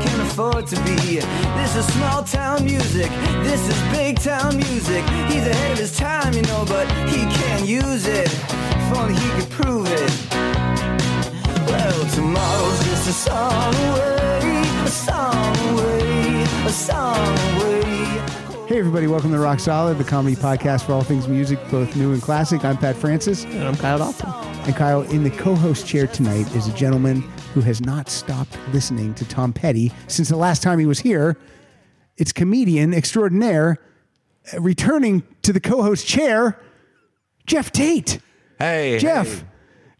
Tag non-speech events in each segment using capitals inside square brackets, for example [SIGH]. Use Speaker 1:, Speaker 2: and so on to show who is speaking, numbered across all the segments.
Speaker 1: sure to be. This is small town music. This is big town music. He's ahead of his time, you know, but he can't use it. If only he could prove it. Well, tomorrow's just a song away, a song away, a song away.
Speaker 2: Hey, everybody, welcome to Rock Solid, the comedy podcast for all things music, both new and classic. I'm Pat Francis.
Speaker 3: And I'm Kyle Dalton.
Speaker 2: And Kyle, in the co host chair tonight is a gentleman who has not stopped listening to Tom Petty since the last time he was here. It's comedian extraordinaire, uh, returning to the co host chair, Jeff Tate.
Speaker 4: Hey,
Speaker 2: Jeff.
Speaker 4: Hey,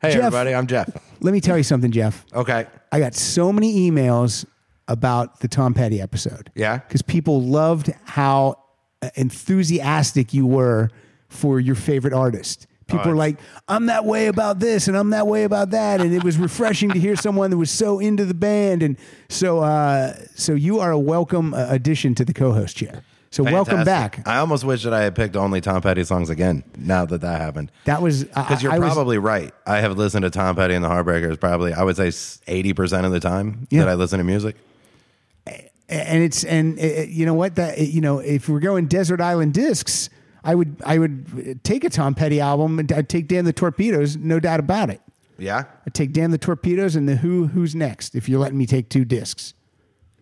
Speaker 4: Hey,
Speaker 2: Jeff.
Speaker 4: everybody. I'm Jeff.
Speaker 2: Let me tell you something, Jeff.
Speaker 4: Okay.
Speaker 2: I got so many emails about the Tom Petty episode.
Speaker 4: Yeah?
Speaker 2: Because people loved how uh, enthusiastic you were for your favorite artist. People were like, I'm that way about this and I'm that way about that. And it was refreshing to hear someone that was so into the band. And so, uh, so you are a welcome uh, addition to the co host chair. So, welcome
Speaker 4: Fantastic.
Speaker 2: back.
Speaker 4: I almost wish that I had picked only Tom Petty songs again. Now that that happened,
Speaker 2: That was I-
Speaker 4: because you're
Speaker 2: I was-
Speaker 4: probably right. I have listened to Tom Petty and the Heartbreakers probably I would say eighty percent of the time
Speaker 2: Yeah.
Speaker 4: that I listen to music.
Speaker 2: and it's and uh, you know what that you know if we're going desert island discs i would i would eh, take a tom petty album and i'd take damn the torpedoes no doubt about it
Speaker 4: Yeah,
Speaker 2: i'd take damn the torpedoes and the who who's next if you're letting me take two discs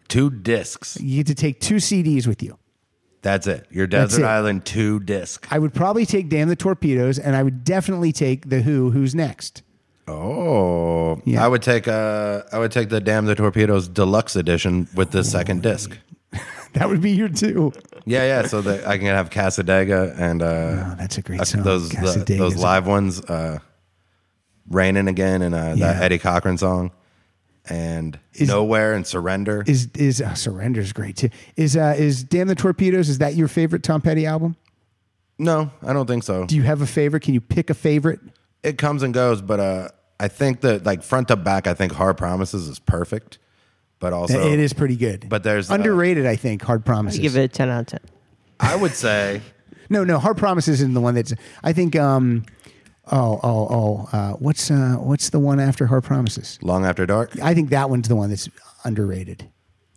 Speaker 4: two discs.
Speaker 2: you get to take two cds with you
Speaker 4: That's it. Your
Speaker 2: That's
Speaker 4: Desert
Speaker 2: it.
Speaker 4: Island two disc.
Speaker 2: i would probably take damn the torpedoes and i would definitely take the who who's next [LAUGHS]
Speaker 4: Oh,
Speaker 2: Yeah.
Speaker 4: I would take uh, I would take the Damn the Torpedoes deluxe edition with the second disc.
Speaker 2: that would be your two.
Speaker 4: Yeah, yeah. So that I can have Casadega and uh,
Speaker 2: Oh, that's a great
Speaker 4: Uh,
Speaker 2: song
Speaker 4: those the,
Speaker 2: Casadega
Speaker 4: those
Speaker 2: is-
Speaker 4: live ones, uh, "Raining Again" and uh,
Speaker 2: Yeah.
Speaker 4: that Eddie Cochran song, and "Nowhere" and "Surrender."
Speaker 2: is is uh, surrender's great too is uh is damn the torpedoes is that your favorite tom petty album
Speaker 4: no, I don't think so.
Speaker 2: do you have a favorite can you pick a favorite
Speaker 4: it comes and goes, but uh, I think that like front to back, I think "Hard Promises" is perfect, but also
Speaker 2: it is pretty good.
Speaker 4: But there's, uh,
Speaker 2: underrated, I think. Hard promises.
Speaker 3: Give it a 10 out of 10.
Speaker 4: I would say
Speaker 2: no, no. Hard promises isn't the one that's. I think. Um, oh, oh, oh. Uh, what's uh, what's the one after hard promises?
Speaker 4: "Long After Dark."
Speaker 2: I think that one's the one that's underrated.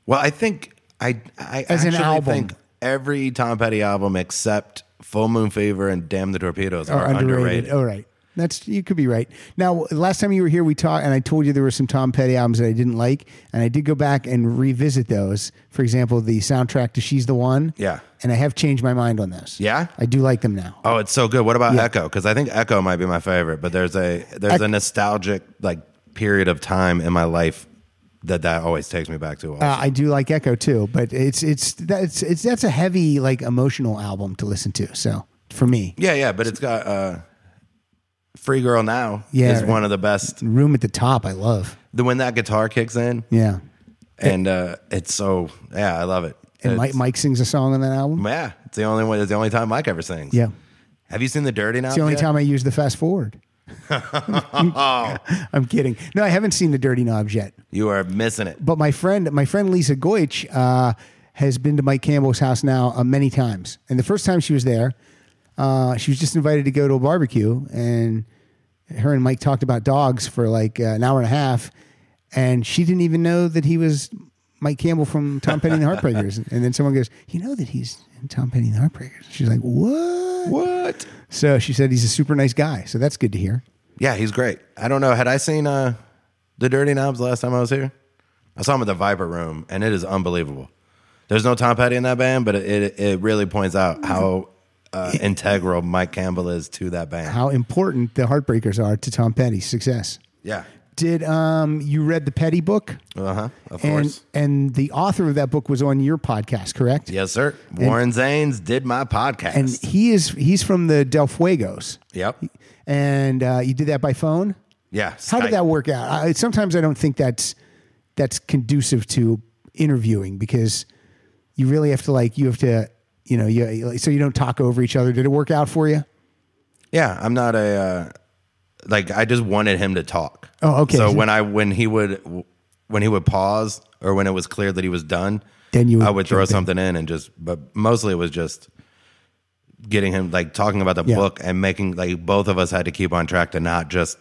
Speaker 4: Well, I think I I
Speaker 2: As an
Speaker 4: actually
Speaker 2: album.
Speaker 4: think every Tom Petty album except "Full Moon Fever" and "Damn the Torpedoes"
Speaker 2: Or
Speaker 4: are underrated.
Speaker 2: All right. That's you could be right. Now, last time you were here, we talked, and I told you there were some Tom Petty albums that I didn't like, and I did go back and revisit those. For example, the soundtrack to "She's the One."
Speaker 4: Yeah.
Speaker 2: and I have changed my mind on those.
Speaker 4: Yeah?
Speaker 2: I do like them now.
Speaker 4: Oh, it's so good. What about
Speaker 2: Yeah.
Speaker 4: Echo? Because I think Echo might be my favorite. But there's a there's
Speaker 2: Ec-
Speaker 4: a nostalgic like period of time in my life that that always takes me back to. Also.
Speaker 2: Uh, I do like Echo too, but it's it's that's it's that's a heavy like emotional album to listen to. So for me,
Speaker 4: yeah, yeah. But it's got uh, Free Girl Now
Speaker 2: Yeah.
Speaker 4: is one of the best.
Speaker 2: Room at the Top, I love.
Speaker 4: The when that guitar kicks in
Speaker 2: Yeah,
Speaker 4: and uh, it's so yeah, I love it.
Speaker 2: and Mike,
Speaker 4: It's-
Speaker 2: Mike sings a song on that album.
Speaker 4: yeah, it's the only one. It's the only time Mike ever sings.
Speaker 2: Yeah,
Speaker 4: Have you seen the Dirty Now?
Speaker 2: it's the only time I use the fast forward. [LAUGHS] I'm kidding. No, I haven't seen the Dirty Knobs yet,
Speaker 4: you are missing it.
Speaker 2: but my friend, my friend Lisa Goich, uh, has been to Mike Campbell's house now uh, many times, and the first time she was there, uh, she was just invited to go to a barbecue and. her and Mike talked about dogs for like uh, an hour and a half, and she didn't even know that he was Mike Campbell from Tom Petty and the Heartbreakers. And then someone goes, "You know that he's in Tom Petty and the Heartbreakers?" She's like, "What?"
Speaker 4: What?
Speaker 2: So she said he's a super nice guy. So that's good to hear.
Speaker 4: Yeah, he's great. I don't know. Had I seen uh, the Dirty Knobs last time I was here? I saw him at the Viper Room, and it is unbelievable. There's no Tom Petty in that band, but it it, it really points out how uh, integral Mike Campbell is to that band.
Speaker 2: How important the Heartbreakers are to Tom Petty's success.
Speaker 4: yeah.
Speaker 2: Did um you read the Petty book?
Speaker 4: Uh huh. Of
Speaker 2: And
Speaker 4: course.
Speaker 2: and the author of that book was on your podcast, correct?
Speaker 4: Yes, sir. Warren Zanes did my podcast.
Speaker 2: And he is he's from the Del Fuegos,
Speaker 4: yep.
Speaker 2: and uh, you did that by phone.
Speaker 4: Yeah.
Speaker 2: How
Speaker 4: Skype.
Speaker 2: did that work out? I, sometimes I don't think that's that's conducive to interviewing because you really have to like you have to you know you so you don't talk over each other. Did it work out for you?
Speaker 4: Yeah, I'm not a uh, like I just wanted him to talk.
Speaker 2: Oh, okay.
Speaker 4: So when I when he would when he would pause or when it was clear that he was done,
Speaker 2: Then you would
Speaker 4: I would throw
Speaker 2: jump in.
Speaker 4: something in and just but mostly it was just getting him like talking about the
Speaker 2: Yeah.
Speaker 4: book and making like both of us had to keep on track to not just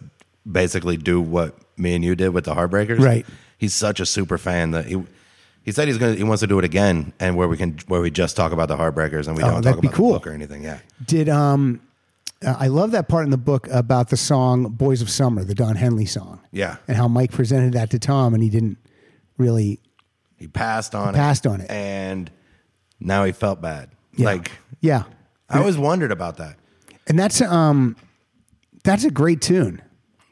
Speaker 4: basically do what me and you did with the Heartbreakers.
Speaker 2: Right.
Speaker 4: He's such a super fan that he He said he's gonna he wants to do it again, and where we can where we just talk about the heartbreakers and we
Speaker 2: Oh,
Speaker 4: don't
Speaker 2: that'd
Speaker 4: talk
Speaker 2: be
Speaker 4: about
Speaker 2: cool.
Speaker 4: the book or anything. Yeah,
Speaker 2: Did um, uh, I love that part in the book about the song "Boys of Summer," the Don Henley song.
Speaker 4: Yeah.
Speaker 2: and how Mike presented that to Tom, and he didn't really.
Speaker 4: he passed on.
Speaker 2: passed
Speaker 4: it,
Speaker 2: on it.
Speaker 4: and now he felt bad.
Speaker 2: Yeah.
Speaker 4: Like
Speaker 2: Yeah,
Speaker 4: I always wondered about that.
Speaker 2: and that's um, that's a great tune.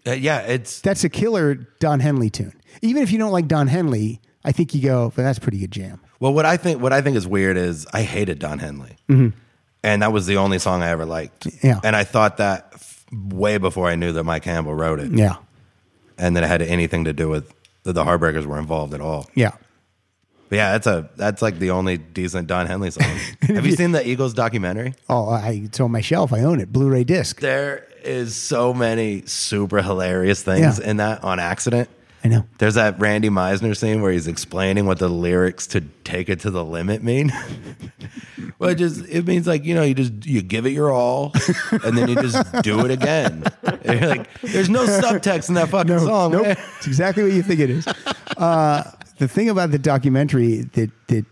Speaker 4: Uh, yeah, it's
Speaker 2: That's a killer Don Henley tune. Even if you don't like Don Henley, I think you go, but that's a pretty good jam.
Speaker 4: well. What I think what I think is weird is I hated Don Henley, and that was the only song I ever liked.
Speaker 2: Mm-hmm. Yeah.
Speaker 4: and I thought that f- way before I knew that Mike Campbell wrote it,
Speaker 2: Yeah,
Speaker 4: and that it had anything to do with that the heartbreakers were involved at all.
Speaker 2: yeah.
Speaker 4: But yeah, that's a that's like the only decent Don
Speaker 2: [LAUGHS]
Speaker 4: Henley song. Have you seen the Eagles documentary?
Speaker 2: Oh, I it's on my shelf. I own it, Blu-ray disc.
Speaker 4: There is so many super hilarious things
Speaker 2: Yeah.
Speaker 4: in that on accident.
Speaker 2: I know.
Speaker 4: There's that Randy Meisner scene where he's explaining what the lyrics to "Take It to the Limit" mean. [LAUGHS] well, it just it means like you know you just you give it your all, and then you just do it again. [LAUGHS] And you're like, there's no subtext in that fucking song.
Speaker 2: nope.
Speaker 4: man.
Speaker 2: it's exactly what you think it is. Uh, the thing about the documentary that that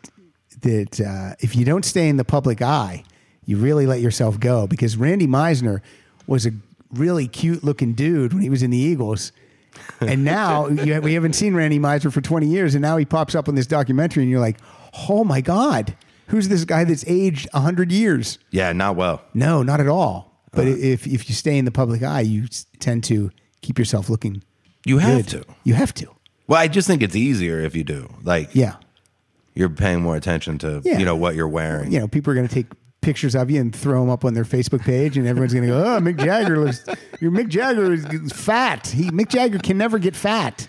Speaker 2: that uh, if you don't stay in the public eye, you really let yourself go because Randy Meisner was a really cute looking dude when he was in the Eagles. And now [LAUGHS] you, we haven't seen Randy Meisner for 20 years, and now he pops up on this documentary, and you're like, oh my God, who's this guy that's aged 100 years?
Speaker 4: Yeah, not well.
Speaker 2: No, not at all. But
Speaker 4: Uh-huh.
Speaker 2: if, if you stay in the public eye, you s- tend to keep yourself looking
Speaker 4: You have
Speaker 2: good.
Speaker 4: to.
Speaker 2: You have to.
Speaker 4: Well, I just think it's easier if you do. Like,
Speaker 2: Yeah.
Speaker 4: you're paying more attention to
Speaker 2: Yeah.
Speaker 4: you know what you're wearing.
Speaker 2: You know, people are going to take pictures of you and throw them up on their Facebook page, and everyone's going to go, "Oh, Mick Jagger looks. Your Mick Jagger is fat. He Mick Jagger can never get fat.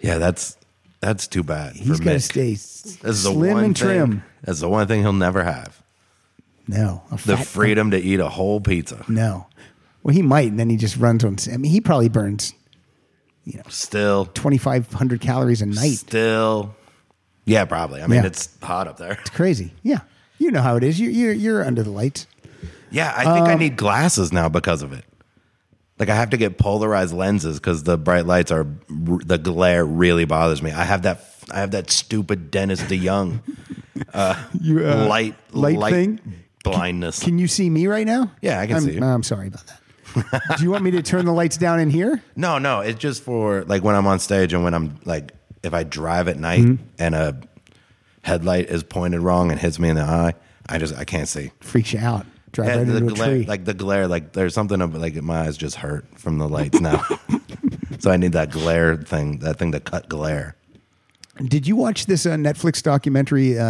Speaker 4: Yeah, that's that's too bad.
Speaker 2: He's
Speaker 4: for
Speaker 2: got to
Speaker 4: Mick.
Speaker 2: stay s-
Speaker 4: [LAUGHS] That's the
Speaker 2: slim
Speaker 4: one
Speaker 2: and trim.
Speaker 4: Thing, that's the one thing he'll never have:
Speaker 2: No, a
Speaker 4: the
Speaker 2: fat- Mm.
Speaker 4: freedom to eat a whole pizza.
Speaker 2: No. Well, he might, and then he just runs on. I mean, he probably burns
Speaker 4: Still,
Speaker 2: twenty five hundred calories a night.
Speaker 4: still, yeah, probably. I mean,
Speaker 2: Yeah.
Speaker 4: it's hot up there.
Speaker 2: Crazy. Yeah, you know how it is. You're you're, you're under the lights.
Speaker 4: [LAUGHS] Yeah, I
Speaker 2: Um,
Speaker 4: think I need glasses now because of it. Like I have to get polarized lenses because the bright lights are r- the glare really bothers me. I have that I have that stupid Dennis DeYoung
Speaker 2: You [LAUGHS] uh,
Speaker 4: light,
Speaker 2: light thing?
Speaker 4: blindness.
Speaker 2: Can you see me right now?
Speaker 4: Yeah, I can
Speaker 2: I'm-
Speaker 4: see you.
Speaker 2: I'm sorry about that. Do you want me to turn the lights down in here?
Speaker 4: No, no, it's just for like when I'm on stage and when I'm like if I drive at night
Speaker 2: Mm-hmm.
Speaker 4: and a headlight is pointed wrong and hits me in the eye, I just I can't see.
Speaker 2: Freaks you out. Drive right
Speaker 4: And the
Speaker 2: into a
Speaker 4: glare,
Speaker 2: tree.
Speaker 4: like the glare, like there's something of like my eyes just hurt from the
Speaker 2: [LAUGHS]
Speaker 4: lights now. so I need that glare thing, that thing to cut glare.
Speaker 2: Did you watch this uh, Netflix documentary, uh,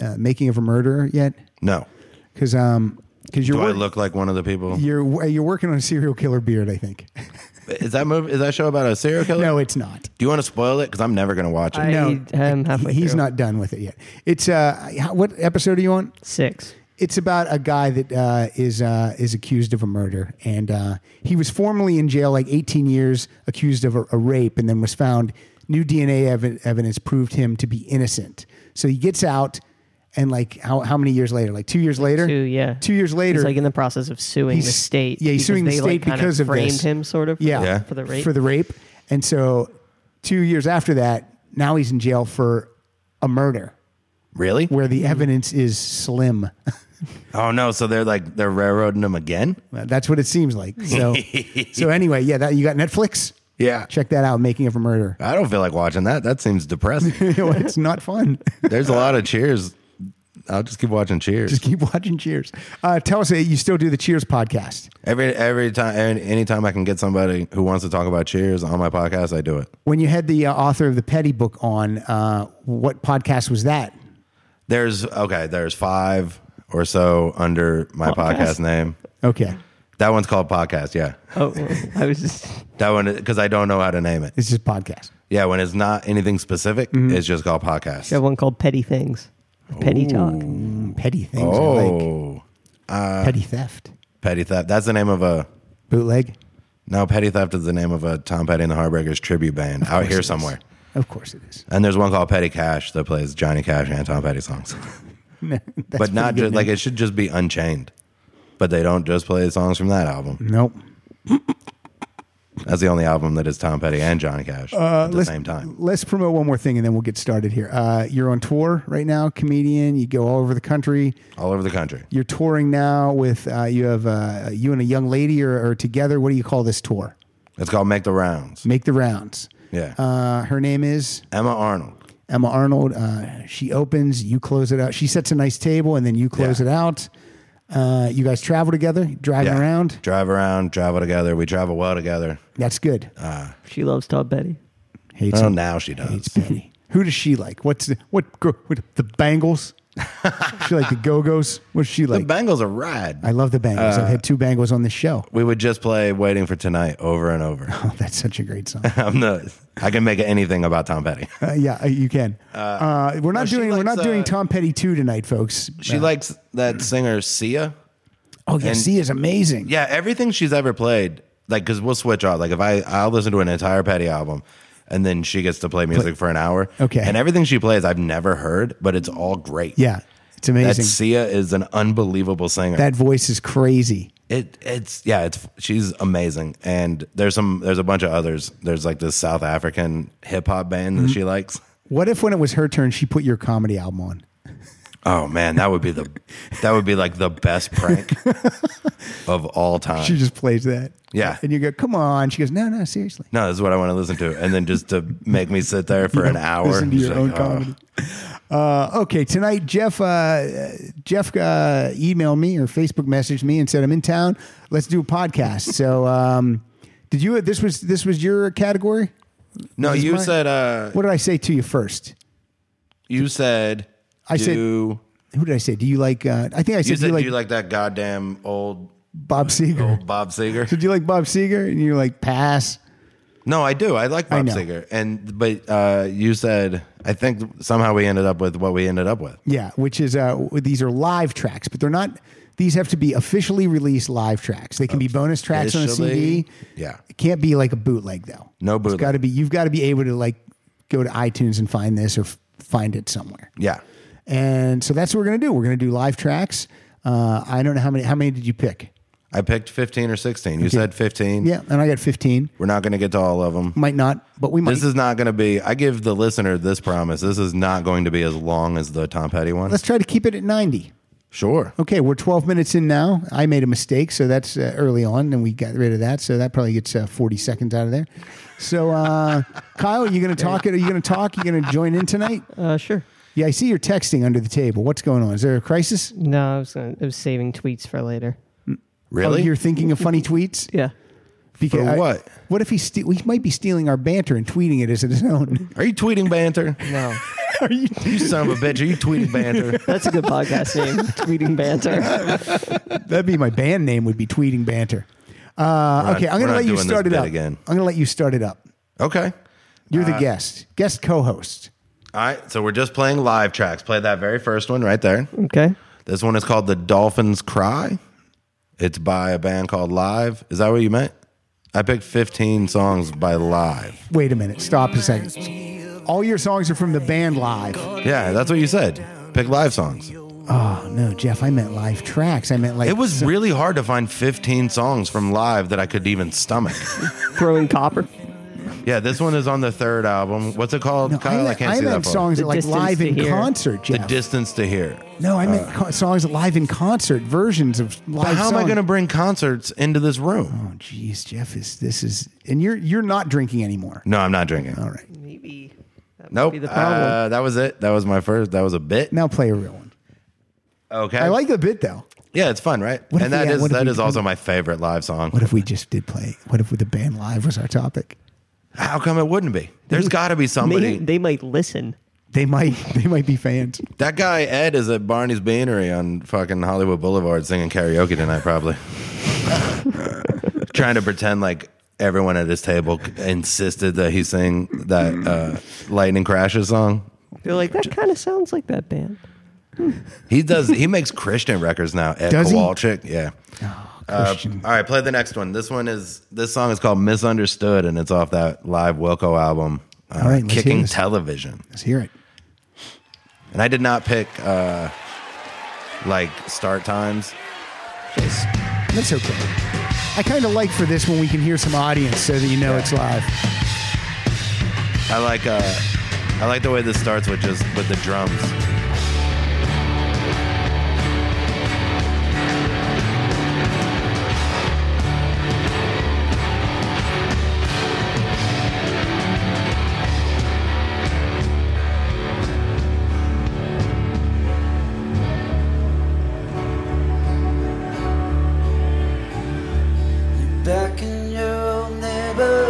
Speaker 2: uh, Making of a Murderer, yet?
Speaker 4: No,
Speaker 2: Because um, because you're
Speaker 4: do I
Speaker 2: wor-
Speaker 4: look like one of the people?
Speaker 2: you're uh, you're working on a serial killer beard, I think.
Speaker 4: Is that movie? Is that show about a serial killer?
Speaker 2: no, it's not.
Speaker 4: Do you want to spoil it? Because I'm never gonna watch it.
Speaker 2: No.
Speaker 3: Oh, I am halfway
Speaker 2: He's
Speaker 3: through.
Speaker 2: not done with it yet. It's uh, how- what episode are you on?
Speaker 3: six.
Speaker 2: It's about a guy that uh, is uh, is accused of a murder, and uh, he was formerly in jail like 18 years, accused of a, a rape, and then was found. New DNA ev- evidence proved him to be innocent, so he gets out, and like how how many years later? Like two years later.
Speaker 3: Two, yeah.
Speaker 2: Two years later,
Speaker 3: He's like in the process of suing the
Speaker 2: he's-
Speaker 3: state.
Speaker 2: Yeah, he's
Speaker 3: because
Speaker 2: suing the
Speaker 3: they,
Speaker 2: state
Speaker 3: like, kind
Speaker 2: because of
Speaker 3: framed
Speaker 2: this.
Speaker 3: him, sort of. for
Speaker 2: Yeah,
Speaker 3: the-
Speaker 4: Yeah.
Speaker 3: for the rape.
Speaker 2: For the rape, and so two years after that, now he's in jail for a murder
Speaker 4: Really?
Speaker 2: where the evidence is slim.
Speaker 4: Oh no! So they're like they're railroading him again.
Speaker 2: Uh, That's what it seems like. [LAUGHS] So, so anyway, yeah, that you got Netflix.
Speaker 4: Yeah.
Speaker 2: check that out. Making of a [LAUGHS] Murder.
Speaker 4: I don't feel like watching that. That seems depressing.
Speaker 2: [LAUGHS] it's not fun. [LAUGHS]
Speaker 4: There's a lot of cheers. I'll just keep watching Cheers.
Speaker 2: Just keep watching Cheers. Uh, tell us that you still do the Cheers podcast.
Speaker 4: Every every time, any anytime I can get somebody who wants to talk about Cheers on my podcast, I do it.
Speaker 2: When you had the uh, author of the Petty book on, uh, what podcast was that?
Speaker 4: There's okay. There's five or so under my podcast,
Speaker 3: Podcast?
Speaker 4: name.
Speaker 2: Okay,
Speaker 4: That one's called podcast. Yeah,
Speaker 3: Oh, well, I
Speaker 2: [LAUGHS]
Speaker 3: was just.
Speaker 4: that one because I don't know how to name it.
Speaker 2: it's just podcast.
Speaker 4: Yeah, when it's not anything specific,
Speaker 2: Mm-hmm.
Speaker 4: it's just called podcast.
Speaker 3: I have one called Petty Things. Petty Talk.
Speaker 2: Mm, Petty things. I like.
Speaker 4: oh,
Speaker 2: petty theft,
Speaker 4: petty theft. That's the name of a.
Speaker 2: bootleg.
Speaker 4: No, petty theft is the name of a Tom Petty and the Heartbreakers tribute band out
Speaker 2: Of course it
Speaker 4: here
Speaker 2: is.
Speaker 4: somewhere.
Speaker 2: Of course it is.
Speaker 4: And there's one called Petty Cash that plays Johnny Cash and Tom Petty songs.
Speaker 2: [LAUGHS] That's
Speaker 4: but not
Speaker 2: pretty
Speaker 4: just
Speaker 2: good
Speaker 4: like
Speaker 2: name.
Speaker 4: it should just be Unchained. But they don't just play songs from that album.
Speaker 2: Nope.
Speaker 4: That's the only album that is Tom Petty and Johnny Cash at the
Speaker 2: let's-
Speaker 4: same time.
Speaker 2: Let's promote one more thing and then we'll get started here. Uh, you're on tour right now, comedian. You go all over the country.
Speaker 4: All over the country.
Speaker 2: You're touring now with uh, you have uh, you and a young lady are, are together. What do you call this tour?
Speaker 4: It's called Make the Rounds.
Speaker 2: Make the rounds.
Speaker 4: Yeah.
Speaker 2: Uh, her name is
Speaker 4: Emma Arnold.
Speaker 2: Emma Arnold. Uh, she opens, you close it out. She sets a nice table and then you close
Speaker 4: Yeah.
Speaker 2: it out. Uh, you guys travel together, driving
Speaker 4: Yeah.
Speaker 2: around.
Speaker 4: Drive around, travel together. We travel well together.
Speaker 2: That's good.
Speaker 3: She loves Tom Petty.
Speaker 2: Hates
Speaker 4: Uh, Well,
Speaker 2: him.
Speaker 4: now she does.
Speaker 2: Hates Betty. Who does she like? What's the, what, gr- what the
Speaker 4: [LAUGHS]
Speaker 2: Bangles? she like the Go Go's? What's she
Speaker 4: The Uh,
Speaker 2: like?
Speaker 4: Bengals are rad.
Speaker 2: I love the Bangles. I've had two Bangles on this show.
Speaker 4: we would just play Waiting for Tonight over and over.
Speaker 2: [LAUGHS]
Speaker 4: [LAUGHS]
Speaker 2: Oh, that's such a great song.
Speaker 4: I'm the, I can make anything about Tom
Speaker 2: [LAUGHS]
Speaker 4: Petty.
Speaker 2: Uh, yeah, you can. Uh, we're not
Speaker 4: she
Speaker 2: doing we're
Speaker 4: likes,
Speaker 2: not doing
Speaker 4: uh,
Speaker 2: Tom Petty two tonight, folks.
Speaker 4: She
Speaker 2: Uh,
Speaker 4: likes that singer Sia.
Speaker 2: oh yeah,
Speaker 4: and-
Speaker 2: C is amazing.
Speaker 4: Yeah, everything she's ever played, like, because we'll switch off. Like, if I I'll listen to an entire Petty album, and then she gets to play music for an hour.
Speaker 2: Okay.
Speaker 4: and everything she plays, I've never heard, but it's all great.
Speaker 2: yeah, it's
Speaker 4: that
Speaker 2: amazing.
Speaker 4: Sia is an unbelievable singer.
Speaker 2: that voice is crazy.
Speaker 4: it it's yeah, it's she's amazing. And there's some there's a bunch of others. There's like this South African hip hop band
Speaker 2: Mm-hmm.
Speaker 4: that she likes.
Speaker 2: What if when it was her turn, she put your comedy album on?
Speaker 4: Oh man, that would be the [LAUGHS] that would be like the
Speaker 2: [LAUGHS]
Speaker 4: best prank of all time.
Speaker 2: She just plays that.
Speaker 4: Yeah.
Speaker 2: and you go, "Come on!" She goes, "No, no, seriously."
Speaker 4: no, this is what I want to listen to, and then just to make me sit there for an hour.
Speaker 2: Listen to
Speaker 4: just
Speaker 2: your own
Speaker 4: like, oh.
Speaker 2: comedy. Uh, okay, tonight Jeff uh, Jeff uh, emailed me or Facebook messaged me and said I'm in town. Let's do a podcast. so, um, did you? This was this was your category.
Speaker 4: No,
Speaker 2: This is
Speaker 4: you
Speaker 2: mine.
Speaker 4: said uh,
Speaker 2: What did I say to you first?
Speaker 4: you said
Speaker 2: I said-
Speaker 4: do,
Speaker 2: Who did I say? Do you like? Uh, I think I
Speaker 4: you
Speaker 2: said,
Speaker 4: said
Speaker 2: do you like,
Speaker 4: do you like that goddamn old
Speaker 2: Bob Seger.
Speaker 4: old Bob Oh. Seger?
Speaker 2: Did you like Bob Seger? And you're like pass.
Speaker 4: No, I do. I like Bob
Speaker 2: know.
Speaker 4: Seger, and but uh, you said I think somehow we ended up with what we ended up with.
Speaker 2: Yeah, which is uh, these are live tracks, but they're not. These have to be officially released live tracks. They can be bonus tracks on a CD.
Speaker 4: Officially? Yeah.
Speaker 2: it can't be like a bootleg though.
Speaker 4: No bootleg.
Speaker 2: It's got to be. You've got to be able to like go to iTunes and find this or f- find it somewhere.
Speaker 4: Yeah,
Speaker 2: And so that's what we're gonna do. We're gonna do live tracks. Uh, I don't know how many. How many did you pick?
Speaker 4: I picked fifteen or sixteen. You said fifteen.
Speaker 2: Yeah, and I got fifteen.
Speaker 4: We're not going to get to all of them.
Speaker 2: Might not, but we might.
Speaker 4: This is not going to be. I give the listener this promise. This is not going to be as long as the Tom Petty one.
Speaker 2: Let's Oh, try to keep it at ninety.
Speaker 4: sure.
Speaker 2: Okay, we're 12 minutes in now. I made a mistake, so that's uh, early on, and we got rid of that. So that probably gets uh, 40 seconds out of there. So, uh, [LAUGHS] Kyle, you going to talk? Are you going to talk? you going to join in tonight?
Speaker 3: Uh, sure.
Speaker 2: Yeah, I see you're texting under the table. What's going on? Is there a crisis?
Speaker 3: No, I was gonna, I was saving tweets for later.
Speaker 4: Really?
Speaker 2: Oh, you're thinking of funny tweets?
Speaker 3: Yeah.
Speaker 2: Because
Speaker 4: For
Speaker 2: I-
Speaker 4: what?
Speaker 2: what if he? Ste- he might be stealing our banter and tweeting it as his own. [LAUGHS]
Speaker 4: Are you tweeting banter? [LAUGHS]
Speaker 3: No.
Speaker 2: Are you?
Speaker 4: you son of a bitch. Are you
Speaker 2: [LAUGHS]
Speaker 4: tweeting banter?
Speaker 3: That's a good podcast name. Tweeting banter.
Speaker 2: That'd be my band name. Would be tweeting banter. Uh,
Speaker 4: not-
Speaker 2: okay, I'm going to
Speaker 4: we're not
Speaker 2: let you
Speaker 4: doing this
Speaker 2: start it
Speaker 4: bit
Speaker 2: up.
Speaker 4: again. Uh,
Speaker 2: I'm going to let you start it up.
Speaker 4: Okay.
Speaker 2: You're the guest, guest co-host.
Speaker 4: All right. So we're just playing live tracks. Play that very first one right there.
Speaker 3: Okay.
Speaker 4: This one is called The Dolphins Cry. It's by a band called Live. Is that what you meant? I picked 15 songs by Live.
Speaker 2: Wait a minute. Stop a second. All your songs are from the band live.
Speaker 4: Yeah, that's what you said. Pick live songs.
Speaker 2: Oh no, Jeff, I meant live tracks. I meant like
Speaker 4: It was really hard to find 15 songs from Live that I could even stomach.
Speaker 3: Throwing copper.
Speaker 4: [LAUGHS] Yeah, this one is on the third album. What's it called?
Speaker 2: No, I
Speaker 4: Kyle, I,
Speaker 2: meant,
Speaker 4: can't
Speaker 2: I
Speaker 4: see that
Speaker 2: meant
Speaker 4: photo.
Speaker 2: songs
Speaker 3: The
Speaker 2: that like
Speaker 3: distance
Speaker 2: live
Speaker 3: to
Speaker 2: in
Speaker 3: here.
Speaker 2: concert,
Speaker 4: The
Speaker 2: Jeff.
Speaker 4: distance to hear.
Speaker 2: no, I meant co- songs live in concert versions of live.
Speaker 4: But how am I
Speaker 2: songs.
Speaker 4: going to bring concerts into this room?
Speaker 2: Oh, jeez, Jeff is this is and you're you're not drinking anymore.
Speaker 4: No, I'm not drinking.
Speaker 2: All right,
Speaker 3: Maybe. That
Speaker 4: Nope.
Speaker 3: Be the problem.
Speaker 4: uh, that was it. That was my first. That was a bit.
Speaker 2: now play a real one.
Speaker 4: Okay.
Speaker 2: I like the bit though.
Speaker 4: Yeah, it's fun, right?
Speaker 2: What if
Speaker 4: and that
Speaker 2: we- yeah,
Speaker 4: is
Speaker 2: what if
Speaker 4: that
Speaker 2: we-
Speaker 4: is also my favorite live song.
Speaker 2: What if we just did play? What if the band live was our topic?
Speaker 4: How come it wouldn't be? There's got to be
Speaker 3: Maybe
Speaker 4: somebody.
Speaker 3: they might listen.
Speaker 2: They might [LAUGHS] they might be fans.
Speaker 4: that guy Ed is at Barney's Beanery on fucking Hollywood Boulevard singing karaoke
Speaker 2: [LAUGHS]
Speaker 4: tonight, probably. Trying to pretend like everyone at his table insisted that he sing that uh, Lightning Crashes song.
Speaker 3: They're like, that kind of sounds like that band.
Speaker 4: He does. he makes Christian records now. Ed
Speaker 2: Does he?
Speaker 4: Kowalczyk. Yeah. Uh,
Speaker 2: Christian.
Speaker 4: all right, play the next one. This one is this song is called "Misunderstood" and it's off that live Wilco album, uh,
Speaker 2: All right, let's hear
Speaker 4: "Kicking
Speaker 2: this.
Speaker 4: Television."
Speaker 2: Let's hear it.
Speaker 4: And I did not pick uh, like start times.
Speaker 2: That's okay. I I kind of like for this when we can hear some audience so that you know it's live.
Speaker 4: I like uh, I like the way this starts with just with the drums.
Speaker 1: Back in your old neighborhood,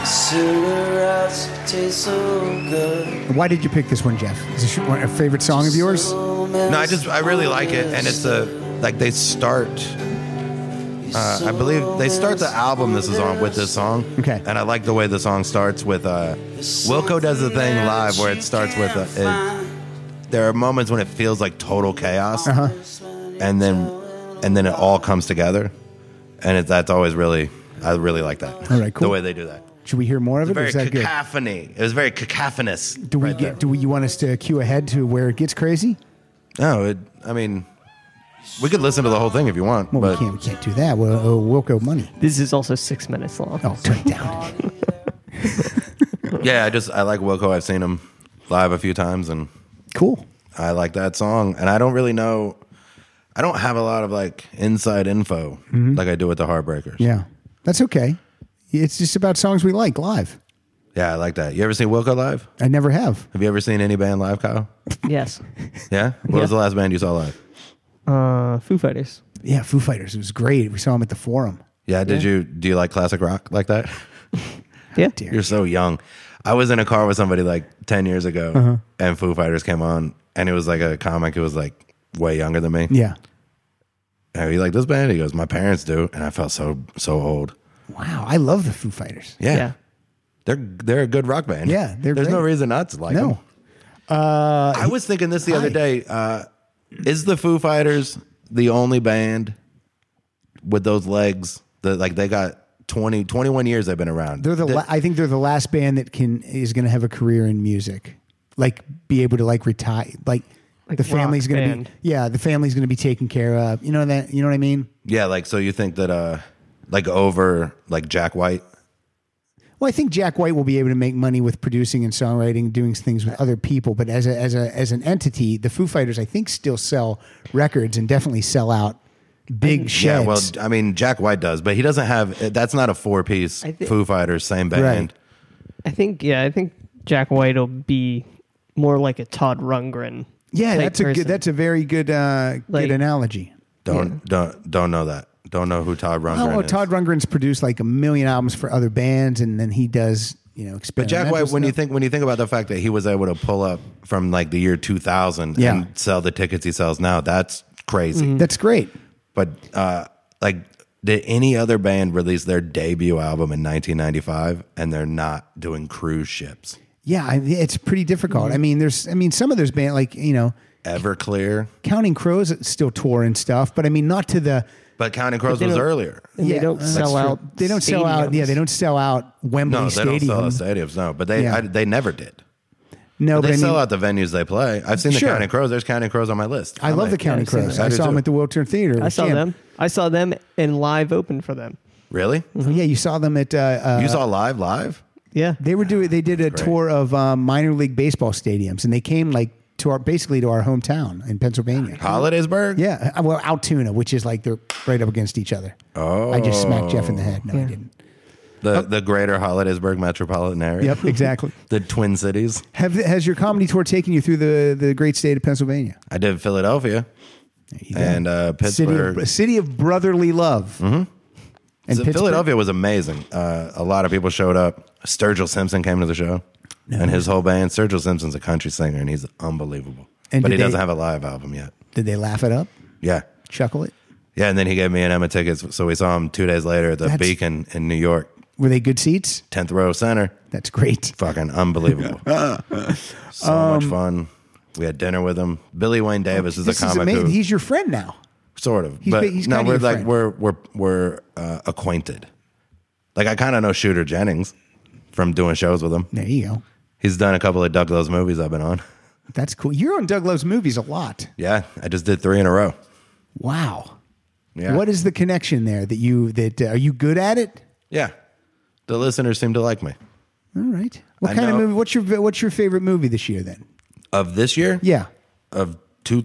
Speaker 1: the cigarettes taste so good.
Speaker 2: Why did you pick this one, Jeff? Is this your- one- a favorite song of yours?
Speaker 1: Oh,
Speaker 4: No, I just I really like it, and it's a like they start. Uh, I believe they start the album this is on with this song.
Speaker 2: Okay.
Speaker 4: And I like the way the song starts with. Uh, Wilco does the thing live where it starts with. Uh, it- there are moments when it feels like total chaos,
Speaker 2: Uh huh.
Speaker 4: and then and then it all comes together, and it, that's always really I really like that.
Speaker 2: All right, cool.
Speaker 4: The way they do that.
Speaker 2: Should we hear more of it? or
Speaker 4: Very
Speaker 2: Is that good?
Speaker 4: cacophony. It was very cacophonous.
Speaker 2: Do we
Speaker 4: right
Speaker 2: get? Do we, you want us to cue ahead to where it gets crazy?
Speaker 4: there. No, it, I mean, we could listen to the whole thing if you want,
Speaker 2: Well,
Speaker 4: but
Speaker 2: we can't. We can't do that. We'll, oh, Wilco money.
Speaker 3: This is also six minutes long.
Speaker 2: Oh, turn it down.
Speaker 4: Yeah, I just I like Wilco. I've seen him live a few times, and
Speaker 2: Cool.
Speaker 4: I like that song. And I don't really know. I don't have a lot of like inside info like I do with the Heartbreakers.
Speaker 2: Mm-hmm. Yeah, that's okay. It's just about songs we like live.
Speaker 4: yeah, I like that. You ever seen Wilco live?
Speaker 2: I never have.
Speaker 4: Have you ever seen any band live, Kyle?
Speaker 3: Yes.
Speaker 4: Yeah. What was
Speaker 3: Yeah.
Speaker 4: the last band you saw live?
Speaker 3: Uh, Foo Fighters.
Speaker 2: Yeah, Foo Fighters. It was great. We saw them at the Forum.
Speaker 4: Yeah. Did you do you like classic rock like that?
Speaker 3: Yeah.
Speaker 2: Oh, Dear.
Speaker 4: You're so young. I was in a car with somebody like ten years ago,
Speaker 2: Uh-huh.
Speaker 4: and Foo Fighters came on, and it was like a comic who was like way younger than me.
Speaker 2: Yeah.
Speaker 4: And he like this band. He goes, my parents do, and I felt so so old.
Speaker 2: Wow, I love the Foo Fighters.
Speaker 4: Yeah.
Speaker 3: Yeah.
Speaker 4: They're they're a good rock band.
Speaker 2: Yeah, they're
Speaker 4: there's no
Speaker 2: great.
Speaker 4: reason not to like them.
Speaker 2: No. Uh,
Speaker 4: I was thinking this the other
Speaker 2: Hi.
Speaker 4: day. Uh, is the Foo Fighters the only band with those legs that like they got 20, 21 years they've been around?
Speaker 2: They're the.
Speaker 4: They-
Speaker 2: la- I think they're the last band that can is going to have a career in music, like be able to like retire, like,
Speaker 3: Like
Speaker 2: the family's
Speaker 3: rock
Speaker 2: going to
Speaker 3: band.
Speaker 2: be. Yeah, the family's going to be taken care of. You know that. You know what I mean?
Speaker 4: yeah, like so you think that uh like over like Jack White.
Speaker 2: Well, I think Jack White will be able to make money with producing and songwriting, doing things with other people. But as a, as a as an entity, the Foo Fighters, I think, still sell records and definitely sell out big
Speaker 4: Yeah,
Speaker 2: sheds.
Speaker 4: well, I mean Jack White does, but he doesn't have. That's not a four piece
Speaker 3: I thi-
Speaker 4: Foo Fighters same band.
Speaker 2: Right.
Speaker 3: I think. Yeah. I think Jack White will be more like a Todd Rundgren.
Speaker 2: yeah,
Speaker 3: type
Speaker 2: that's a
Speaker 3: person.
Speaker 2: good, that's a very good uh,
Speaker 3: Like-
Speaker 2: good analogy.
Speaker 4: Don't don't don't know that. Don't know who Todd Rundgren
Speaker 2: Oh,
Speaker 4: is.
Speaker 2: Todd Rundgren's produced like a million albums for other bands, and then he does you know.
Speaker 4: But Jack
Speaker 2: experimental
Speaker 4: White, when you
Speaker 2: stuff.
Speaker 4: think when you think about the fact that he was able to pull up from like the year 2000
Speaker 2: Yeah. Mm-hmm.
Speaker 4: and sell the tickets he sells now, that's crazy.
Speaker 2: that's great.
Speaker 4: But uh, like, did any other band release their debut album in 1995 and they're not doing cruise ships?
Speaker 2: Yeah, I, it's pretty difficult.
Speaker 4: Mm-hmm.
Speaker 2: I mean, there's, I mean, some of those bands like you know,
Speaker 4: Everclear,
Speaker 2: Counting Crows still tour and stuff, but I mean, not to the
Speaker 4: but Counting Crows
Speaker 3: they
Speaker 4: was
Speaker 3: don't-
Speaker 4: earlier.
Speaker 3: And
Speaker 2: yeah,
Speaker 3: they don't
Speaker 2: uh,
Speaker 3: sell
Speaker 2: that's true.
Speaker 3: out.
Speaker 2: They don't sell out. Yeah,
Speaker 3: stadiums.
Speaker 2: they don't sell out Wembley
Speaker 4: No, they
Speaker 2: Stadium.
Speaker 4: don't sell out stadiums. No, but they
Speaker 2: Yeah.
Speaker 4: I, they never did.
Speaker 2: no,
Speaker 4: They
Speaker 2: but I
Speaker 4: sell
Speaker 2: mean,
Speaker 4: out the venues they play. I've seen the
Speaker 2: Sure.
Speaker 4: Counting Crows. There's Counting Crows on my list.
Speaker 2: I love the
Speaker 4: like,
Speaker 2: Counting
Speaker 3: I've seen
Speaker 2: Crows.
Speaker 4: that.
Speaker 2: I
Speaker 4: I do
Speaker 2: saw them
Speaker 4: too.
Speaker 2: at the Wiltern Theater.
Speaker 3: I saw
Speaker 2: Jam.
Speaker 3: them. I saw them and live open for them.
Speaker 4: Really?
Speaker 2: Yeah, you saw them at. Uh, uh,
Speaker 4: You saw live live?
Speaker 3: Yeah.
Speaker 2: they were doing. They did a tour of um, minor league baseball stadiums, and they came like to our basically to our hometown in Pennsylvania.
Speaker 4: Hollidaysburg?
Speaker 2: Yeah, uh, well, Altoona, which is like they're right up against each other. Oh, I just smacked Jeff in the head. No, I
Speaker 3: Yeah.
Speaker 2: didn't.
Speaker 4: The the greater Hollidaysburg metropolitan area.
Speaker 2: Yep, exactly.
Speaker 4: [LAUGHS] The Twin Cities.
Speaker 2: Have has your comedy tour taken you through the the great state of Pennsylvania?
Speaker 4: I did Philadelphia
Speaker 2: You go.
Speaker 4: and uh, Pittsburgh.
Speaker 2: City of, city of brotherly love. Mm-hmm. And
Speaker 4: So
Speaker 2: Pittsburgh-
Speaker 4: Philadelphia was amazing. Uh, a lot of people showed up. Sturgill Simpson came to the show, and his whole band. Sturgill Simpson's a country singer, and he's unbelievable.
Speaker 2: And
Speaker 4: but
Speaker 2: did
Speaker 4: he
Speaker 2: they-
Speaker 4: doesn't have a live album yet.
Speaker 2: Did they laugh it up?
Speaker 4: Yeah,
Speaker 2: Chuckle it?
Speaker 4: yeah. And then he gave me and Emma tickets, so we saw him two days later at the
Speaker 2: That's-
Speaker 4: Beacon in New York,
Speaker 2: Were they good seats?
Speaker 4: tenth row center.
Speaker 2: That's great. [LAUGHS]
Speaker 4: Fucking unbelievable. so much fun. We had dinner with him. Billy Wayne Davis is a
Speaker 2: Um, This is
Speaker 4: comic
Speaker 2: amazing.
Speaker 4: who
Speaker 2: He's your friend now.
Speaker 4: sort of.
Speaker 2: He's
Speaker 4: but
Speaker 2: ba- he's
Speaker 4: no,
Speaker 2: kinda
Speaker 4: we're
Speaker 2: your
Speaker 4: like
Speaker 2: friend.
Speaker 4: we're we're we're uh, acquainted. Like I kind of know Shooter Jennings from doing shows with him.
Speaker 2: There you go.
Speaker 4: He's done a couple of Doug Love's movies I've been on.
Speaker 2: That's cool. You're on Doug Love's movies a lot.
Speaker 4: Yeah, I just did three in a row.
Speaker 2: Wow.
Speaker 4: Yeah.
Speaker 2: What is the connection there that you that uh, are you good at it?
Speaker 4: Yeah. The listeners seem to like me.
Speaker 2: All right. What
Speaker 4: I
Speaker 2: kind of
Speaker 4: know-
Speaker 2: movie? What's your what's your favorite movie this year then?
Speaker 4: Of this year?
Speaker 2: Yeah.
Speaker 4: Of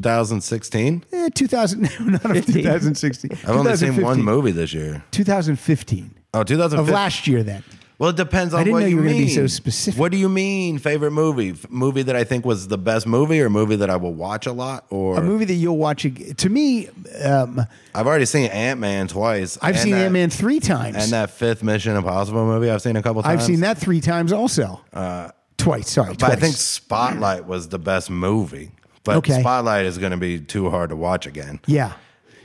Speaker 4: 2016?
Speaker 2: Eh, 2000 [LAUGHS] no, not of 2016.
Speaker 4: I've only seen one
Speaker 2: 2015.
Speaker 4: movie this year.
Speaker 2: 2015
Speaker 4: Oh, 2015.
Speaker 2: of last year then.
Speaker 4: Well, it depends on
Speaker 2: I didn't
Speaker 4: what
Speaker 2: know you
Speaker 4: you
Speaker 2: were gonna
Speaker 4: mean.
Speaker 2: be so specific.
Speaker 4: What do you mean favorite movie? F- movie that I think was the best movie or movie that I will watch a lot or
Speaker 2: A movie that you'll watch ag- to me um,
Speaker 4: I've already seen Ant-Man twice.
Speaker 2: I've
Speaker 4: and
Speaker 2: seen
Speaker 4: that-
Speaker 2: Ant-Man 3 times.
Speaker 4: and that fifth Mission Impossible movie I've seen a couple
Speaker 2: I've
Speaker 4: times. Uh,
Speaker 2: seen that 3 times also. twice, sorry.
Speaker 4: But I
Speaker 2: twice.
Speaker 4: think Spotlight was the best movie. But
Speaker 2: Okay.
Speaker 4: Spotlight is going to be too hard to watch again.
Speaker 2: yeah.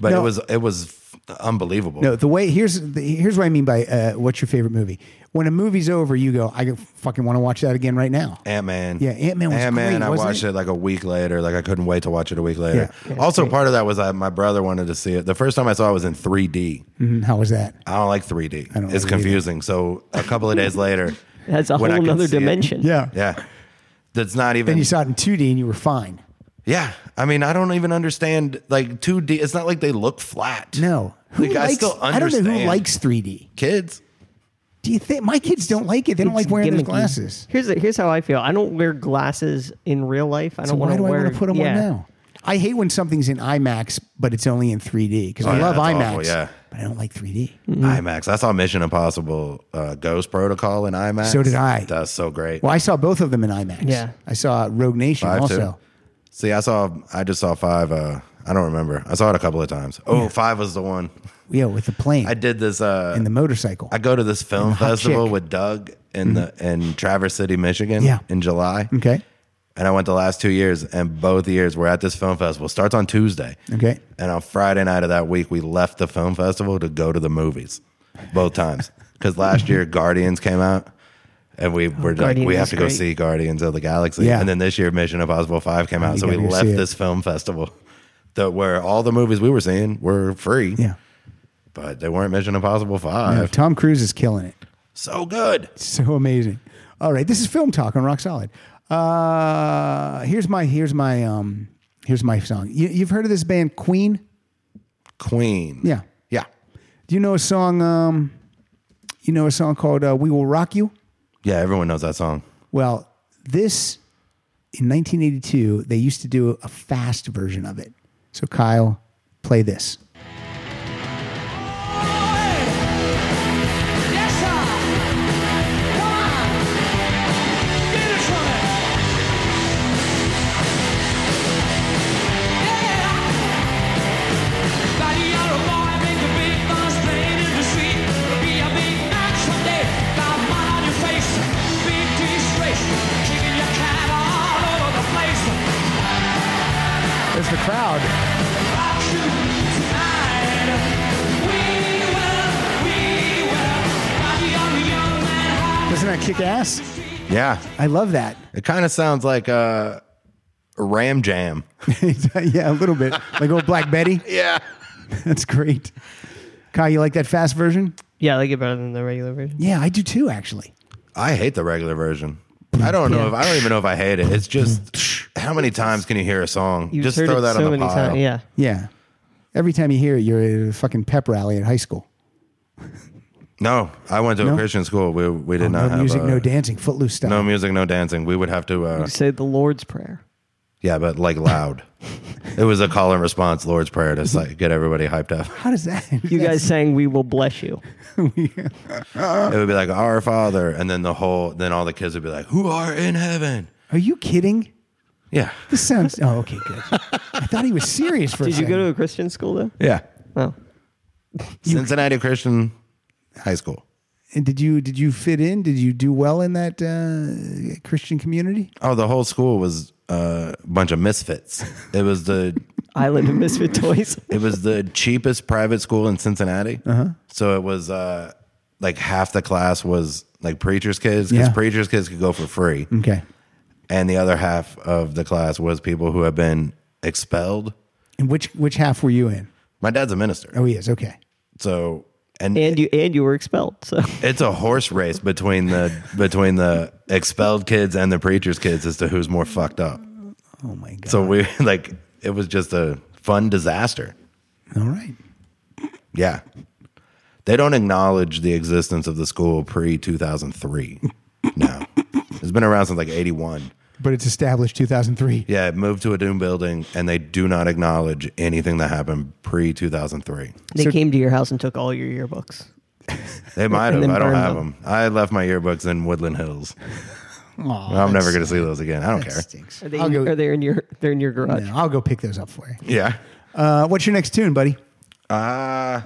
Speaker 4: But
Speaker 2: No.
Speaker 4: it was it was f- unbelievable.
Speaker 2: No, the way here's the, here's what I mean by uh, what's your favorite movie. When a movie's over, you go, I fucking want to watch that again right now.
Speaker 4: Ant Man.
Speaker 2: Yeah, Ant-Man was great,
Speaker 4: I
Speaker 2: wasn't
Speaker 4: watched
Speaker 2: it?
Speaker 4: it? like a week later. Like I couldn't wait to watch it a week later.
Speaker 2: Yeah.
Speaker 4: also, part of that was I, my brother wanted to see it. The first time I saw it was in 3D.
Speaker 2: Mm, How was that?
Speaker 4: I don't like 3D.
Speaker 2: don't
Speaker 4: it's
Speaker 2: like it either.
Speaker 4: confusing. So a couple of days later,
Speaker 3: [LAUGHS] That's a
Speaker 4: when I
Speaker 3: whole
Speaker 4: could
Speaker 3: other
Speaker 4: see it-
Speaker 3: dimension.
Speaker 4: yeah, that's not even.
Speaker 2: Then you saw it in 2D and you were fine.
Speaker 4: yeah, I mean, I don't even understand like 2D. It's not like they look flat.
Speaker 2: No, who
Speaker 4: Like, I
Speaker 2: likes?
Speaker 4: still
Speaker 2: I don't know who
Speaker 4: understand.
Speaker 2: likes 3D.
Speaker 4: kids.
Speaker 2: Do you think my kids don't like it? They don't
Speaker 3: It's
Speaker 2: like wearing those
Speaker 3: gimmicky.
Speaker 2: glasses.
Speaker 3: Here's the, here's how I feel. I don't wear glasses in real life. I don't
Speaker 2: So
Speaker 3: want
Speaker 2: why
Speaker 3: to
Speaker 2: do I
Speaker 3: wear.
Speaker 2: want to put them
Speaker 3: yeah.
Speaker 2: on now? I hate when something's in IMAX but it's only in 3D because I
Speaker 4: Oh, yeah,
Speaker 2: love
Speaker 4: that's
Speaker 2: IMAX.
Speaker 4: awful, yeah.
Speaker 2: but I don't like 3D.
Speaker 4: IMAX. I saw Mission Impossible uh, Ghost Protocol in IMAX.
Speaker 2: So did I.
Speaker 4: That's so great.
Speaker 2: Well, I saw both of them in IMAX.
Speaker 3: Yeah.
Speaker 2: I saw Rogue Nation
Speaker 4: Five, too.
Speaker 2: also.
Speaker 4: See, I saw. I just saw five. Uh, I don't remember. I saw it a couple of times. Oh, five was the one.
Speaker 2: Yeah, with the plane
Speaker 4: I did this. Uh,
Speaker 2: and the motorcycle.
Speaker 4: I go to this film
Speaker 2: the hot chick.
Speaker 4: festival
Speaker 2: Mm-hmm.
Speaker 4: with Doug in the in Traverse City, Michigan,
Speaker 2: Yeah.
Speaker 4: in July.
Speaker 2: okay,
Speaker 4: And I went the last two years, and both years we're at this film festival. Starts on Tuesday.
Speaker 2: okay.
Speaker 4: And on Friday night of that week, we left the film festival to go to the movies, both times. Because
Speaker 2: [LAUGHS]
Speaker 4: last year Guardians came out, and we were like,
Speaker 3: Guardians
Speaker 4: we have
Speaker 3: is
Speaker 4: to go
Speaker 3: great.
Speaker 4: see Guardians of the Galaxy.
Speaker 2: Yeah. Oh,
Speaker 4: And then this year Mission Impossible Five came out,
Speaker 2: you
Speaker 4: so we
Speaker 2: gotta go
Speaker 4: left
Speaker 2: see it.
Speaker 4: this film festival, [LAUGHS] that where all the movies we were seeing were free.
Speaker 2: Yeah,
Speaker 4: But they weren't Mission Impossible Five.
Speaker 2: No, Tom Cruise is killing it.
Speaker 4: So good.
Speaker 2: So amazing. All right, this is film talk on Rock Solid. Uh, here's my here's my um here's my song. You, you've heard of this band Queen?
Speaker 4: Queen.
Speaker 2: Yeah.
Speaker 4: Yeah.
Speaker 2: Do you know a song? Um, you know a song called uh, "We Will Rock You."
Speaker 4: Yeah, everyone knows that song.
Speaker 2: Well, this in 1982 they used to do a fast version of it. So Kyle, play this.
Speaker 5: Yes, sir. Come on. Get it from it. Yeah. Daddy, you're a boy, make a big fuss playing in the street. Be a big man someday. Got mud on your face. Big disgrace. Kicking your cat all over the place.
Speaker 2: There's the crowd.
Speaker 5: Rock you tonight. We will, we will. Daddy, you're a young man.
Speaker 2: Doesn't that kick ass?
Speaker 4: Yeah.
Speaker 2: I love that. [LAUGHS]
Speaker 4: It kind of sounds like uh, Ram Jam.
Speaker 2: yeah, a little bit like old Black Betty. [LAUGHS]
Speaker 4: Yeah.
Speaker 2: That's great. Kyle, you like that fast version?
Speaker 3: Yeah, I like it better than the regular version.
Speaker 2: Yeah, I do too. Actually,
Speaker 4: I hate the regular version. I don't know if I don't even know if I hate it. It's
Speaker 3: [LAUGHS]
Speaker 4: just how many times can you hear a song?
Speaker 3: You've
Speaker 4: just
Speaker 3: heard
Speaker 4: throw
Speaker 3: it
Speaker 4: that
Speaker 3: so
Speaker 4: on the
Speaker 3: many
Speaker 4: pile.
Speaker 3: times. Yeah.
Speaker 2: yeah. Every time you hear it, you're at a fucking pep rally at high school.
Speaker 4: No, I went to
Speaker 2: No?
Speaker 4: a Christian school. We we
Speaker 3: Oh,
Speaker 4: did not
Speaker 2: No
Speaker 4: have
Speaker 2: music,
Speaker 4: uh,
Speaker 2: no dancing, footloose stuff.
Speaker 4: no music, no dancing. We would have to uh,
Speaker 3: You say the Lord's Prayer.
Speaker 4: yeah, but like
Speaker 3: [LAUGHS]
Speaker 4: loud. it was a call and response Lord's prayer to like, get everybody hyped up.
Speaker 2: How does that? [LAUGHS]
Speaker 3: You guys sang, "We will bless you."
Speaker 4: It would be like Our Father, and then the whole then all the kids would be like, "Who are in heaven?"
Speaker 2: [LAUGHS] Are you kidding?
Speaker 4: Yeah,
Speaker 2: This sounds. Oh, okay, good. I thought he was serious for a
Speaker 3: Did you
Speaker 2: second.
Speaker 3: go to a Christian school though?
Speaker 4: yeah.
Speaker 3: Oh,
Speaker 4: [LAUGHS] Cincinnati Christian High School.
Speaker 2: and did you did you fit in? Did you do well in that uh, Christian community?
Speaker 4: Oh, the whole school was uh, a bunch of misfits. It was the
Speaker 3: Island of
Speaker 2: [LAUGHS]
Speaker 3: Misfit Toys.
Speaker 4: it was the cheapest private school in Cincinnati.
Speaker 2: Uh-huh.
Speaker 4: So it was uh, like half the class was like preachers' kids because
Speaker 2: Yeah. Mm.
Speaker 4: preachers' kids could go for free,
Speaker 2: Okay.
Speaker 4: and the other half of the class was people who had been expelled.
Speaker 2: And which which half were you in?
Speaker 4: My dad's a minister,
Speaker 2: Oh, he is. Okay.
Speaker 4: so and,
Speaker 3: and you and you were expelled. So
Speaker 4: it's a horse race between the between the expelled kids and the preachers' kids as to who's more fucked up.
Speaker 2: Oh my god.
Speaker 4: [LAUGHS] So we like it was just a fun disaster.
Speaker 2: All right.
Speaker 4: Yeah. They don't acknowledge the existence of the school pre 2003. no. It's been around since like 81.
Speaker 2: but it's established 2003.
Speaker 4: Yeah, it moved to a doom building and they do not acknowledge anything that happened pre 2003.
Speaker 3: [LAUGHS] They
Speaker 2: So-
Speaker 3: came to your house and took all your yearbooks.
Speaker 4: They might have.
Speaker 3: And then
Speaker 4: I don't
Speaker 3: burned
Speaker 4: have
Speaker 3: them.
Speaker 4: them. I left my yearbooks in Woodland Hills.
Speaker 2: Aw,
Speaker 4: I'm never
Speaker 2: that's-
Speaker 4: going to see those again. I don't care.
Speaker 2: That stinks.
Speaker 3: Are they?
Speaker 2: I'll go,
Speaker 3: are they in your? They're in your garage.
Speaker 2: no, I'll go pick those up for you.
Speaker 4: Yeah.
Speaker 2: Uh, what's your next tune, buddy?
Speaker 4: Uh,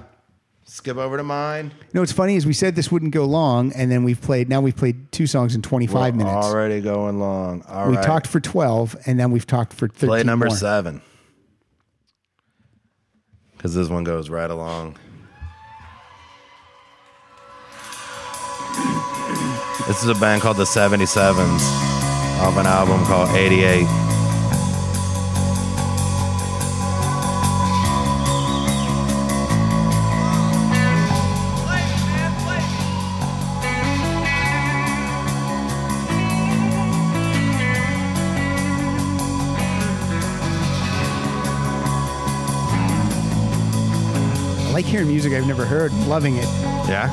Speaker 4: skip over to mine.
Speaker 2: You know what's funny is we said this wouldn't go long, and then we've played. Now we've played two songs in 25
Speaker 4: We're
Speaker 2: minutes.
Speaker 4: Already going long. All right.
Speaker 2: we talked for 12, and then we've talked for 13
Speaker 4: Play number
Speaker 2: more.
Speaker 4: seven. Because this one goes right along. This is a band called the 77s off an album called 88.
Speaker 2: I like hearing music I've never heard, loving it.
Speaker 4: Yeah?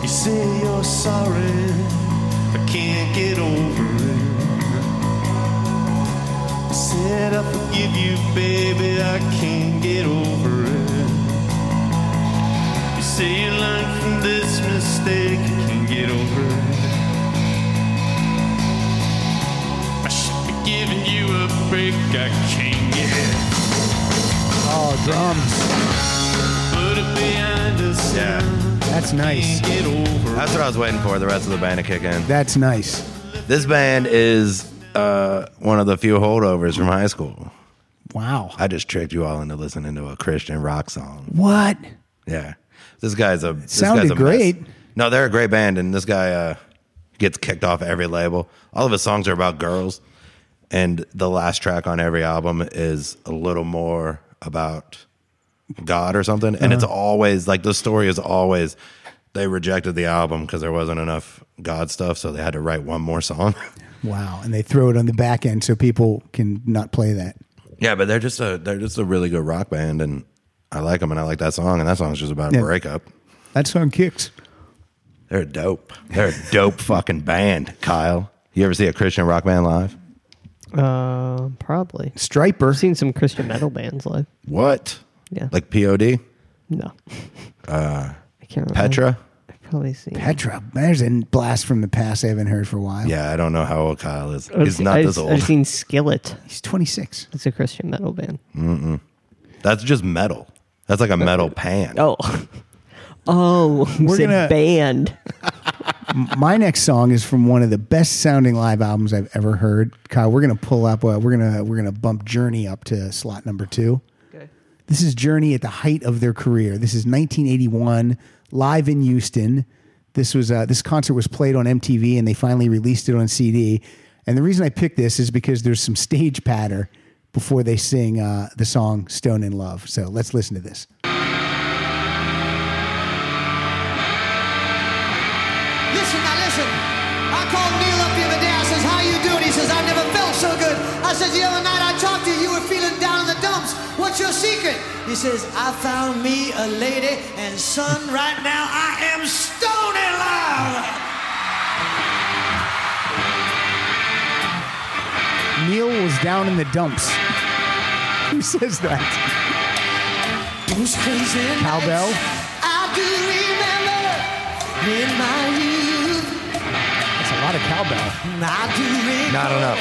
Speaker 6: You say you're sorry, I can't get over it. I said I forgive you, baby, I can't get over it. You say you learned from this mistake, I can't get over it. I should be giving you a break, I can't get it.
Speaker 2: Oh, drums.
Speaker 6: Put it behind us,
Speaker 4: Yeah.
Speaker 2: That's nice.
Speaker 6: can't get over it.
Speaker 4: That's what I was waiting for the rest of the band to kick in.
Speaker 2: That's nice.
Speaker 4: This band is uh, one of the few holdovers from high school.
Speaker 2: Wow.
Speaker 4: I just tricked you all into listening to a Christian rock song.
Speaker 2: What?
Speaker 4: Yeah. This guy's a this
Speaker 2: sounded
Speaker 4: guy's a mess.
Speaker 2: great.
Speaker 4: No, they're a great band, and this guy uh, gets kicked off every label. All of his songs are about girls, and the last track on every album is a little more about God or something. And
Speaker 2: Uh-huh.
Speaker 4: it's always like the story is always they rejected the album because there wasn't enough God stuff, so they had to write one more song. [LAUGHS]
Speaker 2: Wow. And they throw it on the back end so people can not play that.
Speaker 4: yeah, but they're just a they're just a really good rock band, and I like them, and I like that song, and that song's just about
Speaker 2: Yeah.
Speaker 4: a breakup.
Speaker 2: That song kicks.
Speaker 4: They're dope. They're a dope fucking band, Kyle. You ever see a Christian rock band live?
Speaker 3: Uh, probably.
Speaker 2: Striper.
Speaker 3: I've seen some Christian metal bands live.
Speaker 4: What?
Speaker 3: Yeah.
Speaker 4: Like POD?
Speaker 3: No. Uh, I can't. Remember.
Speaker 4: Petra?
Speaker 3: I've probably seen.
Speaker 2: Petra. There's a blast from the past I haven't heard for a while.
Speaker 4: Yeah, I don't know how old Kyle is.
Speaker 3: I've
Speaker 4: He's
Speaker 3: seen-
Speaker 4: not
Speaker 3: I've,
Speaker 4: this old.
Speaker 3: I've seen Skillet.
Speaker 2: He's 26.
Speaker 3: It's a Christian metal band.
Speaker 4: That's just metal. That's like a metal pan.
Speaker 3: Oh. [LAUGHS] Oh,
Speaker 2: We're
Speaker 3: we're
Speaker 2: gonna-
Speaker 3: gonna band.
Speaker 2: My next song is from one of the best sounding live albums I've ever heard. Kyle, we're gonna pull up. Uh, we're gonna we're gonna bump Journey up to slot number two.
Speaker 3: Okay.
Speaker 2: This is Journey at the height of their career. This is 1981, live in Houston. This was uh, this concert was played on MTV, and they finally released it on CD. And the reason I picked this is because there's some stage patter before they sing uh, the song "Stone in Love." So let's listen to this.
Speaker 7: Listen, now listen. I called Neil up the other day. I says, how you doing? He says, I never felt so good. I says, the other night I talked to you. You were feeling down in the dumps. What's your secret? He says, I found me a lady, and son, right now I am stone in love.
Speaker 2: Neil was down in the dumps. [LAUGHS] Who says that?
Speaker 7: Those crazy nights
Speaker 2: Cowbell.
Speaker 7: I do remember in my youth.
Speaker 2: That's a lot of cowbell.
Speaker 7: I do remember.
Speaker 4: Not enough.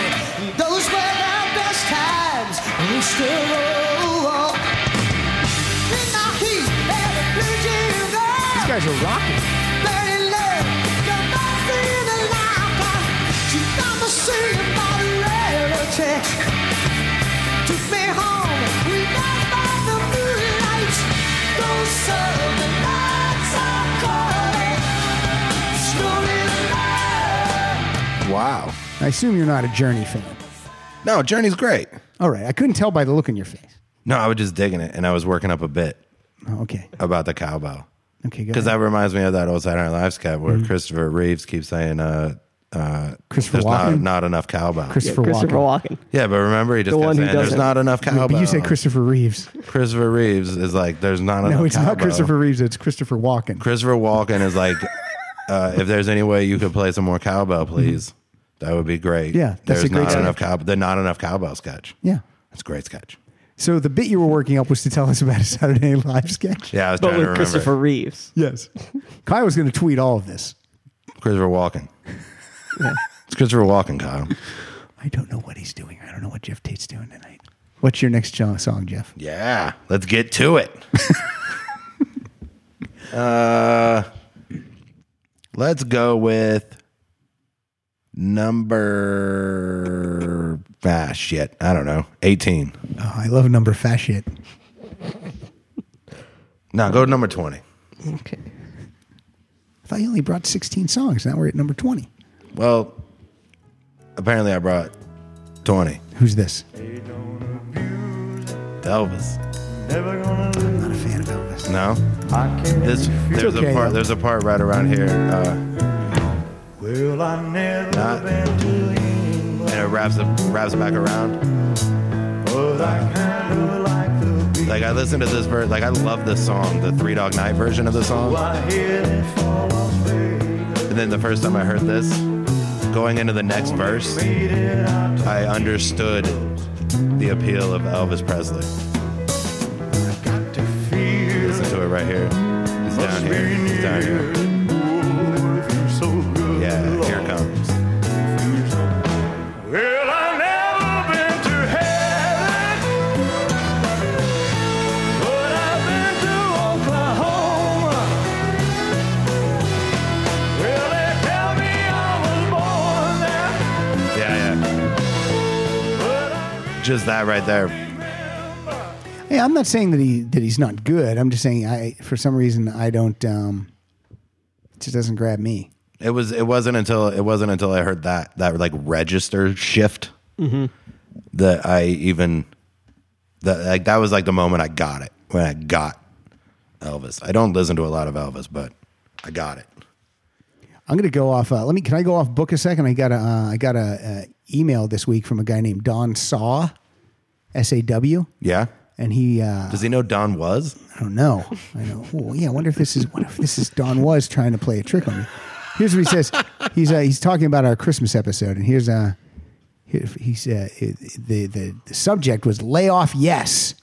Speaker 7: Those were the best times. We still owe. In my heat, every blue jean girl.
Speaker 2: These guys are rocking.
Speaker 7: Dirty love, the best in the life. She got me singing about reality. Took me home, we danced by the moonlight. Those southern nights are calling. Slowly love.
Speaker 4: Wow.
Speaker 2: I assume you're not a Journey fan.
Speaker 4: No, Journey's great.
Speaker 2: All right, I couldn't tell by the look on your face.
Speaker 4: No, I was just digging it and I was working up a bit
Speaker 2: Oh, okay,
Speaker 4: about the cowbell.
Speaker 2: okay, go
Speaker 4: Because
Speaker 2: ahead.
Speaker 3: Mm-hmm.
Speaker 4: that reminds me of that old Saturday Night Live sketch where Christopher Reeves keeps saying, uh, uh,
Speaker 2: Christopher
Speaker 4: there's not,
Speaker 2: Walken?
Speaker 4: not enough cowbell.
Speaker 2: Christopher,
Speaker 3: Christopher
Speaker 2: Walken.
Speaker 3: Walken.
Speaker 4: yeah, but remember he just
Speaker 3: The
Speaker 4: kept
Speaker 3: one who
Speaker 4: saying there's
Speaker 3: doesn't.
Speaker 4: not enough cowbell.
Speaker 2: But you said Christopher
Speaker 4: [LAUGHS]
Speaker 2: Reeves.
Speaker 4: Christopher Reeves is like there's not enough.
Speaker 2: No, it's
Speaker 4: cowbell.
Speaker 2: not Christopher Reeves. It's Christopher Walken.
Speaker 4: Christopher Walken is like, uh, if there's any way you could play some more cowbell, please, that would be great.
Speaker 2: Mm-hmm. Yeah, that's
Speaker 4: there's
Speaker 2: a great
Speaker 4: not
Speaker 2: sketch.
Speaker 4: enough cow. The not enough cowbell sketch.
Speaker 2: yeah.
Speaker 4: It's a great sketch.
Speaker 2: So the bit you were working up was to tell us about a Saturday Night Live sketch.
Speaker 4: Yeah, I was
Speaker 3: But
Speaker 4: trying to
Speaker 3: with
Speaker 4: remember.
Speaker 3: Christopher
Speaker 4: Christopher,
Speaker 3: Reeves.
Speaker 2: Yes. Kyle was going to tweet all of this.
Speaker 4: Walken.
Speaker 2: [LAUGHS]
Speaker 4: It's Christopher Walken, Kyle.
Speaker 2: I don't know what he's doing. I don't know what Jeff Tate's doing tonight. What's your next jo- song, Jeff?
Speaker 4: Yeah, let's get to it. [LAUGHS] uh, let's go with number. Ah, shit. I don't know. 18.
Speaker 2: Oh, I love number fascist.
Speaker 4: No, go to number 20.
Speaker 3: Okay.
Speaker 2: I thought you only brought 16 songs. Now we're at number 20.
Speaker 4: Well, apparently I brought 20.
Speaker 2: Who's this?
Speaker 4: Elvis.
Speaker 2: I'm not a fan of Elvis.
Speaker 4: No? This, there's,
Speaker 2: okay,
Speaker 4: a part,
Speaker 2: though.
Speaker 4: there's a part right around here. Uh,
Speaker 6: Well, I never
Speaker 4: not, and it wraps, up, wraps back around. Like I listened to this verse, like I love this song, the Three Dog Night version of the song. And then the first time I heard this, going into the next verse, I understood the appeal of Elvis Presley. Listen to it right here. He's down here. He's down here. Yeah, here it comes.
Speaker 6: Well, I've never been to heaven, but I've been to Oklahoma. Well, they tell me I was born there,
Speaker 4: Yeah,
Speaker 6: but I
Speaker 4: yeah. Just that right there.
Speaker 2: Hey, I'm not saying that he that he's not good. I'm just saying I for some reason I don't um it just doesn't grab me.
Speaker 4: It was. It wasn't until it wasn't until I heard that that like register shift that I even that like that was like the moment I got it when I got Elvis. I don't listen to a lot of Elvis, but I got it.
Speaker 2: I'm gonna go off. Uh, let me. Can I go off book a second? I got a. Uh, I got a, uh email this week from a guy named Don Saw, S A W,
Speaker 4: Yeah.
Speaker 2: and he. Uh,
Speaker 4: Does he know Don was?
Speaker 2: I don't know. I know. [LAUGHS] Oh, yeah. I wonder if this is. What if this is Don was trying to play a trick on me? Here's what he says. He's uh, he's talking about our Christmas episode, and here's uh, here, he's uh, the, the the subject was lay off. Yes.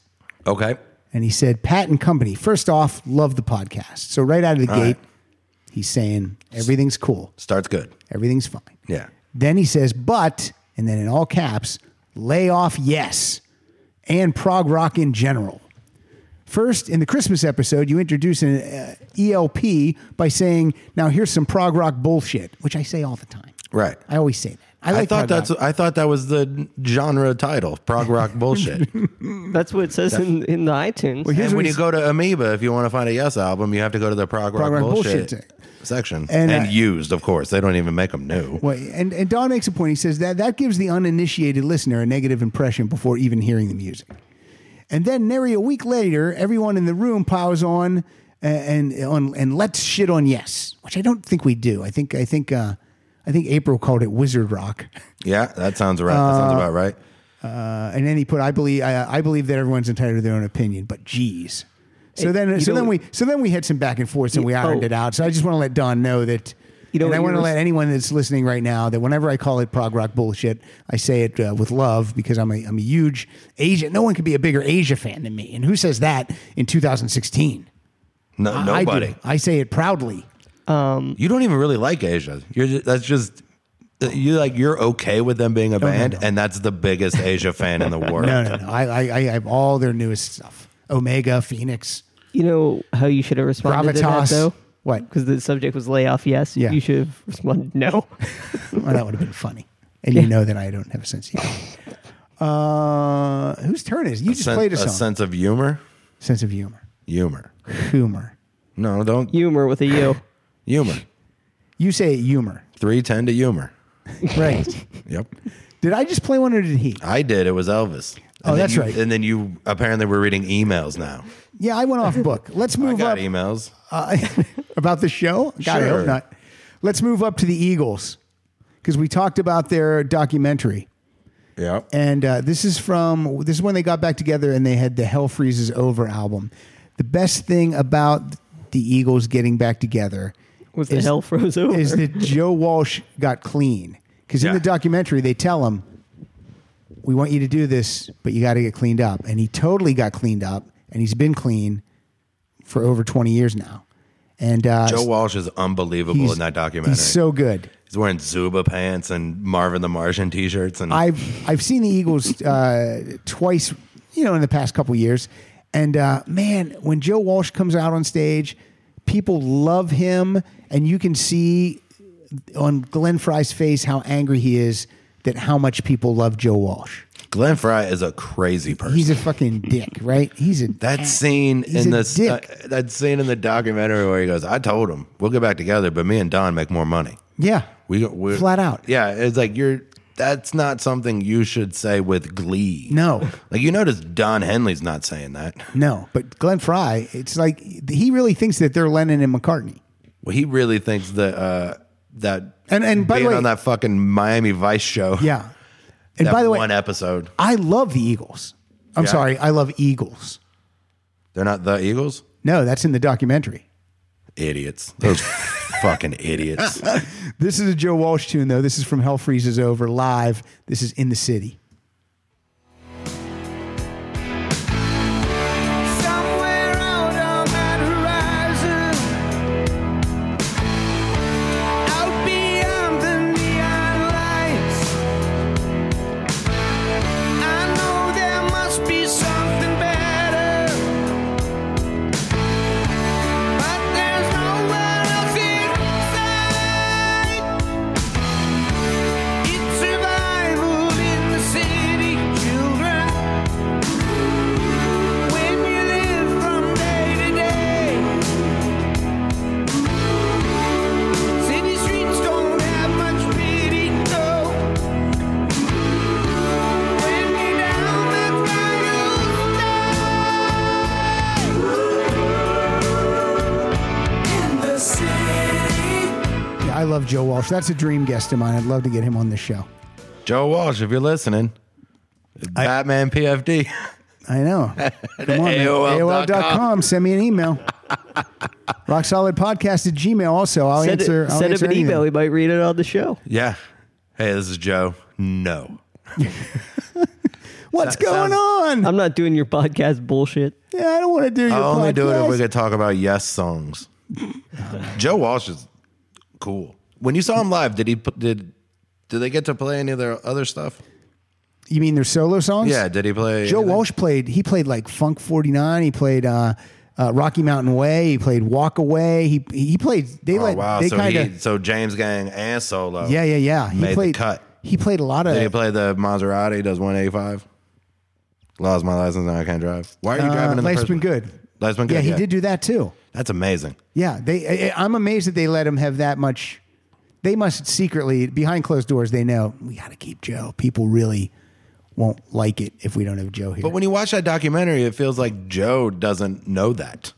Speaker 4: Okay.
Speaker 2: and he said, Pat and company, first off, love the podcast. So right out of the
Speaker 4: All
Speaker 2: gate,
Speaker 4: right.
Speaker 2: he's saying everything's cool,
Speaker 4: Starts good.
Speaker 2: everything's fine.
Speaker 4: Yeah.
Speaker 2: Then he says, but, and then in all caps, lay off yes, and prog rock in general. First, in the Christmas episode, you introduce an uh, ELP by saying, now here's some prog rock bullshit, which I say all the time.
Speaker 4: Right.
Speaker 2: I always say that. I,
Speaker 4: I,
Speaker 2: like
Speaker 4: thought
Speaker 2: prog rock.
Speaker 4: that's. I thought that was the genre title,
Speaker 2: [LAUGHS]
Speaker 4: prog rock bullshit.
Speaker 3: That's what it says in, in the iTunes.
Speaker 2: here's
Speaker 4: and
Speaker 2: what
Speaker 4: when
Speaker 2: he's-
Speaker 4: you go to Amoeba, if you want to find a Yes album, you have to go to the prog rock,
Speaker 2: Prog rock
Speaker 4: bullshit,
Speaker 2: bullshit.
Speaker 4: section
Speaker 2: And,
Speaker 4: and,
Speaker 2: uh,
Speaker 4: used, of course. They don't even make them new.
Speaker 2: Well, and, and Don makes a point. He says that that gives the uninitiated listener a negative impression before even hearing the music. And then, nary a week later, everyone in the room piles on and and, on, and let's shit on yes, which I don't think we do. I think I think uh, I think April called it wizard rock. [LAUGHS]
Speaker 4: Yeah, that sounds right. that sounds about right.
Speaker 2: Uh, and then he put, I believe I, I believe that everyone's entitled to their own opinion, but geez. So
Speaker 3: Hey,
Speaker 2: then,
Speaker 3: you
Speaker 2: so
Speaker 3: know-
Speaker 2: then we, so then we had some back and forth, and we
Speaker 3: You-
Speaker 2: ironed
Speaker 3: oh.
Speaker 2: it out. So I just want to let Don know that,
Speaker 3: You know
Speaker 2: and
Speaker 3: what
Speaker 2: I
Speaker 3: you
Speaker 2: want to
Speaker 3: were-
Speaker 2: let anyone that's listening right now that whenever I call it prog rock bullshit, I say it uh, with love because I'm a, I'm a huge Asia. No one could be a bigger Asia fan than me, and who says that in 2016?
Speaker 4: No,
Speaker 2: I- I,
Speaker 4: nobody.
Speaker 2: do. I say it proudly.
Speaker 4: you don't even really like Asia. You're just, that's just you like you're okay with them being a band,
Speaker 2: no.
Speaker 4: and that's the biggest Asia fan
Speaker 2: [LAUGHS]
Speaker 4: in the world.
Speaker 2: No, no, no. I, I, I have all their newest stuff: Omega, Phoenix,
Speaker 3: You know how you should have responded
Speaker 2: Gravitas.
Speaker 3: to that though?
Speaker 2: What?
Speaker 3: Because the subject was layoff, yes.
Speaker 2: Yeah.
Speaker 3: You should have responded [LAUGHS] no.
Speaker 2: Well, that would have been funny. And you know that I don't have a sense of humor. Uh, whose turn is? it? You just
Speaker 4: Sen-
Speaker 2: played a song.
Speaker 4: sense of humor,
Speaker 2: sense of humor.
Speaker 4: humor.
Speaker 2: Humor.
Speaker 4: No, don't
Speaker 3: Humor with a U.
Speaker 4: humor.
Speaker 2: You say humor,
Speaker 4: Three ten to humor.
Speaker 2: right?
Speaker 4: Yep,
Speaker 2: [LAUGHS] did I just play one or did he?
Speaker 4: I did. It was Elvis.
Speaker 2: Oh,
Speaker 4: And then
Speaker 2: that's
Speaker 4: you-
Speaker 2: right.
Speaker 4: And then you apparently were reading emails now.
Speaker 2: Yeah, I went off book. Let's
Speaker 4: I
Speaker 2: move
Speaker 4: got
Speaker 2: up
Speaker 4: emails.
Speaker 2: uh, [LAUGHS] about the show. God, I hope
Speaker 4: Sure.
Speaker 2: not. Let's move up to the Eagles. because we talked about their documentary.
Speaker 4: Yeah.
Speaker 2: And uh, this is from this is when they got back together and they had the Hell Freezes Over album. The best thing about the Eagles getting back together
Speaker 3: Was the
Speaker 2: is-
Speaker 3: hell froze over?
Speaker 2: is that Joe Walsh got clean because in
Speaker 4: Yeah.
Speaker 2: the documentary they tell him, "We want you to do this, but you got to get cleaned up." And he totally got cleaned up, and he's been clean for over twenty years now. And uh,
Speaker 4: Joe Walsh is unbelievable
Speaker 2: he's-
Speaker 4: in that documentary.
Speaker 2: he's so good.
Speaker 4: He's wearing Zuba pants and Marvin the Martian t-shirts, and
Speaker 2: I've I've seen the Eagles uh, twice, you know, in the past couple years, and uh, man, when Joe Walsh comes out on stage, people love him, and you can see on Glenn Fry's face how angry he is that how much people love Joe Walsh.
Speaker 4: Glenn Fry is a crazy person.
Speaker 2: He's a fucking dick, right? He's a
Speaker 4: that scene
Speaker 2: He's
Speaker 4: in
Speaker 2: a
Speaker 4: the
Speaker 2: dick.
Speaker 4: uh, that scene in the documentary where he goes, "I told him we'll get back together, but me and Don make more money."
Speaker 2: yeah,
Speaker 4: We we're,
Speaker 2: Flat out.
Speaker 4: Yeah, it's like you're. That's not something you should say with glee.
Speaker 2: No.
Speaker 4: like you notice Don Henley's not saying that.
Speaker 2: no, but Glenn Fry, it's like he really thinks that they're Lennon and McCartney.
Speaker 4: Well, he really thinks that uh, that
Speaker 2: And- and by the
Speaker 4: being
Speaker 2: way-
Speaker 4: on that fucking Miami Vice show,
Speaker 2: Yeah, and
Speaker 4: that
Speaker 2: by the way,
Speaker 4: one episode,
Speaker 2: I love the Eagles. I'm
Speaker 4: Yeah.
Speaker 2: sorry, I love Eagles.
Speaker 4: they're not the Eagles.
Speaker 2: No, that's in the documentary.
Speaker 4: Idiots,
Speaker 2: [LAUGHS]
Speaker 4: those fucking idiots.
Speaker 2: This is a Joe Walsh tune, though. This is from Hell Freezes Over live. This is in the city.
Speaker 7: Somewhere out on that horizon, out beyond the neon lights, I know there must be something better, but there's nowhere else in sight. It's survival in the city, children. When you live from day to day, city streets don't have much pity. No, when you're down, that's where you'll stay. In the city.
Speaker 2: Yeah, I love Joe Walsh. That's a dream guest of mine. I'd love to get him on this show.
Speaker 4: Joe Walsh, if you're listening, Batman PFD.
Speaker 2: I
Speaker 4: [LAUGHS]
Speaker 2: know. Come on, man.
Speaker 4: AOL.com.
Speaker 2: AOL.com. Send me an
Speaker 4: [LAUGHS]
Speaker 2: email. Rock Solid Podcast at Gmail. Also, I'll
Speaker 3: Send,
Speaker 2: answer.
Speaker 3: it,
Speaker 2: I'll
Speaker 3: send him
Speaker 2: answer
Speaker 3: an email.
Speaker 2: anything.
Speaker 3: He might read it on the [LAUGHS] show.
Speaker 4: yeah. Hey, this is Joe. No.
Speaker 2: What's
Speaker 4: That
Speaker 2: going
Speaker 4: sounds-
Speaker 2: on?
Speaker 3: I'm not doing your podcast bullshit.
Speaker 2: yeah, I don't want to do your
Speaker 4: I only do it if we
Speaker 2: podcast.
Speaker 4: could talk about yes songs. Joe Walsh is cool. When you saw him live, did he put- did did they get to play any of their other stuff?
Speaker 2: You mean their solo songs?
Speaker 4: Yeah, did he play
Speaker 2: Joe
Speaker 4: anything?
Speaker 2: Walsh played. He played like Funk Forty Nine. He played uh, uh, Rocky Mountain Way. He played Walk Away. He he played. They
Speaker 4: Oh
Speaker 2: let
Speaker 4: wow!
Speaker 2: they
Speaker 4: so
Speaker 2: kind
Speaker 4: he,
Speaker 2: of
Speaker 4: so James Gang and solo.
Speaker 2: yeah yeah yeah. He
Speaker 4: Oh, made the
Speaker 2: played
Speaker 4: cut.
Speaker 2: He played a lot of.
Speaker 4: Did he play the Maserati? Does one eighty five? Lost my license now I can't drive. Why are you
Speaker 2: uh,
Speaker 4: driving in the
Speaker 2: Life's
Speaker 4: first
Speaker 2: been
Speaker 4: one?
Speaker 2: good.
Speaker 4: Life's been good.
Speaker 2: Yeah, he did do that too.
Speaker 4: That's amazing.
Speaker 2: Yeah, they. I, I'm amazed that they let him have that much. They must secretly behind closed doors. They know we got to keep Joe. People really won't like it if we don't have Joe here.
Speaker 4: But when you watch that documentary, it feels like Joe doesn't know that.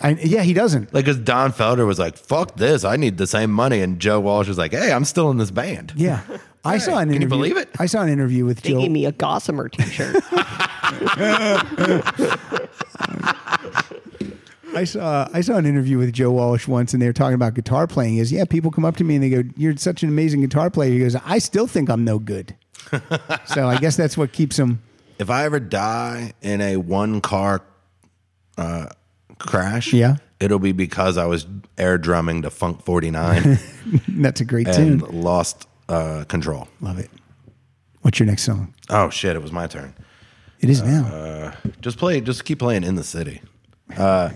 Speaker 2: I, yeah, he doesn't.
Speaker 4: Like, because Don Felder was like, fuck this, I need the same money. And Joe Walsh was like, hey, I'm still in this band. [LAUGHS]
Speaker 2: Yeah, I saw an.
Speaker 4: Can you
Speaker 2: interview,
Speaker 4: believe it?
Speaker 2: I saw an interview with
Speaker 3: They
Speaker 2: Joe.
Speaker 3: gave me a Gossamer T-shirt.
Speaker 2: I saw I saw an interview with Joe Walsh once, and they were talking about guitar playing. He goes, yeah, people come up to me and they go, "You're such an amazing guitar player." He goes, "I still think I'm no
Speaker 4: [LAUGHS]
Speaker 2: good." so I guess that's what keeps him.
Speaker 4: If I ever die in a one car uh, crash,
Speaker 2: Yeah.
Speaker 4: it'll be because I was air drumming to Funk
Speaker 2: [LAUGHS]
Speaker 4: 49
Speaker 2: That's a great
Speaker 4: and
Speaker 2: tune.
Speaker 4: lost uh, control.
Speaker 2: Love it. What's your next song?
Speaker 4: Oh, shit, it was my turn.
Speaker 2: It is
Speaker 4: Uh,
Speaker 2: now.
Speaker 4: Just play, just keep playing in the city. Uh,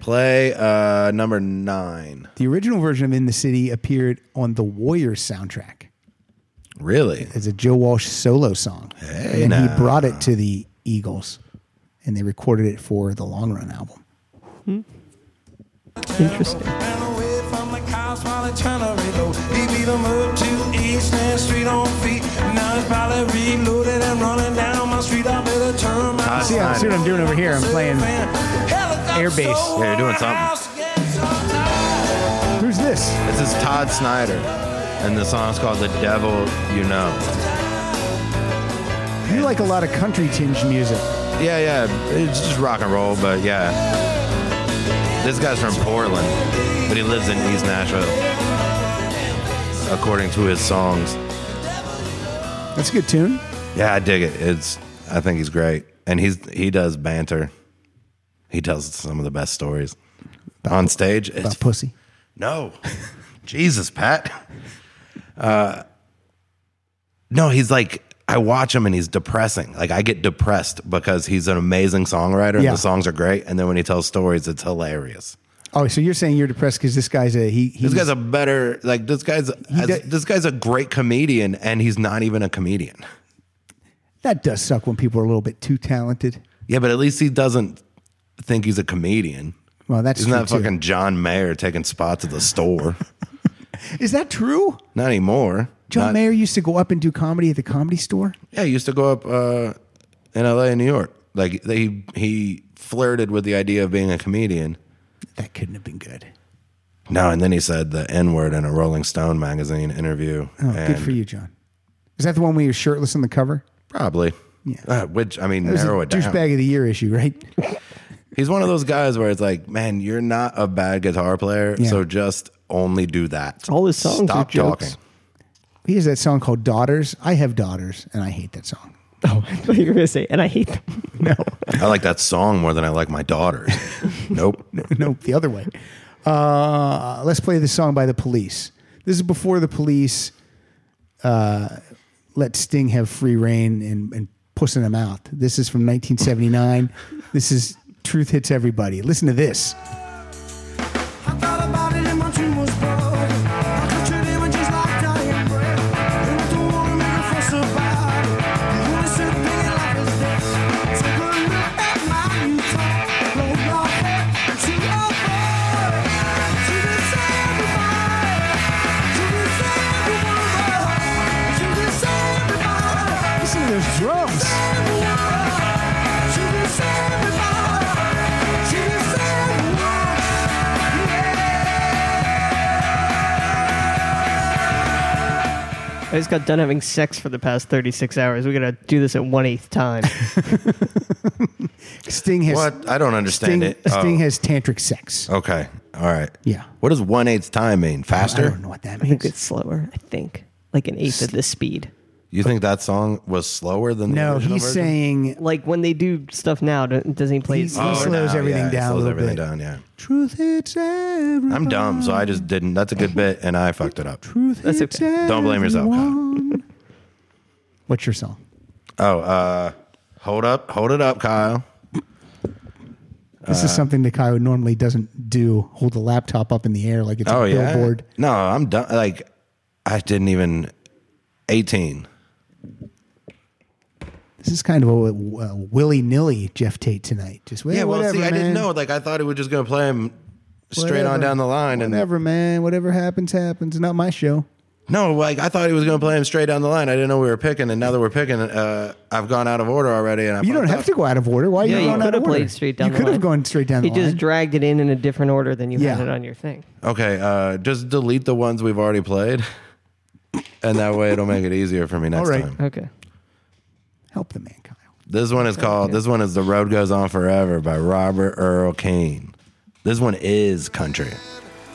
Speaker 4: play uh, number nine.
Speaker 2: The original version of "In the City" appeared on the Warriors soundtrack
Speaker 4: Really?
Speaker 2: as a Joe Walsh solo song,
Speaker 4: Hey,
Speaker 2: and then
Speaker 4: now.
Speaker 2: he brought it to the Eagles, and they recorded it for the Long Run album.
Speaker 3: [LAUGHS] Interesting.
Speaker 8: Ran away from the cops while they're trying to reload. He beat them up to Eastland Street on feet. Now he's probably reloaded and running down my street. I better turn my
Speaker 2: See, how- see what I'm doing over here? I'm Uh, playing. air bass.
Speaker 4: Yeah, you're doing something.
Speaker 2: Who's this?
Speaker 4: This is Todd Snyder. and the song's called "The Devil You Know."
Speaker 2: You like a lot of country tinge music.
Speaker 4: Yeah, yeah, it's just rock and roll, but yeah. This guy's from Portland, but he lives in East Nashville, according to his songs.
Speaker 2: That's a good tune.
Speaker 4: Yeah, I dig it. It's I think he's great, and he's he does banter. He tells some of the best stories on stage. It's
Speaker 2: About pussy.
Speaker 4: no, [LAUGHS] Jesus, Pat. Uh, no, he's like I watch him and he's depressing. Like I get depressed because he's an amazing songwriter and
Speaker 2: Yeah.
Speaker 4: the songs are great. And then when he tells stories, it's hilarious.
Speaker 2: Oh, so you're saying you're depressed because this guy's a he? He's,
Speaker 4: This guy's a better like this guy's
Speaker 2: d-
Speaker 4: this guy's a great comedian and he's not even a comedian.
Speaker 2: that does suck when people are a little bit too talented.
Speaker 4: Yeah, but at least he doesn't think he's a comedian.
Speaker 2: Well, that's
Speaker 4: Isn't
Speaker 2: true,
Speaker 4: that
Speaker 2: too.
Speaker 4: fucking John Mayer taking spots at
Speaker 2: [LAUGHS]
Speaker 4: the store?
Speaker 2: Is that true?
Speaker 4: Not anymore.
Speaker 2: John
Speaker 4: Not-
Speaker 2: Mayer used to go up and do comedy at the comedy store.
Speaker 4: Yeah, he used to go up uh, in LA and New York. Like they, he flirted with the idea of being a comedian.
Speaker 2: That couldn't have been good.
Speaker 4: No, and then he said the N word in a Rolling Stone magazine interview.
Speaker 2: Oh,
Speaker 4: and
Speaker 2: good for you, John. Is that the one where you're shirtless on the cover?
Speaker 4: Probably.
Speaker 2: Yeah.
Speaker 4: Uh, which I mean,
Speaker 2: It was
Speaker 4: narrow
Speaker 2: a
Speaker 4: it down.
Speaker 2: douchebag of the year issue, right?
Speaker 4: He's one of those guys where it's like, man, you're not a bad guitar player,
Speaker 2: Yeah.
Speaker 4: so just only do that.
Speaker 3: All his songs
Speaker 4: Stop
Speaker 3: are jokes.
Speaker 4: talking.
Speaker 2: He has that song called "Daughters." I have daughters, and I hate that song.
Speaker 3: Oh, I thought you were gonna say, and I hate them. No,
Speaker 4: I like that song more than I like my
Speaker 2: [LAUGHS]
Speaker 4: daughters. nope.
Speaker 2: no, the other way. Uh, let's play this song by the Police. This is before the Police uh, let Sting have free reign and, and pussing him out. This is from 1979. this is "Truth Hits Everybody." Listen to this.
Speaker 7: I thought about it and my dream was broken. I pictured images like dying breath. And I don't wanna make a fuss about it. You wanna sit there like it's death. Take a look at my new car. Blow your head to avoid. To this everybody. To this everybody. To this everybody.
Speaker 2: Listen to those drums.
Speaker 7: To this everybody. To this everyone.
Speaker 3: I just got done having sex for the past thirty six hours. We're gonna do this at one eighth time.
Speaker 2: Sting has
Speaker 4: What? I don't understand
Speaker 2: Sting,
Speaker 4: it. Oh.
Speaker 2: Sting has tantric sex.
Speaker 4: Okay. All right.
Speaker 2: Yeah.
Speaker 4: What does one eighth time mean?
Speaker 2: I
Speaker 4: Faster?
Speaker 2: don't know what that
Speaker 3: [LAUGHS] I think
Speaker 2: means.
Speaker 3: it's slower. I think like an eighth of the speed.
Speaker 4: You think that song was slower than the
Speaker 2: no,
Speaker 4: original
Speaker 2: he's
Speaker 4: version?
Speaker 2: saying
Speaker 3: Like when they do stuff now, don't- doesn't he play?
Speaker 2: He's- he slows
Speaker 4: no,
Speaker 2: everything
Speaker 4: yeah, it
Speaker 2: down a
Speaker 4: Slows
Speaker 2: little
Speaker 4: everything
Speaker 2: bit.
Speaker 4: down. Yeah.
Speaker 2: truth hits everybody.
Speaker 4: I'm dumb, so I just didn't. That's a good bit, and I fucked it up.
Speaker 2: Truth
Speaker 3: That's
Speaker 2: hits
Speaker 3: okay.
Speaker 4: Don't blame yourself, Kyle.
Speaker 2: everyone. What's your song?
Speaker 4: Oh, uh, hold up, hold it up, Kyle.
Speaker 2: This
Speaker 4: Uh,
Speaker 2: is something that Kyle normally doesn't do. Hold the laptop up in the air like it's
Speaker 4: Oh
Speaker 2: a
Speaker 4: yeah.
Speaker 2: billboard.
Speaker 4: No, I'm done. Like, I didn't even. 18.
Speaker 2: This is kind of a uh, willy nilly Jeff Tate tonight. Just well,
Speaker 4: Yeah, well,
Speaker 2: whatever,
Speaker 4: see, I didn't
Speaker 2: man.
Speaker 4: know. Like, I thought it was just gonna play him straight on
Speaker 2: Whatever.
Speaker 4: down the line, and
Speaker 2: Whatever, man. Whatever happens, happens. Not my show.
Speaker 4: No, like I thought he was going to play him straight down the line. I didn't know we were picking, and now that we're picking, uh, I've gone out of order already. And I
Speaker 2: You don't
Speaker 4: fucked
Speaker 2: have
Speaker 4: up.
Speaker 2: to go out of order. Why are
Speaker 3: Yeah,
Speaker 2: you
Speaker 3: you
Speaker 2: going out
Speaker 3: could
Speaker 2: of
Speaker 3: have
Speaker 2: order?
Speaker 3: played straight down.
Speaker 2: You
Speaker 3: the
Speaker 2: could have
Speaker 3: line.
Speaker 2: gone straight down
Speaker 3: He
Speaker 2: the line.
Speaker 3: just dragged it in in a different order than you
Speaker 2: Yeah.
Speaker 3: had it on your thing.
Speaker 4: Okay, uh, just delete the ones we've already played, [LAUGHS] and that way it'll make it easier for me next
Speaker 2: All right.
Speaker 4: time.
Speaker 3: Okay.
Speaker 2: Help the man, Kyle.
Speaker 4: This one is called. This one is "The Road Goes On Forever" by Robert Earl Keen. This one is country.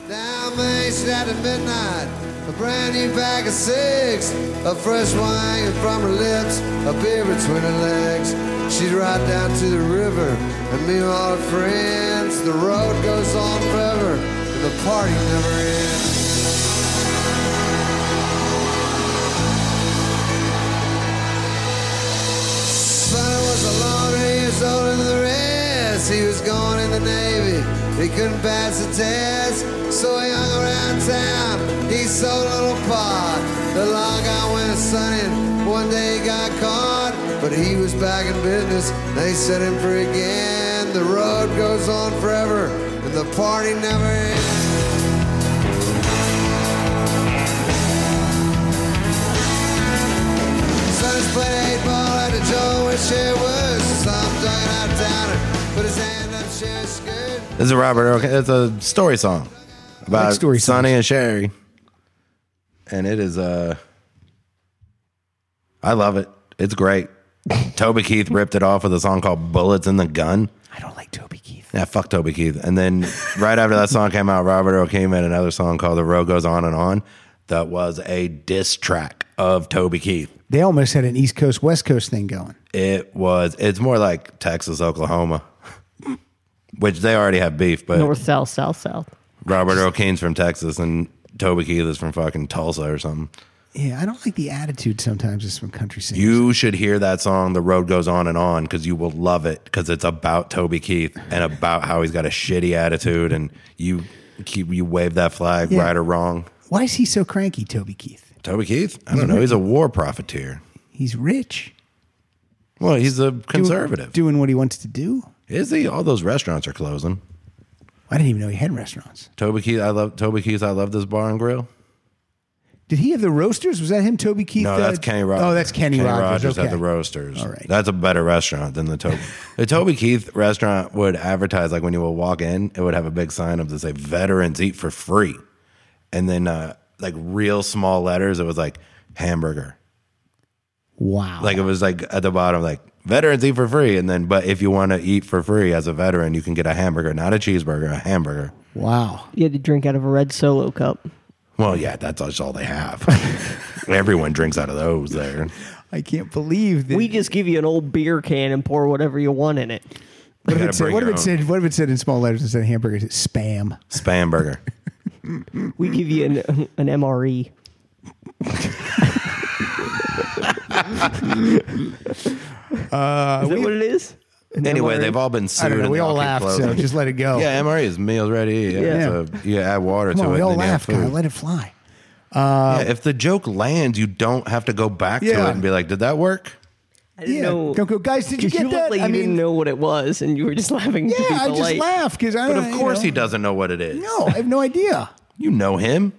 Speaker 9: Down Main Street at midnight, a brand new bag of six, a fresh wine hanging from her lips, a beer between her legs. She'd ride down to the river and meet all her friends. The road goes on forever, and the party never ends. Sonny was alone, eight years older than the rest. He was going in the Navy. He couldn't pass the test, so he hung around town. He sold a little pot. The long guy went a sunning. One day he got caught, but he was back in business. They set him free again. The road goes on forever, and the party never ends. Son's played eight ball at the Joe where she was. Some dug out of town, put his hand up Sherry's skirt.
Speaker 4: This is Robert Earl. It's a story song about
Speaker 2: like story
Speaker 4: Sonny
Speaker 2: songs.
Speaker 4: and Sherry, and it is uh I love it. It's great. Toby Keith ripped it off with a song called Bullets in the Gun.
Speaker 2: I don't like Toby Keith.
Speaker 4: Yeah, fuck Toby Keith. And then right after that song came out, Robert Earl King made another song called The Road Goes On and On that was a diss track of Toby Keith.
Speaker 2: They almost had an East Coast West Coast thing going.
Speaker 4: It was it's more like Texas, Oklahoma. [LAUGHS] Which they already have beef, but
Speaker 3: North, south, south, south.
Speaker 4: Robert Earl King's from Texas and Toby Keith is from fucking Tulsa or something.
Speaker 2: Yeah, I don't like the attitude sometimes of some country singers.
Speaker 4: You should hear that song, The Road Goes On and On, because you will love it because it's about Toby Keith and about how he's got a shitty attitude and you keep you wave that flag
Speaker 2: Yeah.
Speaker 4: right or wrong.
Speaker 2: Why is he so cranky, Toby Keith?
Speaker 4: Toby Keith? I don't know. He's a war profiteer.
Speaker 2: He's rich,
Speaker 4: Well, he's a
Speaker 2: Doing-
Speaker 4: conservative.
Speaker 2: doing what he wants to do.
Speaker 4: Is he? All those restaurants are closing.
Speaker 2: I didn't even know he had restaurants.
Speaker 4: Toby Keith, I love Toby Keith. I love this bar and grill.
Speaker 2: Did he have the roasters? Was that him, Toby Keith?
Speaker 4: No,
Speaker 2: uh,
Speaker 4: that's Kenny Rogers.
Speaker 2: Oh, that's Kenny, Rogers. okay.
Speaker 4: at the Roasters.
Speaker 2: All right.
Speaker 4: That's a better restaurant than the Toby. the Toby Keith restaurant would advertise like when you would walk in, it would have a big sign up that say "Veterans eat for free," and then uh, like real small letters, it was like hamburger.
Speaker 2: Wow.
Speaker 4: Like it was like at the bottom, like "Veterans eat for free," and then but if you want to eat for free as a veteran, you can get a hamburger, not a cheeseburger, a hamburger.
Speaker 2: wow.
Speaker 3: You had to drink out of a red solo cup.
Speaker 4: Well, yeah, that's just all they have. [LAUGHS] Everyone drinks out of those there.
Speaker 2: I can't believe that.
Speaker 3: We just give you an old beer can and pour whatever you want in it.
Speaker 2: what if
Speaker 4: gotta
Speaker 2: it, said,
Speaker 4: bring
Speaker 2: what if
Speaker 4: your
Speaker 2: it said? What if it said in small letters instead of hamburgers? It's spam.
Speaker 4: Spam burger.
Speaker 3: We give you an, an E.
Speaker 4: [LAUGHS]
Speaker 3: MRE.
Speaker 4: Uh,
Speaker 3: is that what it is? An
Speaker 4: Anyway,
Speaker 3: MRE?
Speaker 4: they've all been sued.
Speaker 2: I don't know.
Speaker 4: and
Speaker 2: We
Speaker 4: they
Speaker 2: all
Speaker 4: keep
Speaker 2: laughed, so
Speaker 4: closing.
Speaker 2: just let it go.
Speaker 4: Yeah, MRE is meals ready. Yeah,
Speaker 3: Yeah.
Speaker 4: yeah. you add water
Speaker 2: Come
Speaker 4: to
Speaker 2: on,
Speaker 4: it.
Speaker 2: we
Speaker 4: and
Speaker 2: all
Speaker 4: then you have
Speaker 2: laughed, guy.
Speaker 4: food.
Speaker 2: Let it fly.
Speaker 4: Yeah, if the joke lands, you don't have to go back to
Speaker 2: Yeah.
Speaker 4: it and be like, "Did that work?"
Speaker 3: I didn't
Speaker 2: yeah.
Speaker 3: know.
Speaker 2: Don't go, "Guys, did you
Speaker 3: 'cause
Speaker 2: get
Speaker 3: looked
Speaker 2: that?"
Speaker 3: Like
Speaker 2: I
Speaker 3: you
Speaker 2: mean-
Speaker 3: didn't know what it was, and you were just laughing.
Speaker 2: Yeah,
Speaker 3: to be
Speaker 2: I just
Speaker 3: polite.
Speaker 2: laugh because I
Speaker 4: But
Speaker 2: don't.
Speaker 4: of course, he
Speaker 2: you know.
Speaker 4: doesn't know what it is.
Speaker 2: No, I have no idea.
Speaker 4: you know him.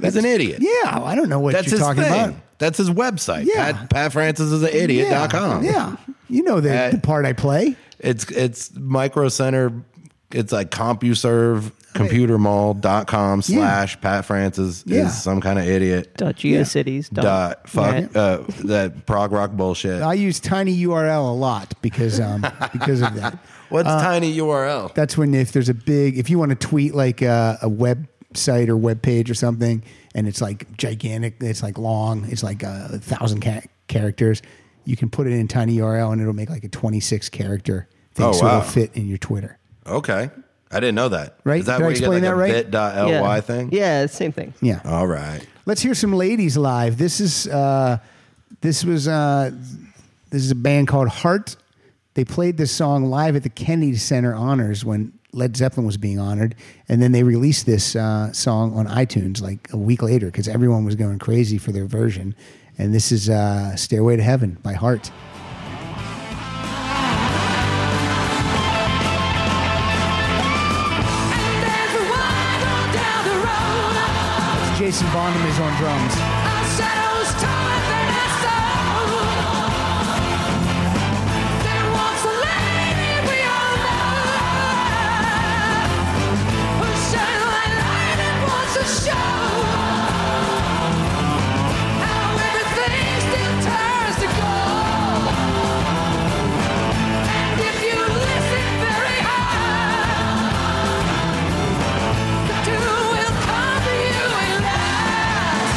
Speaker 4: He's an idiot.
Speaker 2: Yeah, I don't know what
Speaker 4: that's
Speaker 2: you're
Speaker 4: his
Speaker 2: talking
Speaker 4: thing.
Speaker 2: about.
Speaker 4: That's his website.
Speaker 2: Yeah.
Speaker 4: Pat, Pat Francis is an idiot.
Speaker 2: yeah,
Speaker 4: dot com.
Speaker 2: yeah, you know the,
Speaker 4: Uh,
Speaker 2: the part I play.
Speaker 4: It's it's micro center. It's like CompuServe computer mall dot com slash Pat Francis
Speaker 2: Yeah.
Speaker 4: is some kind of idiot.
Speaker 3: Dot geocities.
Speaker 4: Dot fuck
Speaker 3: net.
Speaker 4: uh, that prog rock bullshit.
Speaker 2: I use tiny URL a lot because um because of
Speaker 4: [LAUGHS]
Speaker 2: that.
Speaker 4: What's
Speaker 2: uh,
Speaker 4: tiny URL?
Speaker 2: That's when if there's a big if you want to tweet like a, a website or web page or something, and it's like gigantic, it's like long, it's like uh, a thousand ca- characters. You can put it in tiny URL and it'll make like a 26 character thing,
Speaker 4: Oh,
Speaker 2: so
Speaker 4: wow.
Speaker 2: it'll fit in your Twitter.
Speaker 4: Okay. I didn't know that.
Speaker 2: Right?
Speaker 4: Is that
Speaker 2: Did I
Speaker 4: where you get
Speaker 2: explain
Speaker 4: like
Speaker 2: that
Speaker 4: a
Speaker 2: right?
Speaker 4: bit.ly
Speaker 3: yeah.
Speaker 4: thing?
Speaker 3: Yeah, same thing.
Speaker 2: Yeah.
Speaker 4: All right.
Speaker 2: Let's hear some ladies live. This is uh, this was uh, this is a band called Heart. They played this song live at the Kennedy Center Honors when Led Zeppelin was being honored, and then they released this uh, song on iTunes like a week later because everyone was going crazy for their version. And this is uh, "Stairway to Heaven" by Heart.
Speaker 7: There's a wide road down the road.
Speaker 2: Jason Bonham is on drums.
Speaker 7: Our shadows towering their nests up. There walks a lady we all know. Her shine like lightning wants to show how everything still turns to gold. And if you listen very hard. The two will come to you at last.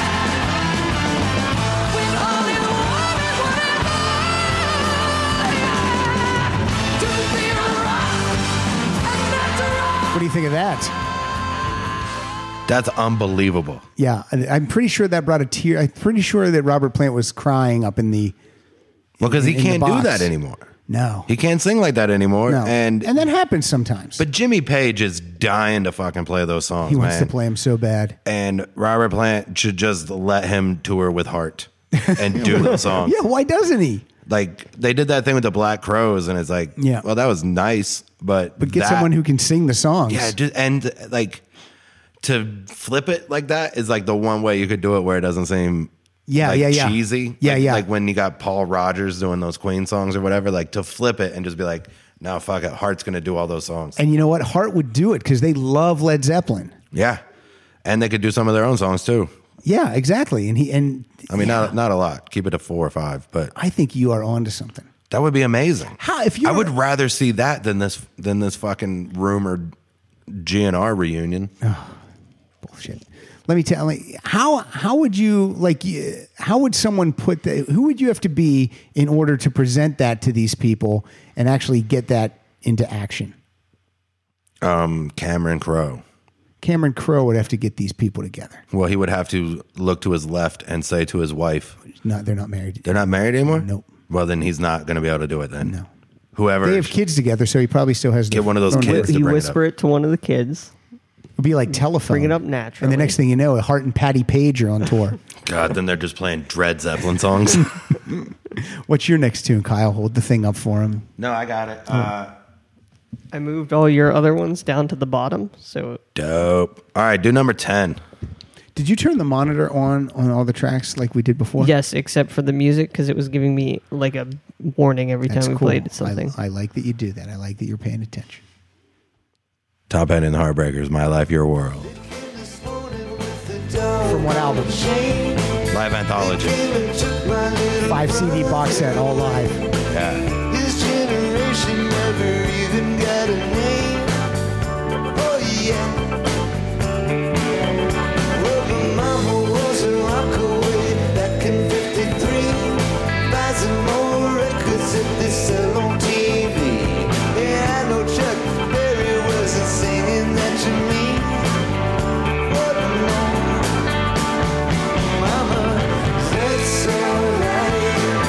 Speaker 7: With all in one and one in all. To be wrong and not to wrong.
Speaker 2: What do you think of that?
Speaker 4: That's unbelievable.
Speaker 2: Yeah, I- I'm pretty sure that brought a tear. I'm pretty sure that Robert Plant was crying up in the
Speaker 4: Well, because he
Speaker 2: In- in the
Speaker 4: can't do
Speaker 2: box.
Speaker 4: that anymore.
Speaker 2: no,
Speaker 4: He can't sing like that anymore.
Speaker 2: no,
Speaker 4: And,
Speaker 2: and that happens sometimes.
Speaker 4: but Jimmy Page is dying to fucking play those songs.
Speaker 2: He wants
Speaker 4: man.
Speaker 2: to play him so bad.
Speaker 4: And Robert Plant should just let him tour with Heart and do those songs.
Speaker 2: [LAUGHS] Yeah, why doesn't he?
Speaker 4: Like they did that thing with the Black Crows, and it's like,
Speaker 2: Yeah.
Speaker 4: well, that was nice, but
Speaker 2: But get
Speaker 4: that-
Speaker 2: someone who can sing the songs.
Speaker 4: Yeah, just and like to flip it like that is like the one way you could do it where it doesn't seem
Speaker 2: Yeah,
Speaker 4: like,
Speaker 2: yeah, yeah.
Speaker 4: cheesy.
Speaker 2: Yeah,
Speaker 4: like,
Speaker 2: yeah.
Speaker 4: Like when you got Paul Rogers doing those Queen songs or whatever, like to flip it and just be like, no, fuck it, Heart's gonna do all those songs.
Speaker 2: and you know what? Hart would do it because they love Led Zeppelin.
Speaker 4: yeah, and they could do some of their own songs too.
Speaker 2: Yeah, exactly. And he and
Speaker 4: I mean, not not a lot. Keep it to four or five, but
Speaker 2: I think you are onto something.
Speaker 4: that would be amazing.
Speaker 2: How- if you
Speaker 4: I would
Speaker 2: were-
Speaker 4: rather see that than this than this fucking rumored GNR reunion.
Speaker 2: Bullshit. Let me tell you how how would you like y- how would someone put that? Who would you have to be in order to present that to these people and actually get that into action?
Speaker 4: Um, Cameron Crowe.
Speaker 2: Cameron Crowe would have to get these people together.
Speaker 4: Well, he would have to look to his left and say to his wife,
Speaker 2: No, they're not married.
Speaker 4: "They're not married anymore."
Speaker 2: Nope.
Speaker 4: Well, then he's not going to be able to do it. Then
Speaker 2: No.
Speaker 4: Whoever
Speaker 2: They have kids together, so he probably still has.
Speaker 4: Get one of those kids. to
Speaker 3: You
Speaker 4: bring it
Speaker 3: whisper
Speaker 4: up.
Speaker 3: it, to one of the kids.
Speaker 2: It'd be like telephone.
Speaker 3: Bring it up
Speaker 2: And
Speaker 3: naturally.
Speaker 2: the next thing you know, Hart and Patty Page are on
Speaker 4: [LAUGHS]
Speaker 2: tour.
Speaker 4: God, then they're just playing Dread
Speaker 2: [LAUGHS]
Speaker 4: Zeppelin songs.
Speaker 2: What's your next tune, Kyle? Hold the thing up for him.
Speaker 4: no, I got it. Uh,
Speaker 3: I moved all your other ones down to the bottom, so
Speaker 4: dope. All right, do number ten.
Speaker 2: Did you turn the monitor on on all the tracks like we did before?
Speaker 3: yes, except for the music because it was giving me like a warning every time we played something.
Speaker 2: I, I like that you do that. I like that you're paying attention.
Speaker 4: Top End and the Heartbreakers, My Life, Your World.
Speaker 2: From what album?
Speaker 4: Live anthology.
Speaker 2: Five CD box set, all live.
Speaker 4: Yeah.
Speaker 9: This generation never even got a name. Oh yeah. Well, my mama was a rockaway back in '53. Buys some more records that they sell on TV. Yeah, I know Chuck Berry wasn't singing that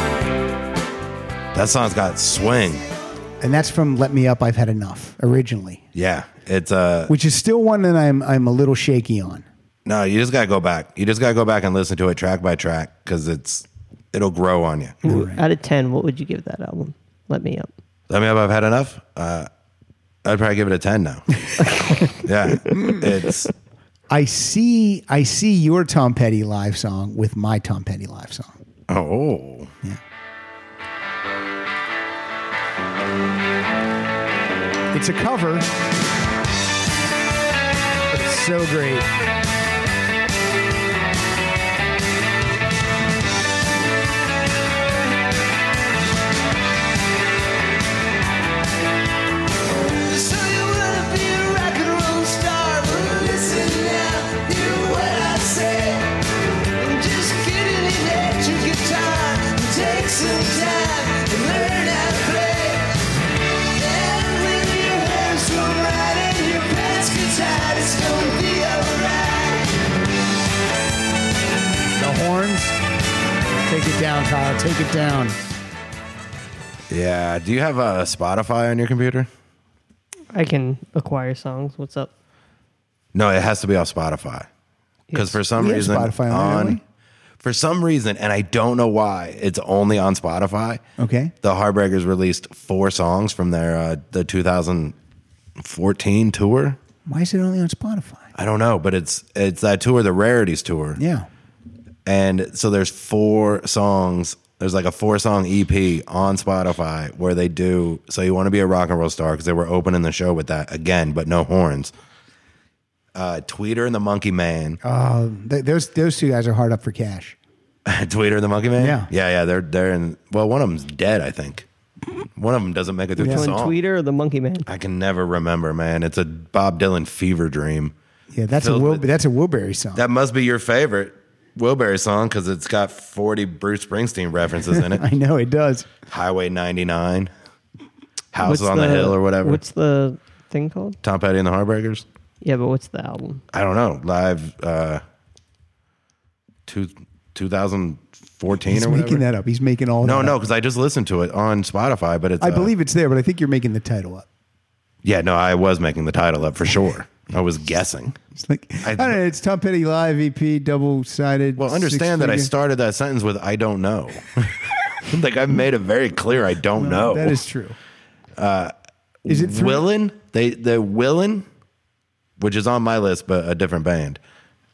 Speaker 9: to me. But no, mama, that's alright.
Speaker 4: That song's got swing.
Speaker 2: And that's from Let Me Up, I've Had Enough, originally,
Speaker 4: Yeah. It's uh
Speaker 2: which is still one that I'm, I'm a little shaky on.
Speaker 4: no, you just gotta go back. You just gotta go back and listen to it track by track because it's it'll grow on you.
Speaker 3: Out of ten, what would you give that album? Let me up.
Speaker 4: Let me know if I've had enough. Uh I'd probably give it a
Speaker 2: [LAUGHS]
Speaker 4: ten now. yeah. It's
Speaker 2: I see, I see your Tom Petty live song with my Tom Petty live song.
Speaker 4: oh.
Speaker 2: It's a cover. It's so great.
Speaker 9: So you wanna be a rock and roll star? Well, listen now, hear what I say. And just get an electric guitar and take some time and learn how to play. And when your hands go right and your pants get tight, it's gonna be alright.
Speaker 2: The horns. Take it down, Kyle. Take it down.
Speaker 4: Yeah. Do you have a uh, Spotify on your computer?
Speaker 3: I can acquire songs. What's up?
Speaker 4: No, it has to be off Spotify. Because
Speaker 3: Yes.
Speaker 4: for some
Speaker 2: We have
Speaker 4: reason
Speaker 2: Spotify on there, don't we?
Speaker 4: for some reason, and I don't know why, it's only on Spotify.
Speaker 2: Okay.
Speaker 4: The Heartbreakers released four songs from their uh, the 2014 tour.
Speaker 2: Why is it only on Spotify?
Speaker 4: I don't know, but it's it's that tour, the Rarities tour.
Speaker 2: Yeah.
Speaker 4: And so there's four songs. There's like a four song EP on Spotify where they do. So you want to be a rock and roll star because they were opening the show with that again, but no horns. Uh, Tweeter and the Monkey Man.
Speaker 2: Oh. Uh, Th- those those two guys are hard up for cash.
Speaker 4: [LAUGHS] Tweeter and the Monkey Man.
Speaker 2: Yeah.
Speaker 4: yeah, yeah. They're they're in. Well, one of them's dead, I think. One of them doesn't make it through the
Speaker 3: One
Speaker 4: song.
Speaker 3: Tweeter or the Monkey Man?
Speaker 4: I can never remember, man. It's a Bob Dylan fever dream.
Speaker 2: Yeah, that's a
Speaker 4: Filled
Speaker 2: Wil-
Speaker 4: with-
Speaker 2: that's a Wilbury song.
Speaker 4: That must be your favorite Wilbury song because it's got 40 Bruce Springsteen references
Speaker 2: [LAUGHS]
Speaker 4: in
Speaker 2: I
Speaker 4: it.
Speaker 2: know it does.
Speaker 4: Highway 99, House
Speaker 3: What's
Speaker 4: on the, Hill, or whatever.
Speaker 3: What's the thing called?
Speaker 4: Tom Petty and the Heartbreakers?
Speaker 3: Yeah, but what's the album?
Speaker 4: I don't know. Live uh, two, 2014
Speaker 2: He's
Speaker 4: or whatever.
Speaker 2: making that up. He's making all.
Speaker 4: no,
Speaker 2: that
Speaker 4: no,
Speaker 2: up.
Speaker 4: because I just listened to it on Spotify, but it's.
Speaker 2: I
Speaker 4: uh,
Speaker 2: believe it's there, but I think you're making the title up.
Speaker 4: Yeah, no, I was making the title up for sure. I was guessing.
Speaker 2: It's like I,
Speaker 4: I-
Speaker 2: don't know. It's Tom Petty live EP, double sided.
Speaker 4: Well, understand that I started that sentence with "I don't know." [LAUGHS] like I've made it very clear, I don't know.
Speaker 2: That is true. is it three?
Speaker 4: Willin? They the Willin, which is on my list, but a different band,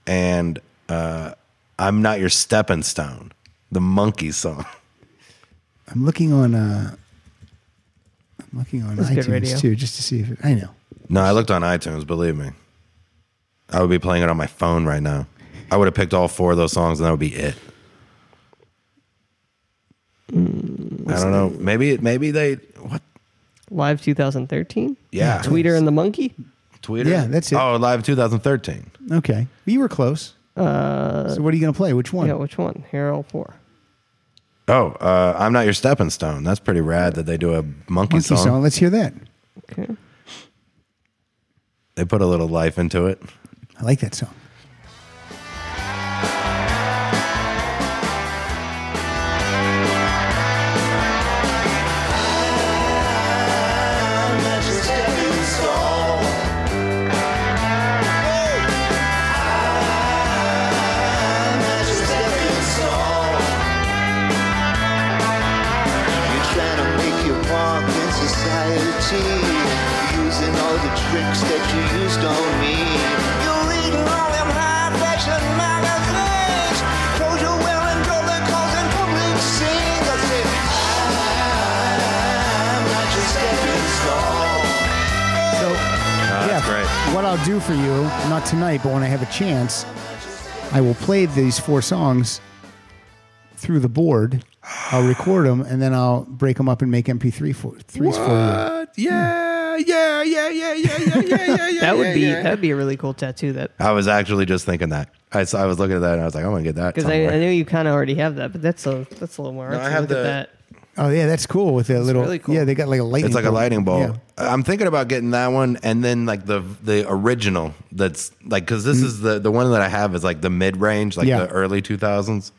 Speaker 4: and uh, I'm not your stepping stone. The monkey song. [LAUGHS]
Speaker 2: I'm looking on. Uh, I'm looking on
Speaker 3: That's good radio.
Speaker 2: iTunes too, just to see if it, I know.
Speaker 4: No, I looked on iTunes. Believe me, I would be playing it on my phone right now. I would have picked all four of those songs, and that would be it.
Speaker 2: Mm,
Speaker 4: I don't know. Maybe maybe they what?
Speaker 3: Live 2013.
Speaker 4: Yeah,
Speaker 3: Tweeter and the Monkey.
Speaker 4: Twitter.
Speaker 2: Yeah, that's it.
Speaker 4: Oh, live 2013.
Speaker 2: Okay, you were close. Uh, so what are you going to play? Which one?
Speaker 3: Yeah, which one? Here are all four.
Speaker 4: Oh, uh, I'm not your stepping stone. That's pretty rad that they do a monkey,
Speaker 2: Monkey
Speaker 4: song.
Speaker 2: song. Let's hear that.
Speaker 3: Okay.
Speaker 4: They put a little life into it.
Speaker 2: I like that song.
Speaker 10: trying to make your mark in society using all the tricks that you used on me you're reading all them high fashion magazines clothes you're wearing jewelry calls and public scenes i said i'm not your stepping stone
Speaker 2: So,
Speaker 4: Ah, that's great.
Speaker 2: What I'll do for you, not tonight, but when I have a chance, I will play these four songs through the board. I'll record them and then I'll break them up and make MP3 for threes for you.
Speaker 4: Uh, Yeah, yeah, yeah, yeah, yeah, yeah, yeah, yeah.
Speaker 3: That would be that'd be a really cool tattoo. That
Speaker 4: [LAUGHS] I was actually just thinking that. I, saw, I was looking at that and I was like, I'm gonna get that.
Speaker 3: because I, I
Speaker 4: somewhere.
Speaker 3: know you kind of already have that, but that's a that's a little more. artsy.
Speaker 4: I have
Speaker 3: Look
Speaker 4: the-
Speaker 3: at that.
Speaker 2: Oh yeah, that's cool with the little.
Speaker 3: really cool.
Speaker 2: Yeah, they got like a lightning.
Speaker 4: it's like a
Speaker 2: bolt.
Speaker 4: lightning bolt.
Speaker 2: Yeah.
Speaker 4: I'm thinking about getting that one and then like the the original that's like because this is the the one that I have is like the mid range, like
Speaker 2: Yeah.
Speaker 4: the early 2000s.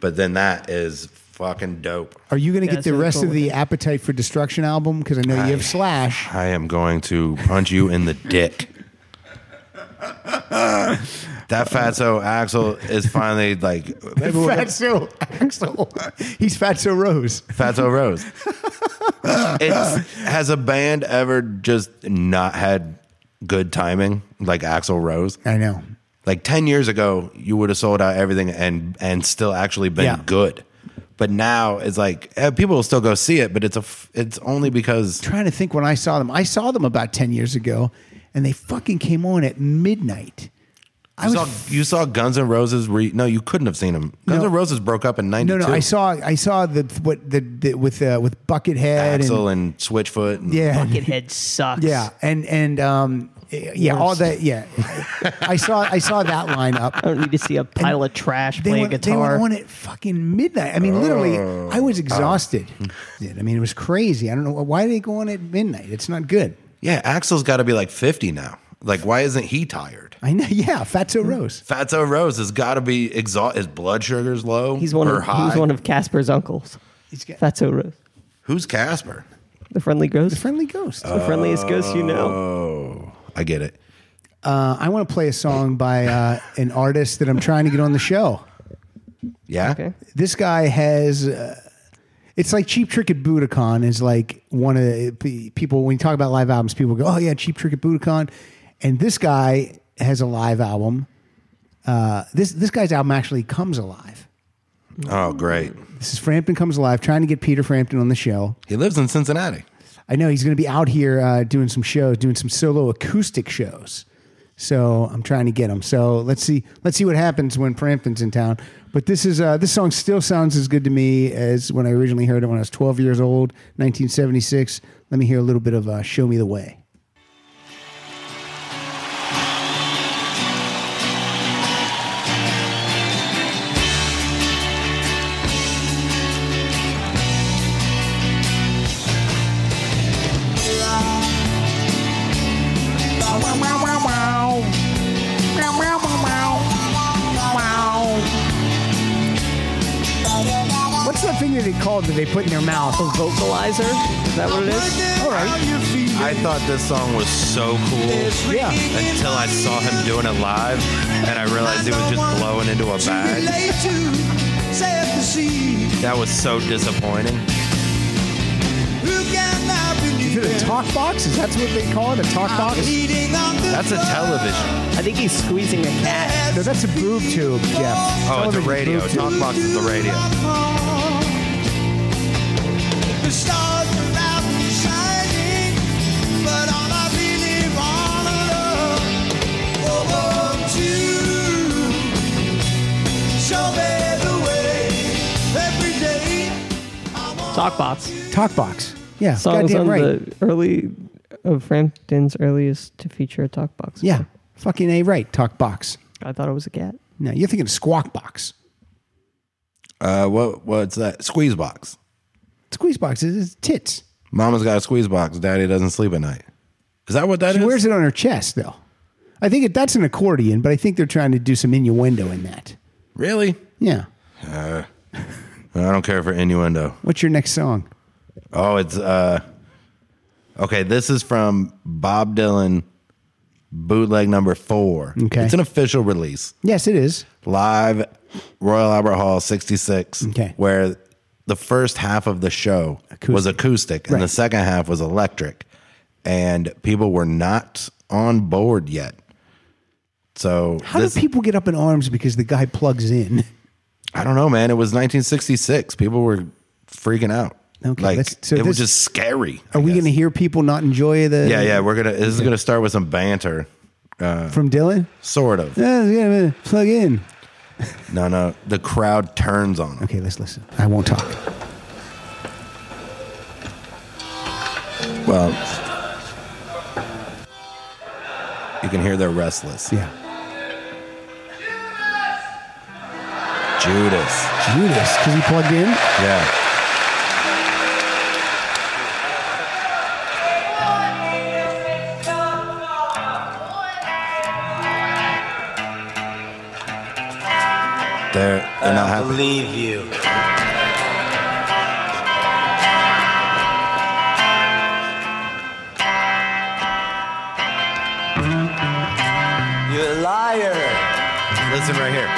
Speaker 4: But then that is fucking dope.
Speaker 2: Are you going to
Speaker 3: Yeah,
Speaker 2: get
Speaker 3: it's
Speaker 2: the
Speaker 3: really
Speaker 2: rest
Speaker 3: cool
Speaker 2: of the
Speaker 3: looking.
Speaker 2: Appetite for Destruction album? Because I know you have Slash.
Speaker 4: I am going to punch you in the dick. that fatso Axel is finally like
Speaker 2: [LAUGHS]
Speaker 4: [LAUGHS] maybe we'll get
Speaker 2: Fatso Axel. He's Fatso Rose.
Speaker 4: Fatso Rose. it's, has a band ever just not had good timing like Axel Rose?
Speaker 2: I know.
Speaker 4: Like ten years ago, you would have sold out everything and and still actually been
Speaker 2: Yeah.
Speaker 4: good. But now it's like eh, people will still go see it, but it's a f- it's only because
Speaker 2: Trying to think when I saw them. I saw them about 10 years ago and they fucking came on at midnight. I
Speaker 4: you
Speaker 2: was
Speaker 4: saw, you saw Guns N' Roses. Re- no, you couldn't have seen them. Guns
Speaker 2: No.
Speaker 4: N' Roses broke up in
Speaker 2: No,
Speaker 4: '92.
Speaker 2: no, I saw I saw the what the, the with uh, with Buckethead
Speaker 4: Axel
Speaker 2: and
Speaker 4: and, Switchfoot. And,
Speaker 2: yeah, and-
Speaker 3: Buckethead sucks.
Speaker 2: yeah, and and um yeah, all that yeah. I saw I saw that lineup.
Speaker 3: I don't need
Speaker 2: [LAUGHS]
Speaker 3: to see a pile of trash
Speaker 2: They
Speaker 3: play
Speaker 2: went,
Speaker 3: a
Speaker 2: they went
Speaker 3: guitar.
Speaker 2: on at fucking midnight. I mean, literally, I was exhausted. I mean, it was crazy. I don't know why they go on at midnight. It's not good.
Speaker 4: yeah. Axel's got to be like 50 now. Like, why isn't he tired?
Speaker 2: I know. [LAUGHS] Yeah,
Speaker 3: Hmm.
Speaker 2: Fatso Rose.
Speaker 4: Fatso Rose has got to be exhausted. His blood sugar's low.
Speaker 3: he's one
Speaker 4: or
Speaker 3: of
Speaker 4: high.
Speaker 3: he's one of Casper's uncles.
Speaker 2: He's got
Speaker 3: Fatso Rose,
Speaker 4: Who's Casper?
Speaker 3: the friendly ghost,
Speaker 2: the friendly Uh, ghost.
Speaker 3: the friendliest ghost you know.
Speaker 4: Oh, I get it.
Speaker 2: Uh, I want to play a song by uh, an artist that I'm trying to get on the show.
Speaker 4: Yeah.
Speaker 3: Okay.
Speaker 2: This guy has. Uh, it's like Cheap Trick at Budokan is like one of the people when you talk about live albums, people go, "Oh yeah, Cheap Trick at Budokan," and this guy has a live album. Uh, this this guy's album actually comes alive.
Speaker 4: Oh, great.
Speaker 2: This is Frampton comes alive. Trying to get Peter Frampton on the show.
Speaker 4: He lives in Cincinnati.
Speaker 2: I know he's going to be out here uh, doing some shows, doing some solo acoustic shows. So I'm trying to get him. So let's see, let's see what happens when Frampton's in town. But this is uh, this song still sounds as good to me as when I originally heard it when I was 12 years old, 1976. Let me hear a little bit of uh, "Show Me the Way." What's that thing that they called that they put in their mouth?
Speaker 3: Vocalizer, is that what it is?
Speaker 2: All right,
Speaker 4: I thought this song was so cool
Speaker 2: yeah.
Speaker 4: until I saw him doing it live and I realized he was just blowing into a bag.
Speaker 10: late to sad to see
Speaker 4: That was so disappointing.
Speaker 10: who cannot
Speaker 2: Is
Speaker 10: believe
Speaker 2: it a
Speaker 10: it?
Speaker 2: talk box? Is that what they call it? A talk
Speaker 4: Uh,
Speaker 2: box?
Speaker 10: Bleeding on the
Speaker 4: That's a television.
Speaker 3: I think he's squeezing a cat.
Speaker 2: No, that's a boob tube, Jeff.
Speaker 4: Oh, it's a
Speaker 2: Television
Speaker 4: radio.
Speaker 2: boob tube.
Speaker 4: Talkbox is the radio.
Speaker 10: The stars are out and shining, but all I oh, really wanna know, oh, won't you
Speaker 3: Talkbots.
Speaker 2: Talkbox. Yeah,
Speaker 3: Songs
Speaker 2: goddamn
Speaker 3: on
Speaker 2: right.
Speaker 3: the early of Frampton's earliest to feature a talkbox.
Speaker 2: yeah, fucking a right. Talkbox.
Speaker 3: I thought it was a cat.
Speaker 2: No, you're thinking of Squawk Box.
Speaker 4: Uh, what what's that? Squeeze box.
Speaker 2: Squeeze box is is tits.
Speaker 4: Mama's got a squeeze box. Daddy doesn't sleep at night. Is that what that is?
Speaker 2: She wears it on her chest though. I think it, that's an accordion, but I think they're trying to do some innuendo in that.
Speaker 4: Really?
Speaker 2: Yeah.
Speaker 4: I don't care for innuendo.
Speaker 2: What's your next song?
Speaker 4: Oh, it's uh Okay, this is from Bob Dylan bootleg number 4.
Speaker 2: Okay.
Speaker 4: It's an official release.
Speaker 2: Yes, it is.
Speaker 4: Live Royal Albert Hall 66
Speaker 2: Okay.
Speaker 4: where the first half of the show was acoustic and
Speaker 2: Right.
Speaker 4: the second half was electric and people were not on board yet. So
Speaker 2: How
Speaker 4: this,
Speaker 2: do people get up in arms because the guy plugs in?
Speaker 4: I don't know, man. It was 1966. People were freaking out.
Speaker 2: Okay,
Speaker 4: like
Speaker 2: that's- so
Speaker 4: it was
Speaker 2: this-
Speaker 4: just scary. I
Speaker 2: Are we
Speaker 4: guess.
Speaker 2: going to hear people not enjoy the?
Speaker 4: Yeah, yeah. We're gonna. This is gonna start with some banter,
Speaker 2: From Dylan.
Speaker 4: sort of.
Speaker 2: Yeah, yeah, yeah, plug in.
Speaker 4: No, no. The crowd turns on him.
Speaker 2: Okay, let's listen. I won't talk.
Speaker 4: Well, you can hear they're restless.
Speaker 2: Yeah,
Speaker 4: Judas.
Speaker 2: Judas, because he plugged in.
Speaker 4: Yeah. They're, they're not happy.
Speaker 6: Believe you.
Speaker 10: You're a liar.
Speaker 4: Listen right here.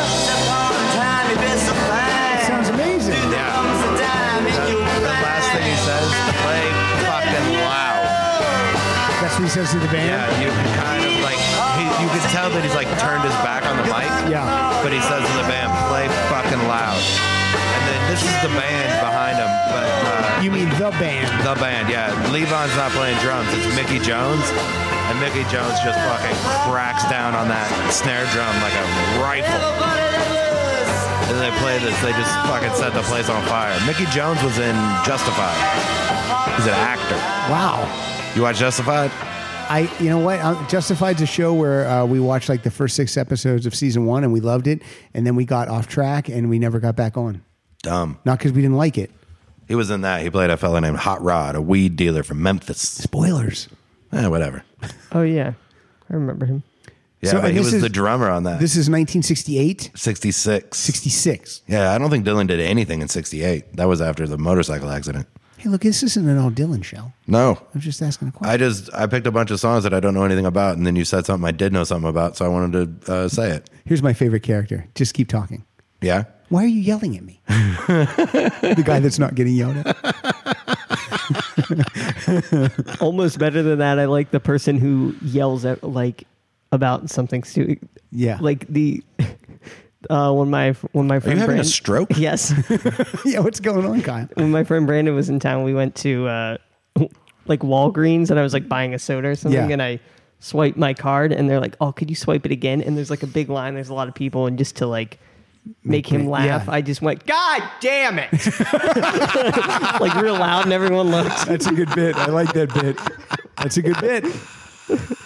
Speaker 10: Tiny bits of pie.
Speaker 2: Sounds amazing.
Speaker 10: Comes the dime and you
Speaker 4: The last thing he says, play fucking loud.
Speaker 2: That's what he says to the band.
Speaker 4: Yeah, Uh, you can kind of like, he, you can tell that he's like turned his back on the mic.
Speaker 2: Yeah.
Speaker 4: But he says to the band, play fucking loud. And then this is the band behind him, but uh,
Speaker 2: You mean the band?
Speaker 4: the band, yeah. Levon's not playing drums, it's Mickey Jones. And Mickey Jones just fucking cracks down on that snare drum like a rifle. And they play this, they just fucking set the place on fire. Mickey Jones was in Justified. He's an actor.
Speaker 2: Wow.
Speaker 4: You watch Justified?
Speaker 2: I, you know what? Um, Justified's a show where uh, we watched like the first six episodes of season one and we loved it, and then we got off track and we never got back on.
Speaker 4: Dumb.
Speaker 2: Not because we didn't like it.
Speaker 4: He was in that. He played a fella named Hot Rod, a weed dealer from Memphis.
Speaker 2: Spoilers.
Speaker 4: Eh, whatever.
Speaker 3: Oh yeah, I remember him.
Speaker 4: Yeah,
Speaker 2: So,
Speaker 4: but
Speaker 2: and
Speaker 4: he
Speaker 2: this
Speaker 4: was
Speaker 2: is-
Speaker 4: the drummer on that.
Speaker 2: This is 1968,
Speaker 4: 66.
Speaker 2: 66.
Speaker 4: Yeah, I don't think Dylan did anything in 68. That was after the motorcycle accident.
Speaker 2: Hey, look, this isn't an all Dylan show.
Speaker 4: No.
Speaker 2: I'm just asking a question.
Speaker 4: I just, I picked a bunch of songs that I don't know anything about, and then you said something I did know something about, so I wanted to uh, say it.
Speaker 2: Here's my favorite character. Just keep talking.
Speaker 4: Yeah?
Speaker 2: Why are you yelling at me? the guy that's not getting yelled at.
Speaker 3: Almost better than that. I like the person who yells at like about something stupid.
Speaker 2: Yeah.
Speaker 3: Like the [LAUGHS] uh, when my when my friend
Speaker 4: having a
Speaker 2: [LAUGHS]
Speaker 3: Brandon,
Speaker 4: stroke?
Speaker 3: Yes.
Speaker 2: [LAUGHS] yeah, what's going on, Kyle?
Speaker 3: when my friend Brandon was in town, we went to uh, like Walgreens and I was like buying a soda or something
Speaker 2: Yeah.
Speaker 3: and I swiped my card and they're like, "Oh, could you swipe it again?" And there's like a big line, there's a lot of people and just to like make him
Speaker 2: it-
Speaker 3: laugh,
Speaker 2: yeah.
Speaker 3: I just went, "God damn it." [LAUGHS] like real loud and everyone looked.
Speaker 2: That's a good bit. I like that bit. That's a good bit.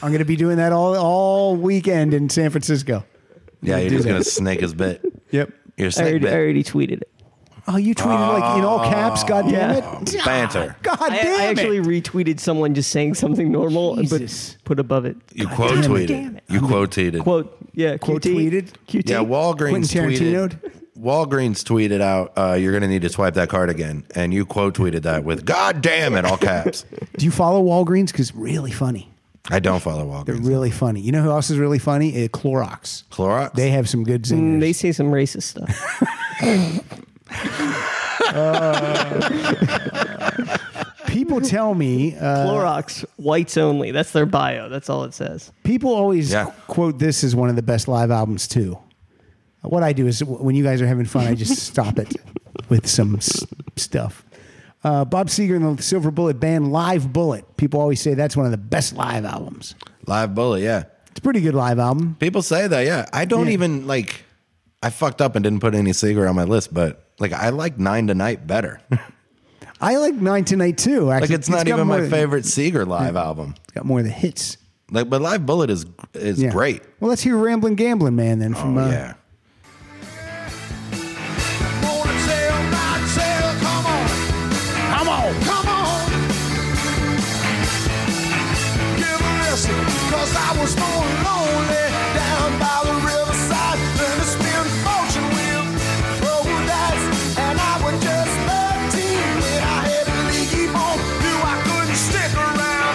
Speaker 2: I'm going to be doing that all all weekend in San Francisco.
Speaker 4: Yeah, you're
Speaker 2: do
Speaker 4: just
Speaker 2: that.
Speaker 4: going to snake his bit.
Speaker 2: Yep.
Speaker 4: You're
Speaker 3: I
Speaker 4: snake
Speaker 3: already, I
Speaker 4: bit.
Speaker 3: already tweeted it.
Speaker 2: Oh, you tweeted like in all caps. God damn it.
Speaker 4: Banter.
Speaker 2: God
Speaker 3: Ah. I,
Speaker 2: damn
Speaker 3: I actually
Speaker 2: it.
Speaker 3: retweeted someone just saying something normal
Speaker 2: Jesus.
Speaker 3: but put above it
Speaker 4: You quote tweeted. You quote tweeted.
Speaker 3: quote yeah
Speaker 2: Quote
Speaker 3: QT,
Speaker 2: tweeted?
Speaker 3: QT.
Speaker 4: Yeah, Walgreens
Speaker 2: Quentin
Speaker 4: tweeted.
Speaker 2: Tarantino'd?
Speaker 4: Walgreens tweeted out, uh, "You're going to need to swipe that card again," and you quote tweeted that with "God damn it!" all caps.
Speaker 2: Do you follow Walgreens? Because really funny.
Speaker 4: I don't follow
Speaker 2: They're
Speaker 4: Walgreens.
Speaker 2: really funny. You know who else is really funny? Uh, Clorox.
Speaker 4: Clorox.
Speaker 2: They have some good singers.
Speaker 3: Mm, they say some
Speaker 2: [LAUGHS]
Speaker 3: racist stuff.
Speaker 2: People tell me uh,
Speaker 3: Clorox, whites only. That's their bio. That's all it says.
Speaker 2: People always
Speaker 4: Yeah.
Speaker 2: qu- quote this as one of the best live albums too. What I do is w- when you guys are having fun, I
Speaker 4: [LAUGHS]
Speaker 2: just stop it with some s- stuff. Uh, Bob Seger and the Silver Bullet Band, Live Bullet. People always say that's one of the best live albums.
Speaker 4: Live Bullet, yeah.
Speaker 2: It's a pretty good live album.
Speaker 4: People say that, yeah. I don't
Speaker 2: Yeah.
Speaker 4: even like. I fucked up and didn't put any Seeger on my list, but like I like Nine to Night
Speaker 2: [LAUGHS]
Speaker 4: better.
Speaker 2: I like Nine to Night too. Actually,
Speaker 4: like it's not
Speaker 2: got
Speaker 4: even
Speaker 2: more
Speaker 4: my
Speaker 2: of-
Speaker 4: favorite Seeger live album.
Speaker 2: It's got more of the hits.
Speaker 4: Like, but Live Bullet is is
Speaker 2: Yeah.
Speaker 4: great.
Speaker 2: Well, let's hear Ramblin' Gambling Man then from
Speaker 4: Oh,
Speaker 2: uh,
Speaker 4: yeah.
Speaker 7: Wanna tell my tale, come on. Come on. Come on. Give a listen, 'cause I was born lonely down by the riverside. Learned to spin fortune wheel, roll dice, and I was just 13 when I had a leaky bone. Knew I couldn't stick around.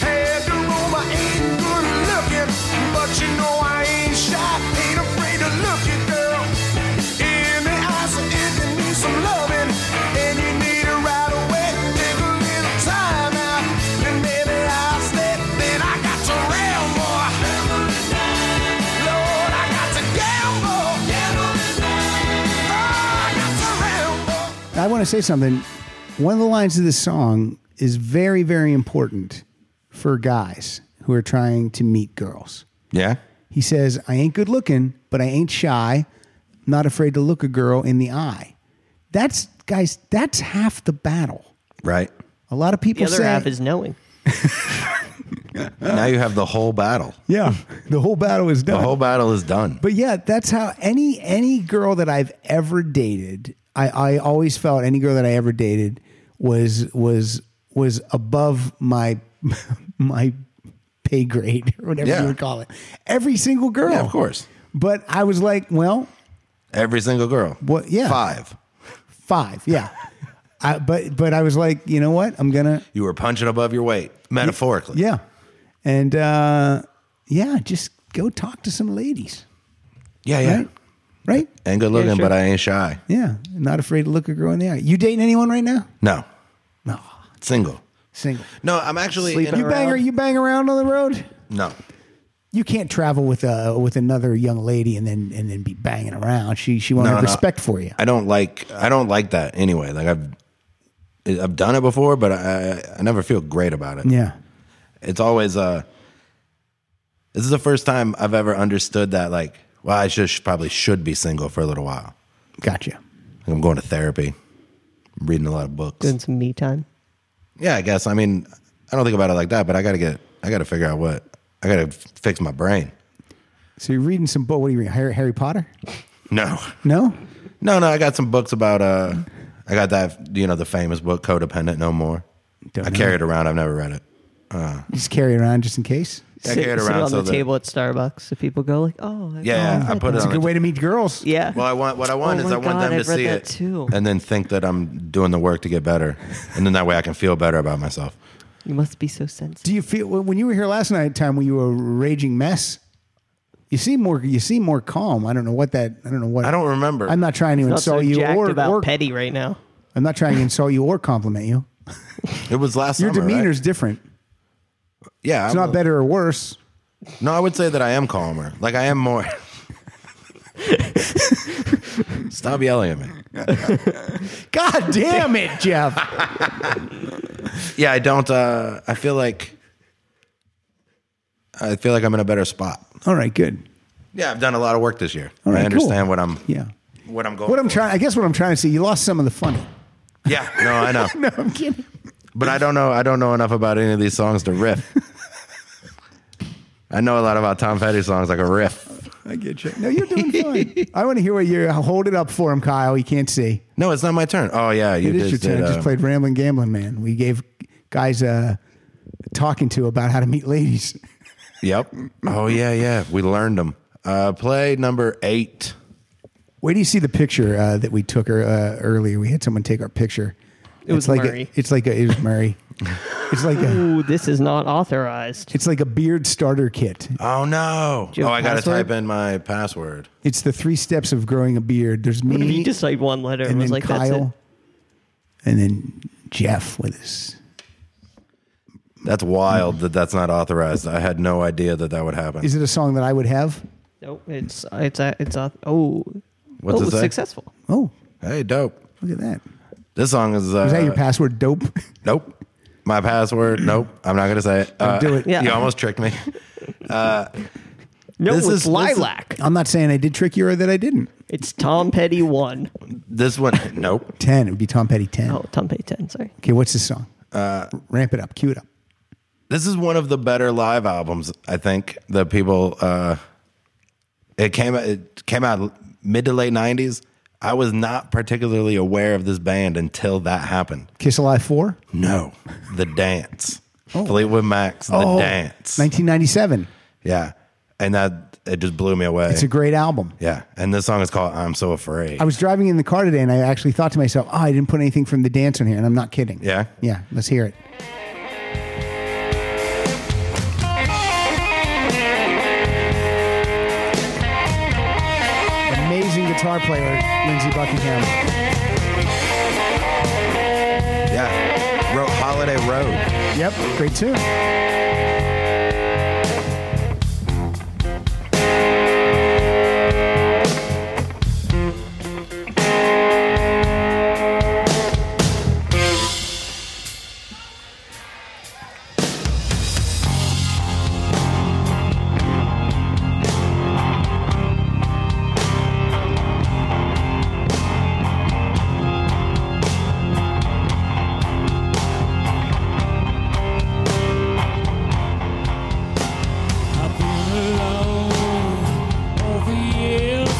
Speaker 7: Had to roam, I ain't good looking, but you know I ain't shy. Ain't afraid to look it, girl. In the eyes, so if you need some loving, and you need it right away, take a little time out, then maybe I'll slip. Then I got to ramble. Lord, I got to gamble. Oh, I got to ramble.
Speaker 2: I want to say something. One of the lines of this song is very, very important for guys who are trying to meet girls.
Speaker 4: Yeah.
Speaker 2: He says, I ain't good looking, but I ain't shy. Not afraid to look a girl in the eye. That's, guys, that's half the battle.
Speaker 4: Right.
Speaker 2: A lot of
Speaker 3: The
Speaker 2: people
Speaker 3: other
Speaker 2: say,
Speaker 3: half is knowing.
Speaker 4: now you have the whole battle.
Speaker 2: yeah, [LAUGHS] the whole battle is
Speaker 4: The
Speaker 2: done.
Speaker 4: whole battle is done.
Speaker 2: But yeah, that's how any any girl that I've ever dated, I, I always felt any girl that I ever dated was was was above my [LAUGHS] my pay grade or whatever
Speaker 4: Yeah.
Speaker 2: you would call it. Every single girl.
Speaker 4: Yeah, of course.
Speaker 2: But I was like, well,
Speaker 4: Every single girl.
Speaker 2: What- yeah.
Speaker 4: Five.
Speaker 2: five,
Speaker 4: [LAUGHS]
Speaker 2: yeah. I, but but I was like, you know what? I'm gonna
Speaker 4: You were punching above your weight, metaphorically.
Speaker 2: yeah, and uh, yeah, just go talk to some ladies,
Speaker 4: Yeah. Yeah.
Speaker 2: right? Right?
Speaker 4: Ain't good looking,
Speaker 3: Yeah, sure.
Speaker 4: but I ain't shy.
Speaker 2: Yeah, not afraid to look a girl in the eye. You dating anyone right now?
Speaker 4: No.
Speaker 2: No,
Speaker 4: Single.
Speaker 2: single.
Speaker 4: No, I'm actually.
Speaker 3: Sleeping
Speaker 4: in-
Speaker 2: You bang her, you bang around on the road.
Speaker 4: no.
Speaker 2: You can't travel with uh with another young lady and then and then be banging around. She she won't
Speaker 4: No,
Speaker 2: have
Speaker 4: no.
Speaker 2: respect for you.
Speaker 4: I don't like I don't like that anyway. Like I've I've done it before, but I I never feel great about it.
Speaker 2: yeah,
Speaker 4: It's always uh This is the first time I've ever understood that like well I should probably should be single for a little while.
Speaker 2: gotcha.
Speaker 4: Like, I'm going to therapy. I'm reading a lot of books.
Speaker 3: Doing some me time.
Speaker 4: Yeah, I guess. I mean, I don't think about it like that, but I got to get I got to figure out what I got to fix my brain.
Speaker 2: So you're reading some book. What are you reading? Harry, Harry Potter?
Speaker 4: No.
Speaker 2: No.
Speaker 4: No, no, I got some books about uh I got that you know the famous book Codependent No More.
Speaker 2: Don't
Speaker 4: I
Speaker 2: know.
Speaker 4: carry it around. I've never read it.
Speaker 2: Just carry it around just in case.
Speaker 4: I
Speaker 3: sit,
Speaker 4: carried
Speaker 3: sit
Speaker 4: around
Speaker 3: on
Speaker 4: so
Speaker 3: the
Speaker 4: that-
Speaker 3: table at Starbucks. So people go like, "Oh, I-
Speaker 4: Yeah,
Speaker 3: oh,
Speaker 4: I put it
Speaker 2: It's a
Speaker 4: on.
Speaker 2: good
Speaker 4: the-
Speaker 2: way to meet girls.
Speaker 3: yeah."
Speaker 4: Well, I want what I want
Speaker 3: Oh
Speaker 4: is
Speaker 3: my
Speaker 4: I want
Speaker 3: God,
Speaker 4: them to
Speaker 3: I've read
Speaker 4: see
Speaker 3: that
Speaker 4: it
Speaker 3: too.
Speaker 4: and then think that I'm doing the work to get better, and then that way I can feel better about myself.
Speaker 3: You must be so sensitive.
Speaker 2: Do you feel when when you were here last night, time when you were a raging mess? You seem more you seem more calm. I don't know what that. I don't know what.
Speaker 4: I don't remember.
Speaker 2: I'm not trying to
Speaker 3: Not so
Speaker 2: insult you
Speaker 3: jacked
Speaker 2: or,
Speaker 3: about
Speaker 2: or
Speaker 3: petty right now.
Speaker 2: I'm not trying to insult you or compliment
Speaker 4: [LAUGHS]
Speaker 2: you.
Speaker 4: It was last.
Speaker 2: Your
Speaker 4: summer, right?
Speaker 2: demeanor's different.
Speaker 4: Yeah,
Speaker 2: It's not better or worse.
Speaker 4: No, I would say that I am calmer. Like I am
Speaker 2: [LAUGHS]
Speaker 4: more. Stop yelling at me.
Speaker 2: God [LAUGHS] damn it, Jeff.
Speaker 4: Yeah, I don't. Uh, I feel like. I feel like I'm in a better spot.
Speaker 2: [LAUGHS] All right, good.
Speaker 4: Yeah, I've done a lot of work this year.
Speaker 2: All right,
Speaker 4: I understand
Speaker 2: cool.
Speaker 4: what I'm.
Speaker 2: Yeah.
Speaker 4: What I'm going.
Speaker 2: What I'm
Speaker 4: for.
Speaker 2: trying, I guess what I'm trying to say, you lost some of the funny.
Speaker 4: Yeah, no, I know.
Speaker 2: [LAUGHS] No, I'm kidding.
Speaker 4: But I don't know. I don't know enough about any of these songs to riff.
Speaker 2: [LAUGHS]
Speaker 4: I know a lot about Tom Petty songs, like a riff.
Speaker 2: I get you. No, you're doing [LAUGHS] fine. I want to hear what you're, hold it up for him, Kyle. You can't see.
Speaker 4: No, it's not my turn. Oh yeah, you
Speaker 2: It is
Speaker 4: just
Speaker 2: your turn.
Speaker 4: did,
Speaker 2: I just
Speaker 4: um,
Speaker 2: played Rambling Gambling Man. We gave guys uh, talking to about how to meet ladies. [LAUGHS]
Speaker 4: Yep. Oh yeah, yeah. We learned them. Uh, play number eight.
Speaker 2: Where do you see the picture uh, that we took her, uh, earlier? We had someone take our picture. It
Speaker 3: was
Speaker 2: it's like a-
Speaker 3: Murray.
Speaker 2: it's like a, it was [LAUGHS] Murray. it's like a
Speaker 3: Ooh, this is not authorized.
Speaker 2: it's like a beard starter kit.
Speaker 4: Oh no.
Speaker 3: you
Speaker 4: Oh,
Speaker 3: have
Speaker 4: I gotta
Speaker 3: password?
Speaker 4: type in my password.
Speaker 2: It's the three steps of growing a beard. There's me.
Speaker 3: What if you just like one letter and,
Speaker 2: and
Speaker 3: was
Speaker 2: then
Speaker 3: like,
Speaker 2: Kyle, and then Jeff with his.
Speaker 4: That's wild that that's not authorized. I had no idea that that would happen.
Speaker 2: Is it a song that I would have?
Speaker 3: "That's it"? Nope. It's it's a it's a oh.
Speaker 4: What's
Speaker 3: oh,
Speaker 4: it say?
Speaker 3: successful.
Speaker 2: Oh,
Speaker 4: Hey, dope.
Speaker 2: look at that.
Speaker 4: This song is. Uh,
Speaker 2: Is that your password? Dope. [LAUGHS]
Speaker 4: Nope. My password. Nope. I'm not gonna say it. Uh,
Speaker 2: do it.
Speaker 3: Yeah.
Speaker 4: You almost tricked me.
Speaker 3: No,
Speaker 4: This
Speaker 3: it's
Speaker 4: is- this is-
Speaker 3: lilac.
Speaker 2: I'm not saying I did trick you or that I didn't.
Speaker 3: it's Tom Petty one.
Speaker 4: This one. Nope.
Speaker 2: Ten. It would be Tom Petty. Ten.
Speaker 3: Oh, Tom Petty ten. Sorry.
Speaker 2: Okay, what's this song?
Speaker 4: Uh,
Speaker 2: Ramp it up. Cue it up.
Speaker 4: This is one of the better live albums. I think that people. Uh, it came. It came out mid to late '90s. I was not particularly aware of this band until that happened.
Speaker 2: Kiss Alive Four.
Speaker 4: No, the
Speaker 2: [LAUGHS]
Speaker 4: dance.
Speaker 2: Oh.
Speaker 4: Fleetwood Mac's The Dance.
Speaker 2: 1997.
Speaker 4: Yeah, and that it just blew me away.
Speaker 2: It's a great album.
Speaker 4: yeah, and this song is called "I'm So Afraid."
Speaker 2: I was driving in the car today, and I actually thought to myself, "Oh, I didn't put anything from the dance on here," and I'm not kidding.
Speaker 4: Yeah?
Speaker 2: yeah. Let's hear it. Amazing guitar player, Lindsey Buckingham.
Speaker 4: yeah, wrote "Holiday Road."
Speaker 2: Yep, great tune.
Speaker 5: I've been alone over years,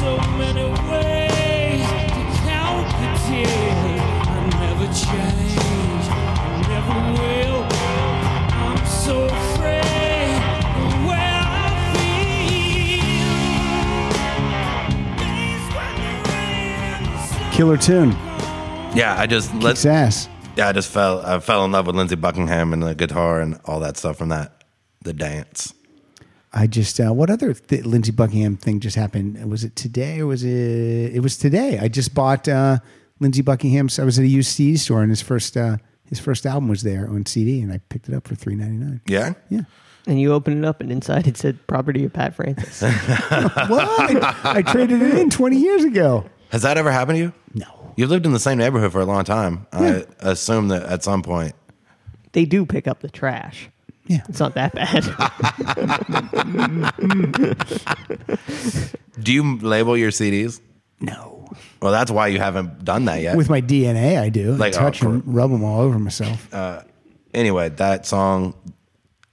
Speaker 5: so many ways to count the tears. I never change, I never will. I'm so afraid of where I feel. Days when the rain and the sun
Speaker 2: Killer tune.
Speaker 4: Yeah, I just
Speaker 2: Kicks
Speaker 4: let's.
Speaker 2: ass.
Speaker 4: Yeah, I just fell. I fell in love with Lindsey Buckingham and the guitar and all that stuff from that. The dance.
Speaker 2: I just uh, what other th- Lindsey Buckingham thing just happened? Was it today or was it? It was today. I just bought uh, Lindsey Buckingham's. I was at a used CD store and his first uh, his first album was there on CD, and I picked it up for three ninety [LAUGHS] nine.
Speaker 4: Yeah.
Speaker 2: Yeah.
Speaker 3: And you open it up, and inside it said property of Pat
Speaker 4: [LAUGHS]
Speaker 3: Francis.
Speaker 2: what? I traded it in twenty years ago.
Speaker 4: Has that ever happened to you?
Speaker 2: No.
Speaker 4: You've lived in the same neighborhood for a long time.
Speaker 2: Yeah.
Speaker 4: I assume that at some point.
Speaker 3: they do pick up the trash.
Speaker 2: Yeah.
Speaker 3: It's not that
Speaker 4: [LAUGHS]
Speaker 3: bad.
Speaker 4: Do you label your CDs?
Speaker 2: No.
Speaker 4: Well, that's why you haven't done that yet.
Speaker 2: With my DNA, I do.
Speaker 4: Like,
Speaker 2: I touch
Speaker 4: oh,
Speaker 2: and rub them all over myself.
Speaker 4: anyway, that song.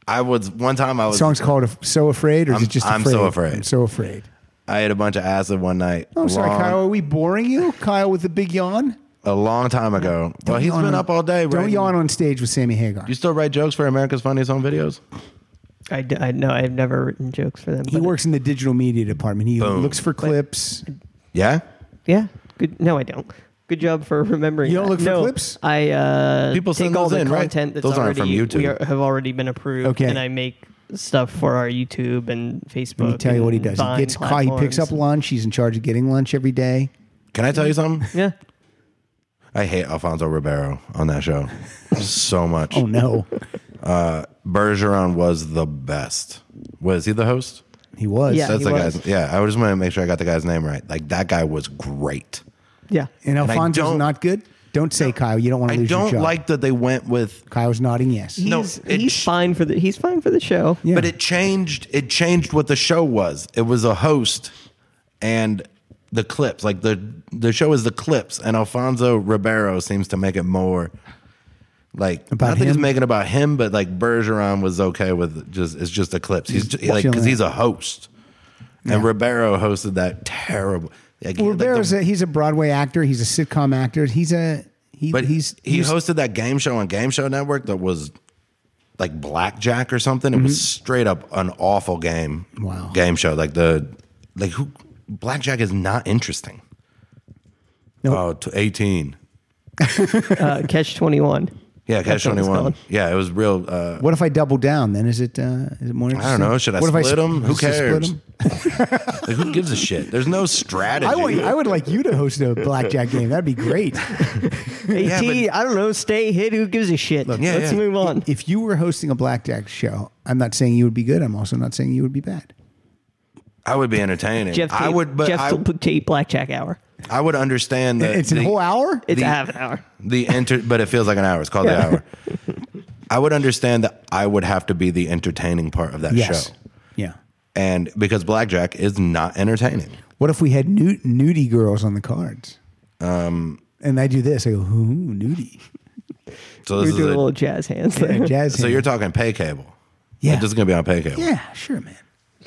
Speaker 4: I was one time I was
Speaker 2: song's called Af- "So Afraid," or is
Speaker 4: I'm-
Speaker 2: it just
Speaker 4: I'm
Speaker 2: afraid?
Speaker 4: so afraid.
Speaker 2: I'm so afraid.
Speaker 4: I had a bunch of acid one night.
Speaker 2: Oh, I'm sorry,
Speaker 4: long-
Speaker 2: Kyle. Are we boring you, Kyle, with the big yawn?
Speaker 4: A long time ago. well, he's
Speaker 2: Yawn
Speaker 4: been
Speaker 2: on-
Speaker 4: up all day.
Speaker 2: Don't
Speaker 4: writing-
Speaker 2: yawn on stage with Sammy Hagar.
Speaker 4: You still write jokes for America's Funniest Home Videos?
Speaker 3: I, d- I know I've never written jokes for them.
Speaker 2: He
Speaker 3: but-
Speaker 2: works in the digital media department. He
Speaker 4: Boom.
Speaker 2: looks for clips.
Speaker 4: Yeah.
Speaker 3: Yeah. Good. No, I don't. Good job for remembering.
Speaker 2: You don't
Speaker 3: that.
Speaker 2: look for
Speaker 3: no,
Speaker 2: clips?
Speaker 3: I uh,
Speaker 4: People
Speaker 3: take
Speaker 4: send
Speaker 3: all
Speaker 4: those
Speaker 3: the
Speaker 4: in, right?
Speaker 3: content that's
Speaker 4: Those aren't
Speaker 3: already
Speaker 4: from YouTube.
Speaker 3: We are, have already been approved.
Speaker 2: Okay.
Speaker 3: and I make stuff for our YouTube and Facebook.
Speaker 2: Let me tell you what he
Speaker 3: and
Speaker 2: does. He
Speaker 3: Vine
Speaker 2: gets caught. He picks up
Speaker 3: platforms.
Speaker 2: lunch. He's in charge of getting lunch every day.
Speaker 4: Can I tell you something?
Speaker 3: Yeah,
Speaker 4: I hate Alfonso Ribeiro on
Speaker 2: [LAUGHS]
Speaker 4: that show so much.
Speaker 2: Oh no,
Speaker 4: Bergeron was the best. Was he the host?
Speaker 2: he was.
Speaker 3: Yeah.
Speaker 4: That's
Speaker 3: he
Speaker 4: the
Speaker 3: was.
Speaker 4: guy's. Yeah, I just want to make sure I got the guy's name right. Like that guy was great.
Speaker 3: yeah.
Speaker 2: And
Speaker 4: I
Speaker 2: Alfonso's
Speaker 4: don't-
Speaker 2: not good. Don't say Kyle. You don't want to
Speaker 4: I
Speaker 2: lose your
Speaker 4: don't
Speaker 2: job.
Speaker 4: like that they went with,
Speaker 2: Kyle's nodding yes.
Speaker 4: No,
Speaker 3: He's,
Speaker 4: it
Speaker 3: he's
Speaker 4: sh-
Speaker 3: fine for the. He's fine for the show.
Speaker 2: Yeah.
Speaker 4: but it changed. It changed what the show was. It was a host and the clips. Like the the show is the clips, and Alfonso Ribeiro seems to make it more. Like
Speaker 2: About
Speaker 4: not that he's
Speaker 2: him?
Speaker 4: making about him, but like Bergeron was okay with just it's just the clips. He's just, like
Speaker 2: chilling
Speaker 4: because
Speaker 2: out.
Speaker 4: he's a host, and Ribeiro hosted that terrible. Like,
Speaker 2: Well,
Speaker 4: like the-
Speaker 2: Rivera's a, he's a Broadway actor. He's a sitcom actor. He's a he.
Speaker 4: But
Speaker 2: he's
Speaker 4: he's [LAUGHS] he
Speaker 2: was-
Speaker 4: hosted that game show on Game Show Network that was like blackjack or something. It was straight up an awful game.
Speaker 2: Mm-hmm. Wow.
Speaker 4: Game show like the like who blackjack is not interesting.
Speaker 2: Nope.
Speaker 4: Oh, t- 18.
Speaker 3: Uh, Catch twenty one.
Speaker 4: Yeah, catch
Speaker 3: That's what it's
Speaker 4: 21.
Speaker 3: called.
Speaker 4: Yeah, it was real uh,
Speaker 2: What if I double down? Then is it uh, is it more?
Speaker 4: I don't
Speaker 2: Interesting?
Speaker 4: know. Should I
Speaker 2: What if
Speaker 4: split
Speaker 2: sp-
Speaker 4: them? Who
Speaker 2: should I split
Speaker 4: cares?
Speaker 2: 'em?
Speaker 4: [LAUGHS] like, who gives a shit? There's no strategy.
Speaker 2: I would, I would like you to host a blackjack game. That'd be
Speaker 4: [LAUGHS]
Speaker 2: great.
Speaker 3: Eighteen. E I don't know. Stay hit. Who gives a shit?
Speaker 4: yeah,
Speaker 3: Let's
Speaker 4: yeah.
Speaker 3: move on.
Speaker 2: If you were hosting a blackjack show, I'm not saying you would be good. I'm also not saying you would be bad.
Speaker 4: I would be entertaining.
Speaker 3: Jeff, Tate,
Speaker 4: I would, but
Speaker 3: Jeff
Speaker 4: I,
Speaker 3: Tate Blackjack Hour.
Speaker 4: I would understand that
Speaker 2: It's a whole hour.
Speaker 4: Uh, The-
Speaker 3: It's a half an hour.
Speaker 4: the enter but it feels like an hour it's called the
Speaker 3: Yeah.
Speaker 4: hour i would understand that i would have to be the entertaining part of that
Speaker 2: Yes.
Speaker 4: show
Speaker 2: Yeah.
Speaker 4: and because blackjack is not entertaining
Speaker 2: What if we had nu- nudie girls on the cards? Um, and I do this. I go, ooh,
Speaker 4: [LAUGHS]
Speaker 2: nudie.
Speaker 4: so
Speaker 3: We're
Speaker 4: this
Speaker 3: doing
Speaker 4: is
Speaker 3: little
Speaker 4: a,
Speaker 3: jazz hands
Speaker 2: Yeah,
Speaker 3: there.
Speaker 2: jazz.
Speaker 4: so
Speaker 2: hand.
Speaker 4: you're talking pay cable
Speaker 2: Yeah.
Speaker 4: this is gonna be on pay cable
Speaker 2: yeah, sure, man.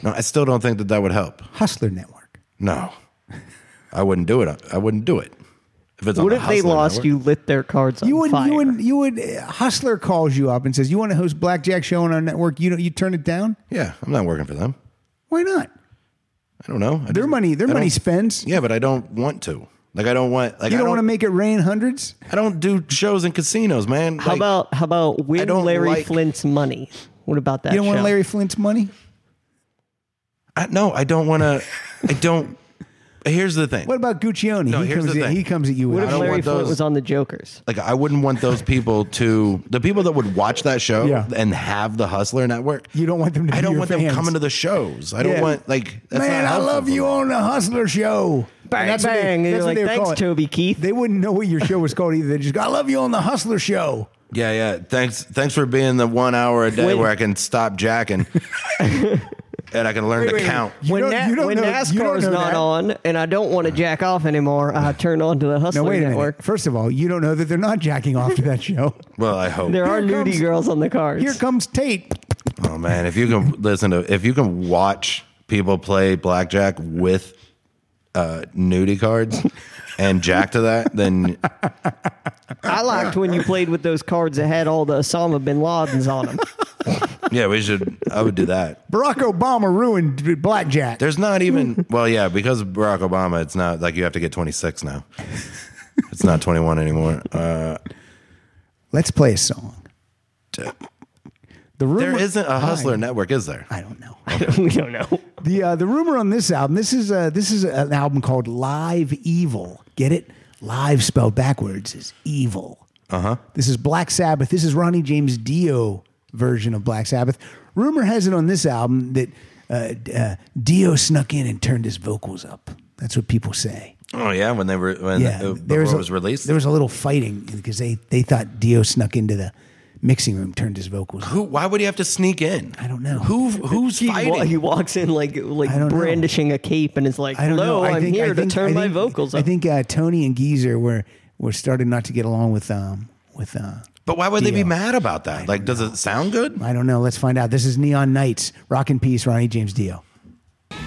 Speaker 4: no i still don't think that that would help
Speaker 2: Hustler Network.
Speaker 4: no i wouldn't do it i wouldn't do it if it's on
Speaker 3: What
Speaker 4: the
Speaker 3: if they
Speaker 4: Hustler
Speaker 3: lost
Speaker 4: Network.
Speaker 3: you, lit their cards on
Speaker 2: You would,
Speaker 3: fire?
Speaker 2: you would, you would. uh, Hustler calls you up and says, "You want to host Blackjack Show on our network? You don't, you turn it down?
Speaker 4: yeah i'm not working for them
Speaker 2: Why not?
Speaker 4: i don't know I
Speaker 2: Their
Speaker 4: just-
Speaker 2: money, their
Speaker 4: I
Speaker 2: money
Speaker 4: don't-
Speaker 2: spends.
Speaker 4: yeah but i don't want to like i don't want like
Speaker 2: you don't,
Speaker 4: I don't
Speaker 2: want to make it rain hundreds.
Speaker 4: i don't do shows in casinos man
Speaker 3: how
Speaker 4: Like,
Speaker 3: about how about win
Speaker 4: don't
Speaker 3: Larry
Speaker 4: like-
Speaker 3: Flint's money? What about that?
Speaker 2: You don't want
Speaker 3: show?
Speaker 2: Larry Flint's money.
Speaker 4: I, no, I don't want to. I don't. Here's the thing.
Speaker 2: What about Guccione?
Speaker 4: No,
Speaker 2: he
Speaker 4: here's
Speaker 2: comes
Speaker 4: the
Speaker 2: in,
Speaker 4: thing.
Speaker 2: He comes at you.
Speaker 3: What
Speaker 2: With
Speaker 3: if
Speaker 4: I don't
Speaker 3: Larry
Speaker 4: want
Speaker 3: Flint
Speaker 4: those-
Speaker 3: was on the Jokers?
Speaker 4: Like, I wouldn't want those people to the people that would watch that show
Speaker 2: Yeah.
Speaker 4: and have the Hustler Network.
Speaker 2: You don't want them to
Speaker 4: I
Speaker 2: be
Speaker 4: don't
Speaker 2: your
Speaker 4: want them
Speaker 2: fans.
Speaker 4: coming to the shows. I don't
Speaker 2: Yeah.
Speaker 4: want like. That's
Speaker 2: Man,
Speaker 4: not
Speaker 2: I
Speaker 4: helpful
Speaker 2: love
Speaker 4: for
Speaker 2: you
Speaker 4: me.
Speaker 2: on the Hustler Show.
Speaker 3: Bang,
Speaker 2: That's what they-
Speaker 3: bang. And
Speaker 2: that's
Speaker 3: you're
Speaker 2: what
Speaker 3: like,
Speaker 2: they would
Speaker 3: "Thanks,
Speaker 2: call it."
Speaker 3: Toby Keith.
Speaker 2: They wouldn't know what your show was called either. They just go, I love you on the Hustler Show.
Speaker 4: Yeah, yeah. Thanks, thanks for being the one hour a day
Speaker 3: Wait.
Speaker 4: where I can
Speaker 2: [LAUGHS]
Speaker 4: stop jacking, and I can learn to count.
Speaker 2: You
Speaker 3: when
Speaker 2: don't-
Speaker 3: Na-
Speaker 2: you don't
Speaker 3: when
Speaker 2: know- you don't
Speaker 3: NASCAR's
Speaker 2: know
Speaker 3: not
Speaker 2: that.
Speaker 3: on and I don't want to jack off anymore, I turn on to the Hustler
Speaker 2: Now, wait a
Speaker 3: Network.
Speaker 2: minute. First of all, you don't know that they're not jacking off to that [LAUGHS] show.
Speaker 4: Well, I hope.
Speaker 3: There are
Speaker 2: Here
Speaker 3: nudie
Speaker 2: comes-
Speaker 3: girls on the cards.
Speaker 2: Here comes Tate.
Speaker 4: Oh man, if you can listen to, if you can watch people play blackjack with uh, nudie cards and jack to that, then
Speaker 2: [LAUGHS]
Speaker 3: I liked when you played with those cards that had all the Osama bin Ladens on them.
Speaker 4: Yeah, we should. I would do that.
Speaker 2: Barack Obama ruined blackjack.
Speaker 4: There's not even. Well, yeah, because of Barack Obama, it's not like you have to get 26 now. It's not 21 anymore. Uh,
Speaker 2: Let's play a song. The rumor
Speaker 4: there isn't a Hustler
Speaker 2: I,
Speaker 4: network, is there?
Speaker 2: [LAUGHS] I don't know.
Speaker 3: we don't know.
Speaker 2: The uh, the rumor on this album. This is uh, this is an album called Live Evil. Get it? Live spelled backwards is evil. Uh
Speaker 4: Uh-huh.
Speaker 2: huh. This is Black Sabbath. This is Ronnie James Dio version of Black Sabbath. Rumor has it on this album that uh, d- uh, Dio snuck in and turned his vocals up. That's what people say.
Speaker 4: Oh yeah, when they were when
Speaker 2: yeah,
Speaker 4: uh, before
Speaker 2: a-
Speaker 4: it was released.
Speaker 2: There was a little fighting because they they thought Dio snuck into the mixing room, turned his vocals.
Speaker 4: Who? Why would he have to sneak in?
Speaker 2: I don't know.
Speaker 4: Who? Who's
Speaker 3: [LAUGHS] He,
Speaker 4: fighting?
Speaker 3: wa- he walks in like like
Speaker 2: I don't know.
Speaker 3: brandishing a cape and is like,
Speaker 2: I don't
Speaker 3: "Hello,
Speaker 2: know. I
Speaker 3: I'm
Speaker 2: think,
Speaker 3: here
Speaker 2: I
Speaker 3: to
Speaker 2: think,
Speaker 3: turn
Speaker 2: I
Speaker 3: my
Speaker 2: think-
Speaker 3: vocals
Speaker 2: I
Speaker 3: up."
Speaker 2: think uh, Tony and Geezer were were starting not to get along with um with uh.
Speaker 4: but why would they be
Speaker 2: Dio.
Speaker 4: mad about that? Like, does it sound good?
Speaker 2: I don't know. Let's find out. This is Neon Knights. Rock in peace, Ronnie James Dio.
Speaker 5: Oh,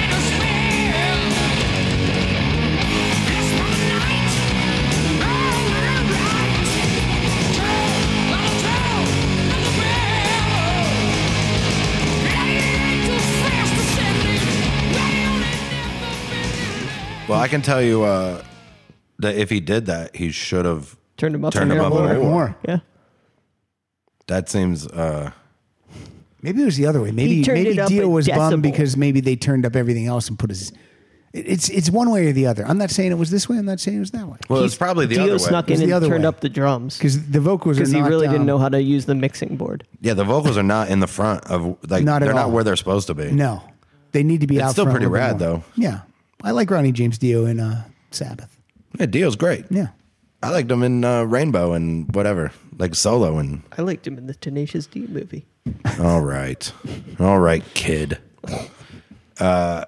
Speaker 5: Yeah. It's my night, all alright. Tell, I'll tell, and the bell. It ain't too fast ascending, round and ever bending.
Speaker 4: Well, I can tell you uh, that if he did that, he should have
Speaker 3: Turned him up
Speaker 4: Turned
Speaker 3: a
Speaker 4: him
Speaker 3: little
Speaker 4: up a
Speaker 3: more.
Speaker 4: little more.
Speaker 3: Yeah,
Speaker 4: That seems. Uh,
Speaker 2: Maybe it was the other way. Maybe
Speaker 3: turned
Speaker 2: maybe
Speaker 3: it up
Speaker 2: Dio
Speaker 3: a
Speaker 2: was bummed
Speaker 3: decibel.
Speaker 2: because maybe they turned up everything else and put his. it- It's it's one way or the other. I'm not saying it was this way. I'm not saying it was that way.
Speaker 4: well, it's probably the
Speaker 3: Dio
Speaker 4: other way.
Speaker 3: snuck
Speaker 2: It was
Speaker 3: in
Speaker 2: the
Speaker 3: and
Speaker 2: other
Speaker 3: turned
Speaker 2: way.
Speaker 3: up the drums
Speaker 2: Because the vocals are
Speaker 3: because he
Speaker 2: not,
Speaker 3: really didn't
Speaker 2: um,
Speaker 3: know how to use the mixing board.
Speaker 4: Yeah, the vocals are not in the front of like
Speaker 2: Not at
Speaker 4: they're
Speaker 2: all.
Speaker 4: not where they're supposed to be.
Speaker 2: No, they need to be
Speaker 4: It's
Speaker 2: out.
Speaker 4: still
Speaker 2: front a
Speaker 4: pretty
Speaker 2: little bit
Speaker 4: rad,
Speaker 2: more.
Speaker 4: though.
Speaker 2: Yeah, I like Ronnie James Dio in uh, Sabbath.
Speaker 4: yeah, Dio's great.
Speaker 2: Yeah,
Speaker 4: I liked him in uh, Rainbow and whatever, like solo and
Speaker 3: I liked him in the Tenacious D movie.
Speaker 4: all right, all right, kid. Uh,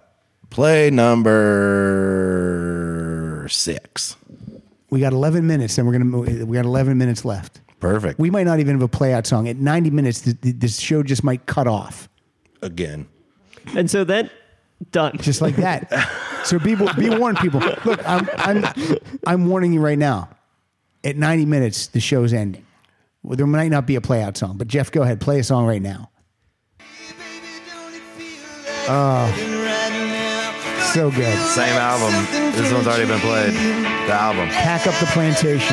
Speaker 4: play number six.
Speaker 2: we got 11 minutes, and we're gonna move. We got 11 minutes left.
Speaker 4: Perfect.
Speaker 2: We might not even have a play out song at 90 minutes. Th- th- this show just might cut off
Speaker 4: again.
Speaker 3: And so then, done.
Speaker 2: just like that. so be be warned, people. Look, I'm I'm I'm warning you right now. At 90 minutes, the show's ending. Well, there might not be a play out song, but Jeff, go ahead, play a song right now.
Speaker 9: Baby, don't it feel like
Speaker 2: Oh, So good.
Speaker 4: Same album. This one's already been played. The album.
Speaker 2: Pack up the plantation.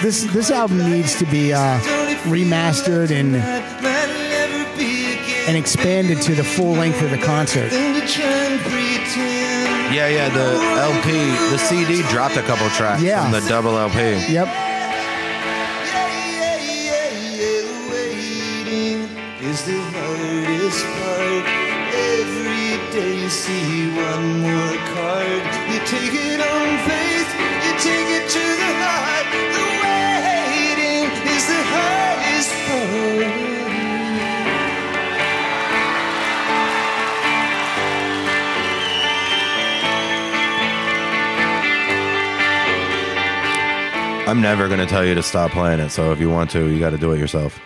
Speaker 2: This this album needs to be uh, remastered and and expanded to the full length of the concert.
Speaker 4: Yeah, yeah. The LP, the CD dropped a couple tracks
Speaker 2: Yeah.
Speaker 4: from the double LP.
Speaker 2: Yep.
Speaker 6: is the hardest part. Every day you see one more card. You take it on faith, you take it to the heart. The waiting is the hardest part.
Speaker 4: I'm never going to tell you to stop playing it. So if you want to, you got to do it yourself.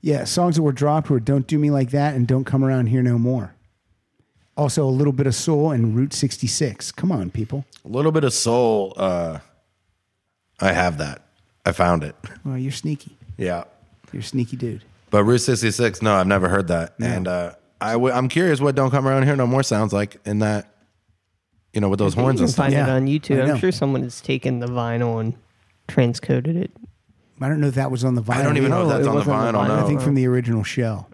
Speaker 2: Yeah, songs that were dropped were "Don't Do Me Like That" and "Don't Come Around Here No More." Also, a little bit of soul and Route 66. Come on, people.
Speaker 4: A little bit of soul. Uh, I have that. I found
Speaker 2: [LAUGHS]
Speaker 4: it.
Speaker 2: Well, you're sneaky.
Speaker 4: Yeah.
Speaker 2: You're a sneaky dude.
Speaker 4: But Route 66, no, I've never heard that. And uh, I w- I'm curious what Don't Come Around Here No More sounds like in that, you know, with those
Speaker 3: You
Speaker 4: horns
Speaker 3: can
Speaker 4: and stuff.
Speaker 3: find it
Speaker 2: Yeah,
Speaker 3: on
Speaker 2: I
Speaker 3: YouTube.
Speaker 2: know.
Speaker 3: I'm sure someone has taken the vinyl and transcoded it.
Speaker 2: I don't know if that was on the vinyl.
Speaker 4: I don't even know if
Speaker 3: No,
Speaker 4: that's
Speaker 3: it
Speaker 4: on the
Speaker 3: wasn't on the
Speaker 4: vinyl.
Speaker 3: vinyl.
Speaker 4: No.
Speaker 2: I think from the original show.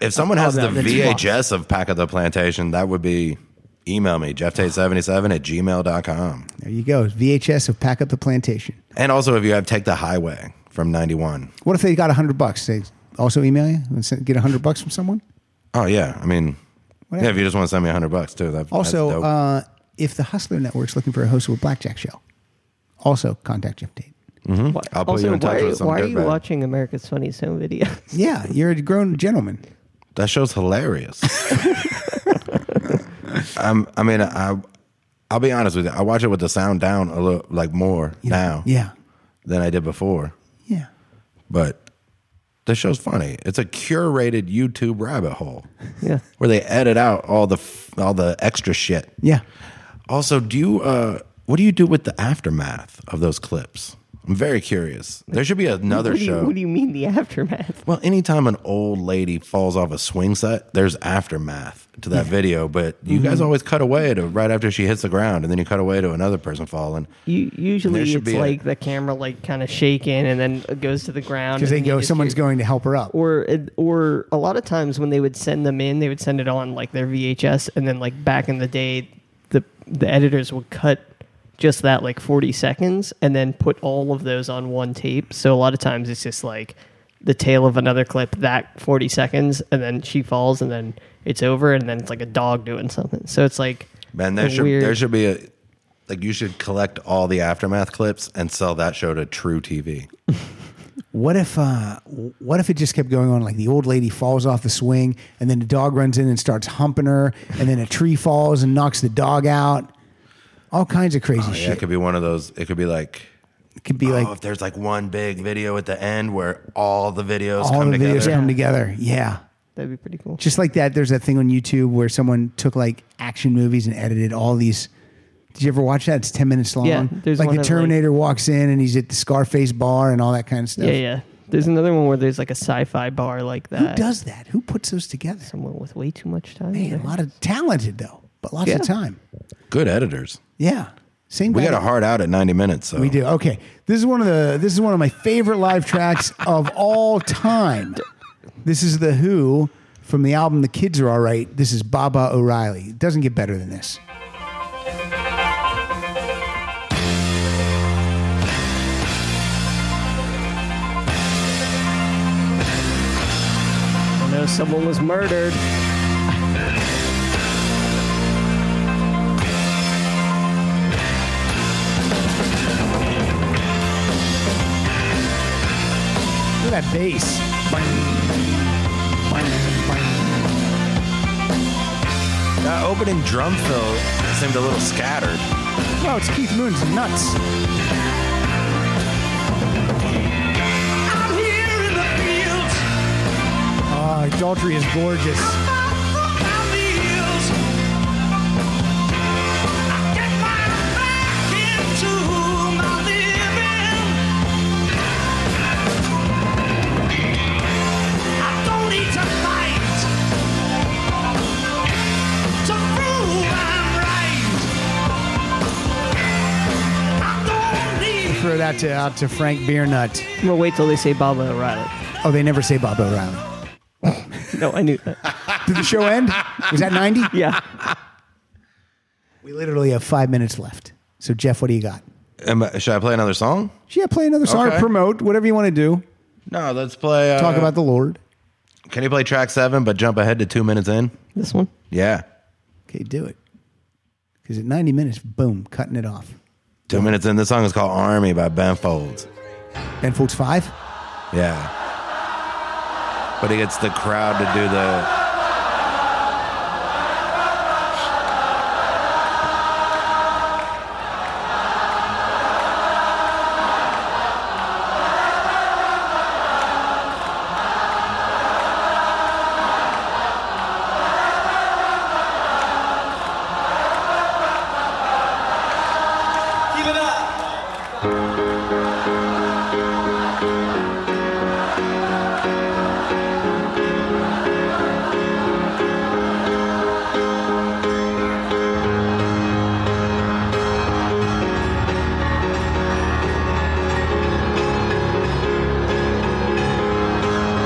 Speaker 4: If someone has the
Speaker 2: that- that's
Speaker 4: VHS of Pack of the Plantation, that would be email me, jefftate77 at gmail.com.
Speaker 2: There you go. VHS of Pack Up the Plantation.
Speaker 4: And also, if you have Take the Highway from 91.
Speaker 2: What if they got 100 bucks? They also email you and send, get 100 bucks from someone?
Speaker 4: Oh, yeah. I mean,
Speaker 2: Whatever.
Speaker 4: yeah, if you just want to send me 100 bucks too, that, that's
Speaker 2: Also,
Speaker 4: dope.
Speaker 2: uh, if the Hustler Network's looking for a host of a blackjack show, also contact Jeff Tate.
Speaker 3: Why-
Speaker 4: Hmm? I'll put you in touch
Speaker 3: why,
Speaker 4: with some
Speaker 3: why are
Speaker 4: good
Speaker 3: you
Speaker 4: band.
Speaker 3: watching America's Funniest Home Videos?
Speaker 2: Yeah, you're a grown gentleman.
Speaker 4: that show's hilarious. um, I mean, I, I'll be honest with you. I watch it with the sound down a little, like more now
Speaker 2: Yeah,
Speaker 4: than I did before.
Speaker 2: yeah.
Speaker 4: But the show's funny. It's a curated YouTube rabbit hole.
Speaker 3: yeah. [LAUGHS]
Speaker 4: where they edit out all the f- all the extra shit.
Speaker 2: Yeah.
Speaker 4: Also, do you uh, what do you do with the aftermath of those clips? I'm very curious. There should be another
Speaker 3: What do, you,
Speaker 4: show.
Speaker 3: what do you mean the [LAUGHS] aftermath?
Speaker 4: well, anytime an old lady falls off a swing set, there's aftermath to that video. But you
Speaker 2: Mm-hmm.
Speaker 4: guys always cut away to right after she hits the ground, and then you cut away to another person falling.
Speaker 3: You usually
Speaker 4: should
Speaker 3: it's
Speaker 4: be a-
Speaker 3: like the camera like kind of shaking and then it goes to the ground
Speaker 2: Because they
Speaker 3: and you
Speaker 2: go,
Speaker 3: just
Speaker 2: someone's
Speaker 3: hear-
Speaker 2: going to help her up.
Speaker 3: Or it- or a lot of times when they would send them in, they would send it on like their VHS, and then like back in the day, the the editors would cut just that like forty seconds, and then put all of those on one tape. So a lot of times it's just like the tail of another clip that 40 seconds and then she falls and then it's over and then it's like a dog doing something so it's like
Speaker 4: Man, there
Speaker 3: a
Speaker 4: should
Speaker 3: weird-
Speaker 4: there should be a like you should collect all the aftermath clips and sell that show to True TV.
Speaker 2: What if, uh, what if it just kept going on? Like the old lady falls off the swing, and then the dog runs in and starts humping her, and then a tree falls and knocks the dog out. All kinds of crazy
Speaker 4: Oh, Yeah, it
Speaker 2: shit.
Speaker 4: could be one of those. It could be like
Speaker 2: It could be
Speaker 4: oh, if
Speaker 2: like
Speaker 4: there's like one big video at the end where all the videos
Speaker 2: all
Speaker 4: come
Speaker 2: the
Speaker 4: together.
Speaker 2: videos come together. Yeah.
Speaker 3: that'd be pretty cool
Speaker 2: just like that there's that thing on youtube where someone took like action movies and edited all these did you ever watch that it's 10 minutes long
Speaker 3: Yeah, there's
Speaker 2: like
Speaker 3: one
Speaker 2: the
Speaker 3: of, like-
Speaker 2: terminator walks in and he's at the scarface bar and all that kind of stuff
Speaker 3: Yeah, yeah. There's another one where there's like a sci-fi bar like that.
Speaker 2: who does that who puts those together
Speaker 3: Someone with way too much time.
Speaker 2: man a lot of talented though but lots
Speaker 3: Yeah.
Speaker 2: of time
Speaker 4: Good editors.
Speaker 2: yeah same
Speaker 4: We
Speaker 2: guy-
Speaker 4: got a hard out at 90 minutes. So
Speaker 2: we do okay this is one of the this is one of my favorite live tracks of all time this is the who from the album the kids are all right this is baba o'reilly it doesn't get better than this
Speaker 3: I know someone was murdered.
Speaker 2: Look at that bass.
Speaker 4: that opening drum fill seemed a little scattered.
Speaker 2: Wow, Oh, it's Keith Moon's nuts.
Speaker 5: I'm here in the fields,
Speaker 2: Uh, adultery is gorgeous.
Speaker 5: on the hills. I get my back into my living. I don't need to fight.
Speaker 2: out to out to Frank Beernut.
Speaker 3: We'll wait till they say Bob O'Reilly.
Speaker 2: Oh, they never say Bob O'Reilly.
Speaker 3: No, I knew that.
Speaker 2: Did the show end? Was that ninety?
Speaker 3: [LAUGHS] Yeah.
Speaker 2: We literally have five minutes left. So Jeff, what do you got?
Speaker 4: Am I- should I play another song?
Speaker 2: Yeah, play another song, or
Speaker 4: Okay.
Speaker 2: promote whatever you want to do.
Speaker 4: No, let's play. Uh,
Speaker 2: Talk about the Lord.
Speaker 4: Can you play track seven, but jump ahead to two minutes in?
Speaker 3: This one.
Speaker 4: Yeah,
Speaker 2: Okay, do it. Because at ninety minutes, boom, cutting it off.
Speaker 4: two minutes in. This song is called "Army" by Ben Folds.
Speaker 2: Ben Folds five.
Speaker 4: Yeah, but he gets the crowd to do the.
Speaker 8: Keep it up.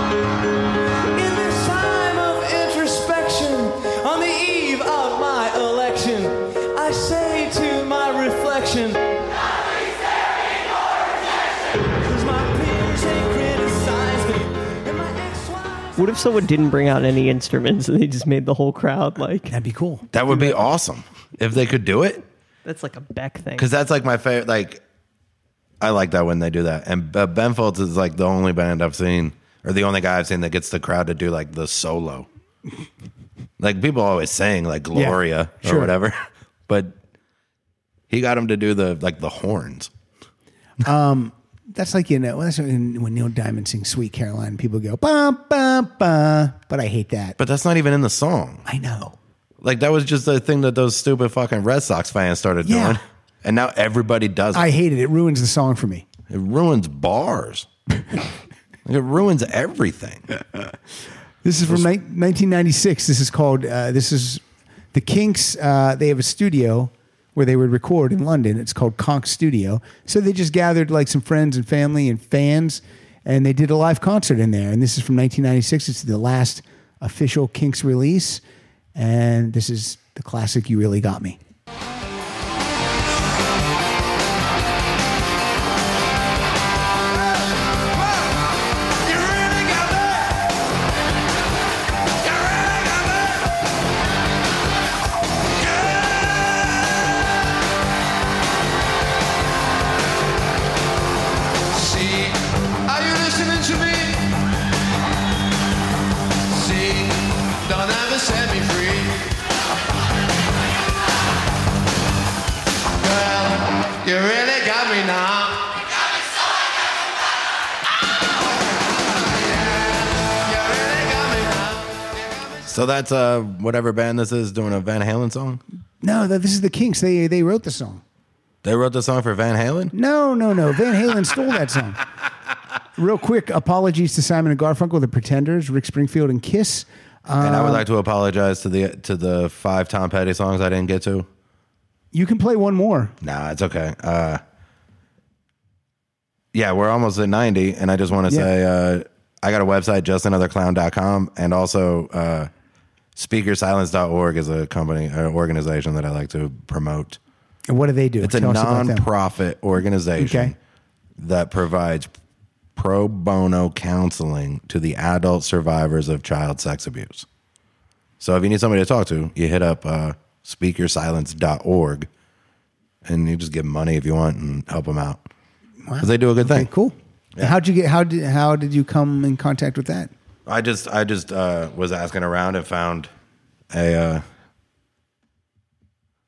Speaker 5: In this time of introspection, on the eve of my election, I say to my reflection, Cause my peers, they criticize me, and my ex-wives-
Speaker 3: What if someone didn't bring out any instruments and they just made the whole crowd like
Speaker 2: That'd be cool.
Speaker 4: That would be awesome if they could do it,
Speaker 3: that's like a Beck thing.
Speaker 4: because that's like my favorite. Like, I like that when they do that. And uh, Ben Folds is like the only band I've seen, or the only guy I've seen that gets the crowd to do like
Speaker 2: [LAUGHS]
Speaker 4: the solo. like people always saying like Gloria or
Speaker 2: sure.
Speaker 4: whatever, [LAUGHS] but he got him to do the like the horns.
Speaker 2: That's like you know that's when when Neil Diamond sings "Sweet Caroline," people go bum bum bum. But I hate that.
Speaker 4: But that's not even in the song.
Speaker 2: I know.
Speaker 4: Like that was just the thing that those stupid fucking Red Sox fans started
Speaker 2: Yeah.
Speaker 4: doing. And now everybody does it.
Speaker 2: I hate it. It ruins the song for me.
Speaker 4: it
Speaker 2: [LAUGHS]
Speaker 4: ruins bars. Like, it ruins everything.
Speaker 2: This is from ni- 1996. This is called. Uh, this is the Kinks. Uh, they have a studio where they would record in London. It's called Conk Studio. So they just gathered like some friends and family and fans, and they did a live concert in there. And this is from 1996. It's the last official Kinks release, and this is the classic. You really got me.
Speaker 5: You really got me. You really got me.
Speaker 6: See, are you listening to me? See, don't ever set me free. Girl, you really got me now. You really got me now.
Speaker 4: So that's uh whatever band this is doing a Van Halen song.
Speaker 2: No, th- this is the Kinks. They they wrote the song.
Speaker 4: They wrote the song for Van Halen?
Speaker 2: No, no, no. Van Halen stole that song. Real quick, apologies to Simon and Garfunkel, The Pretenders, Rick Springfield, and Kiss.
Speaker 4: and I would like to apologize to the to the five Tom Petty songs I didn't get to.
Speaker 2: You can play one more.
Speaker 4: Nah, it's okay. Uh, yeah, we're almost at 90. And I just want to
Speaker 2: Yeah.
Speaker 4: say uh, I got a website, justanotherclown.com. And also, uh, speakersilence.org is a company, an organization that I like to promote.
Speaker 2: And what do they do?
Speaker 4: It's a
Speaker 2: Tell us about them.
Speaker 4: nonprofit organization
Speaker 2: Okay.
Speaker 4: that provides pro bono counseling to the adult survivors of child sex abuse. So if you need somebody to talk to, you hit up uh, speakersilence.org and you just give 'em money if you want and help them out. 'Cause they do a good thing.
Speaker 2: Okay, cool. And How'd you get? How did how did you come in contact with that?
Speaker 4: I just I just uh, was asking around and found a uh,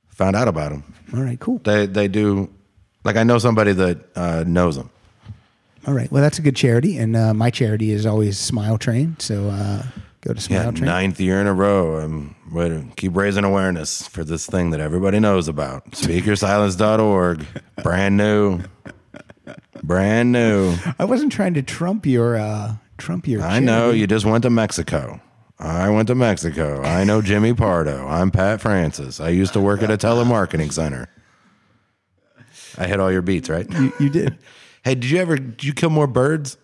Speaker 4: found out about them.
Speaker 2: All right, cool.
Speaker 4: They they do like I know somebody that uh, knows them.
Speaker 2: All right, well that's a good charity, and uh, my charity is always Smile Train. So uh, go to Smile
Speaker 4: Yeah,
Speaker 2: Train.
Speaker 4: ninth year in a row. I'm way to keep raising awareness for this thing that everybody knows about. Speakersilence.org. Brand new. Brand new.
Speaker 2: I wasn't trying to trump your uh, trump your.
Speaker 4: I know you just went to Mexico. I went to Mexico. I know Jimmy Pardo. I'm Pat Francis. I used to work at a telemarketing center. I hit all your beats, right?
Speaker 2: charity. you did.
Speaker 4: Hey, did you ever did you kill more birds?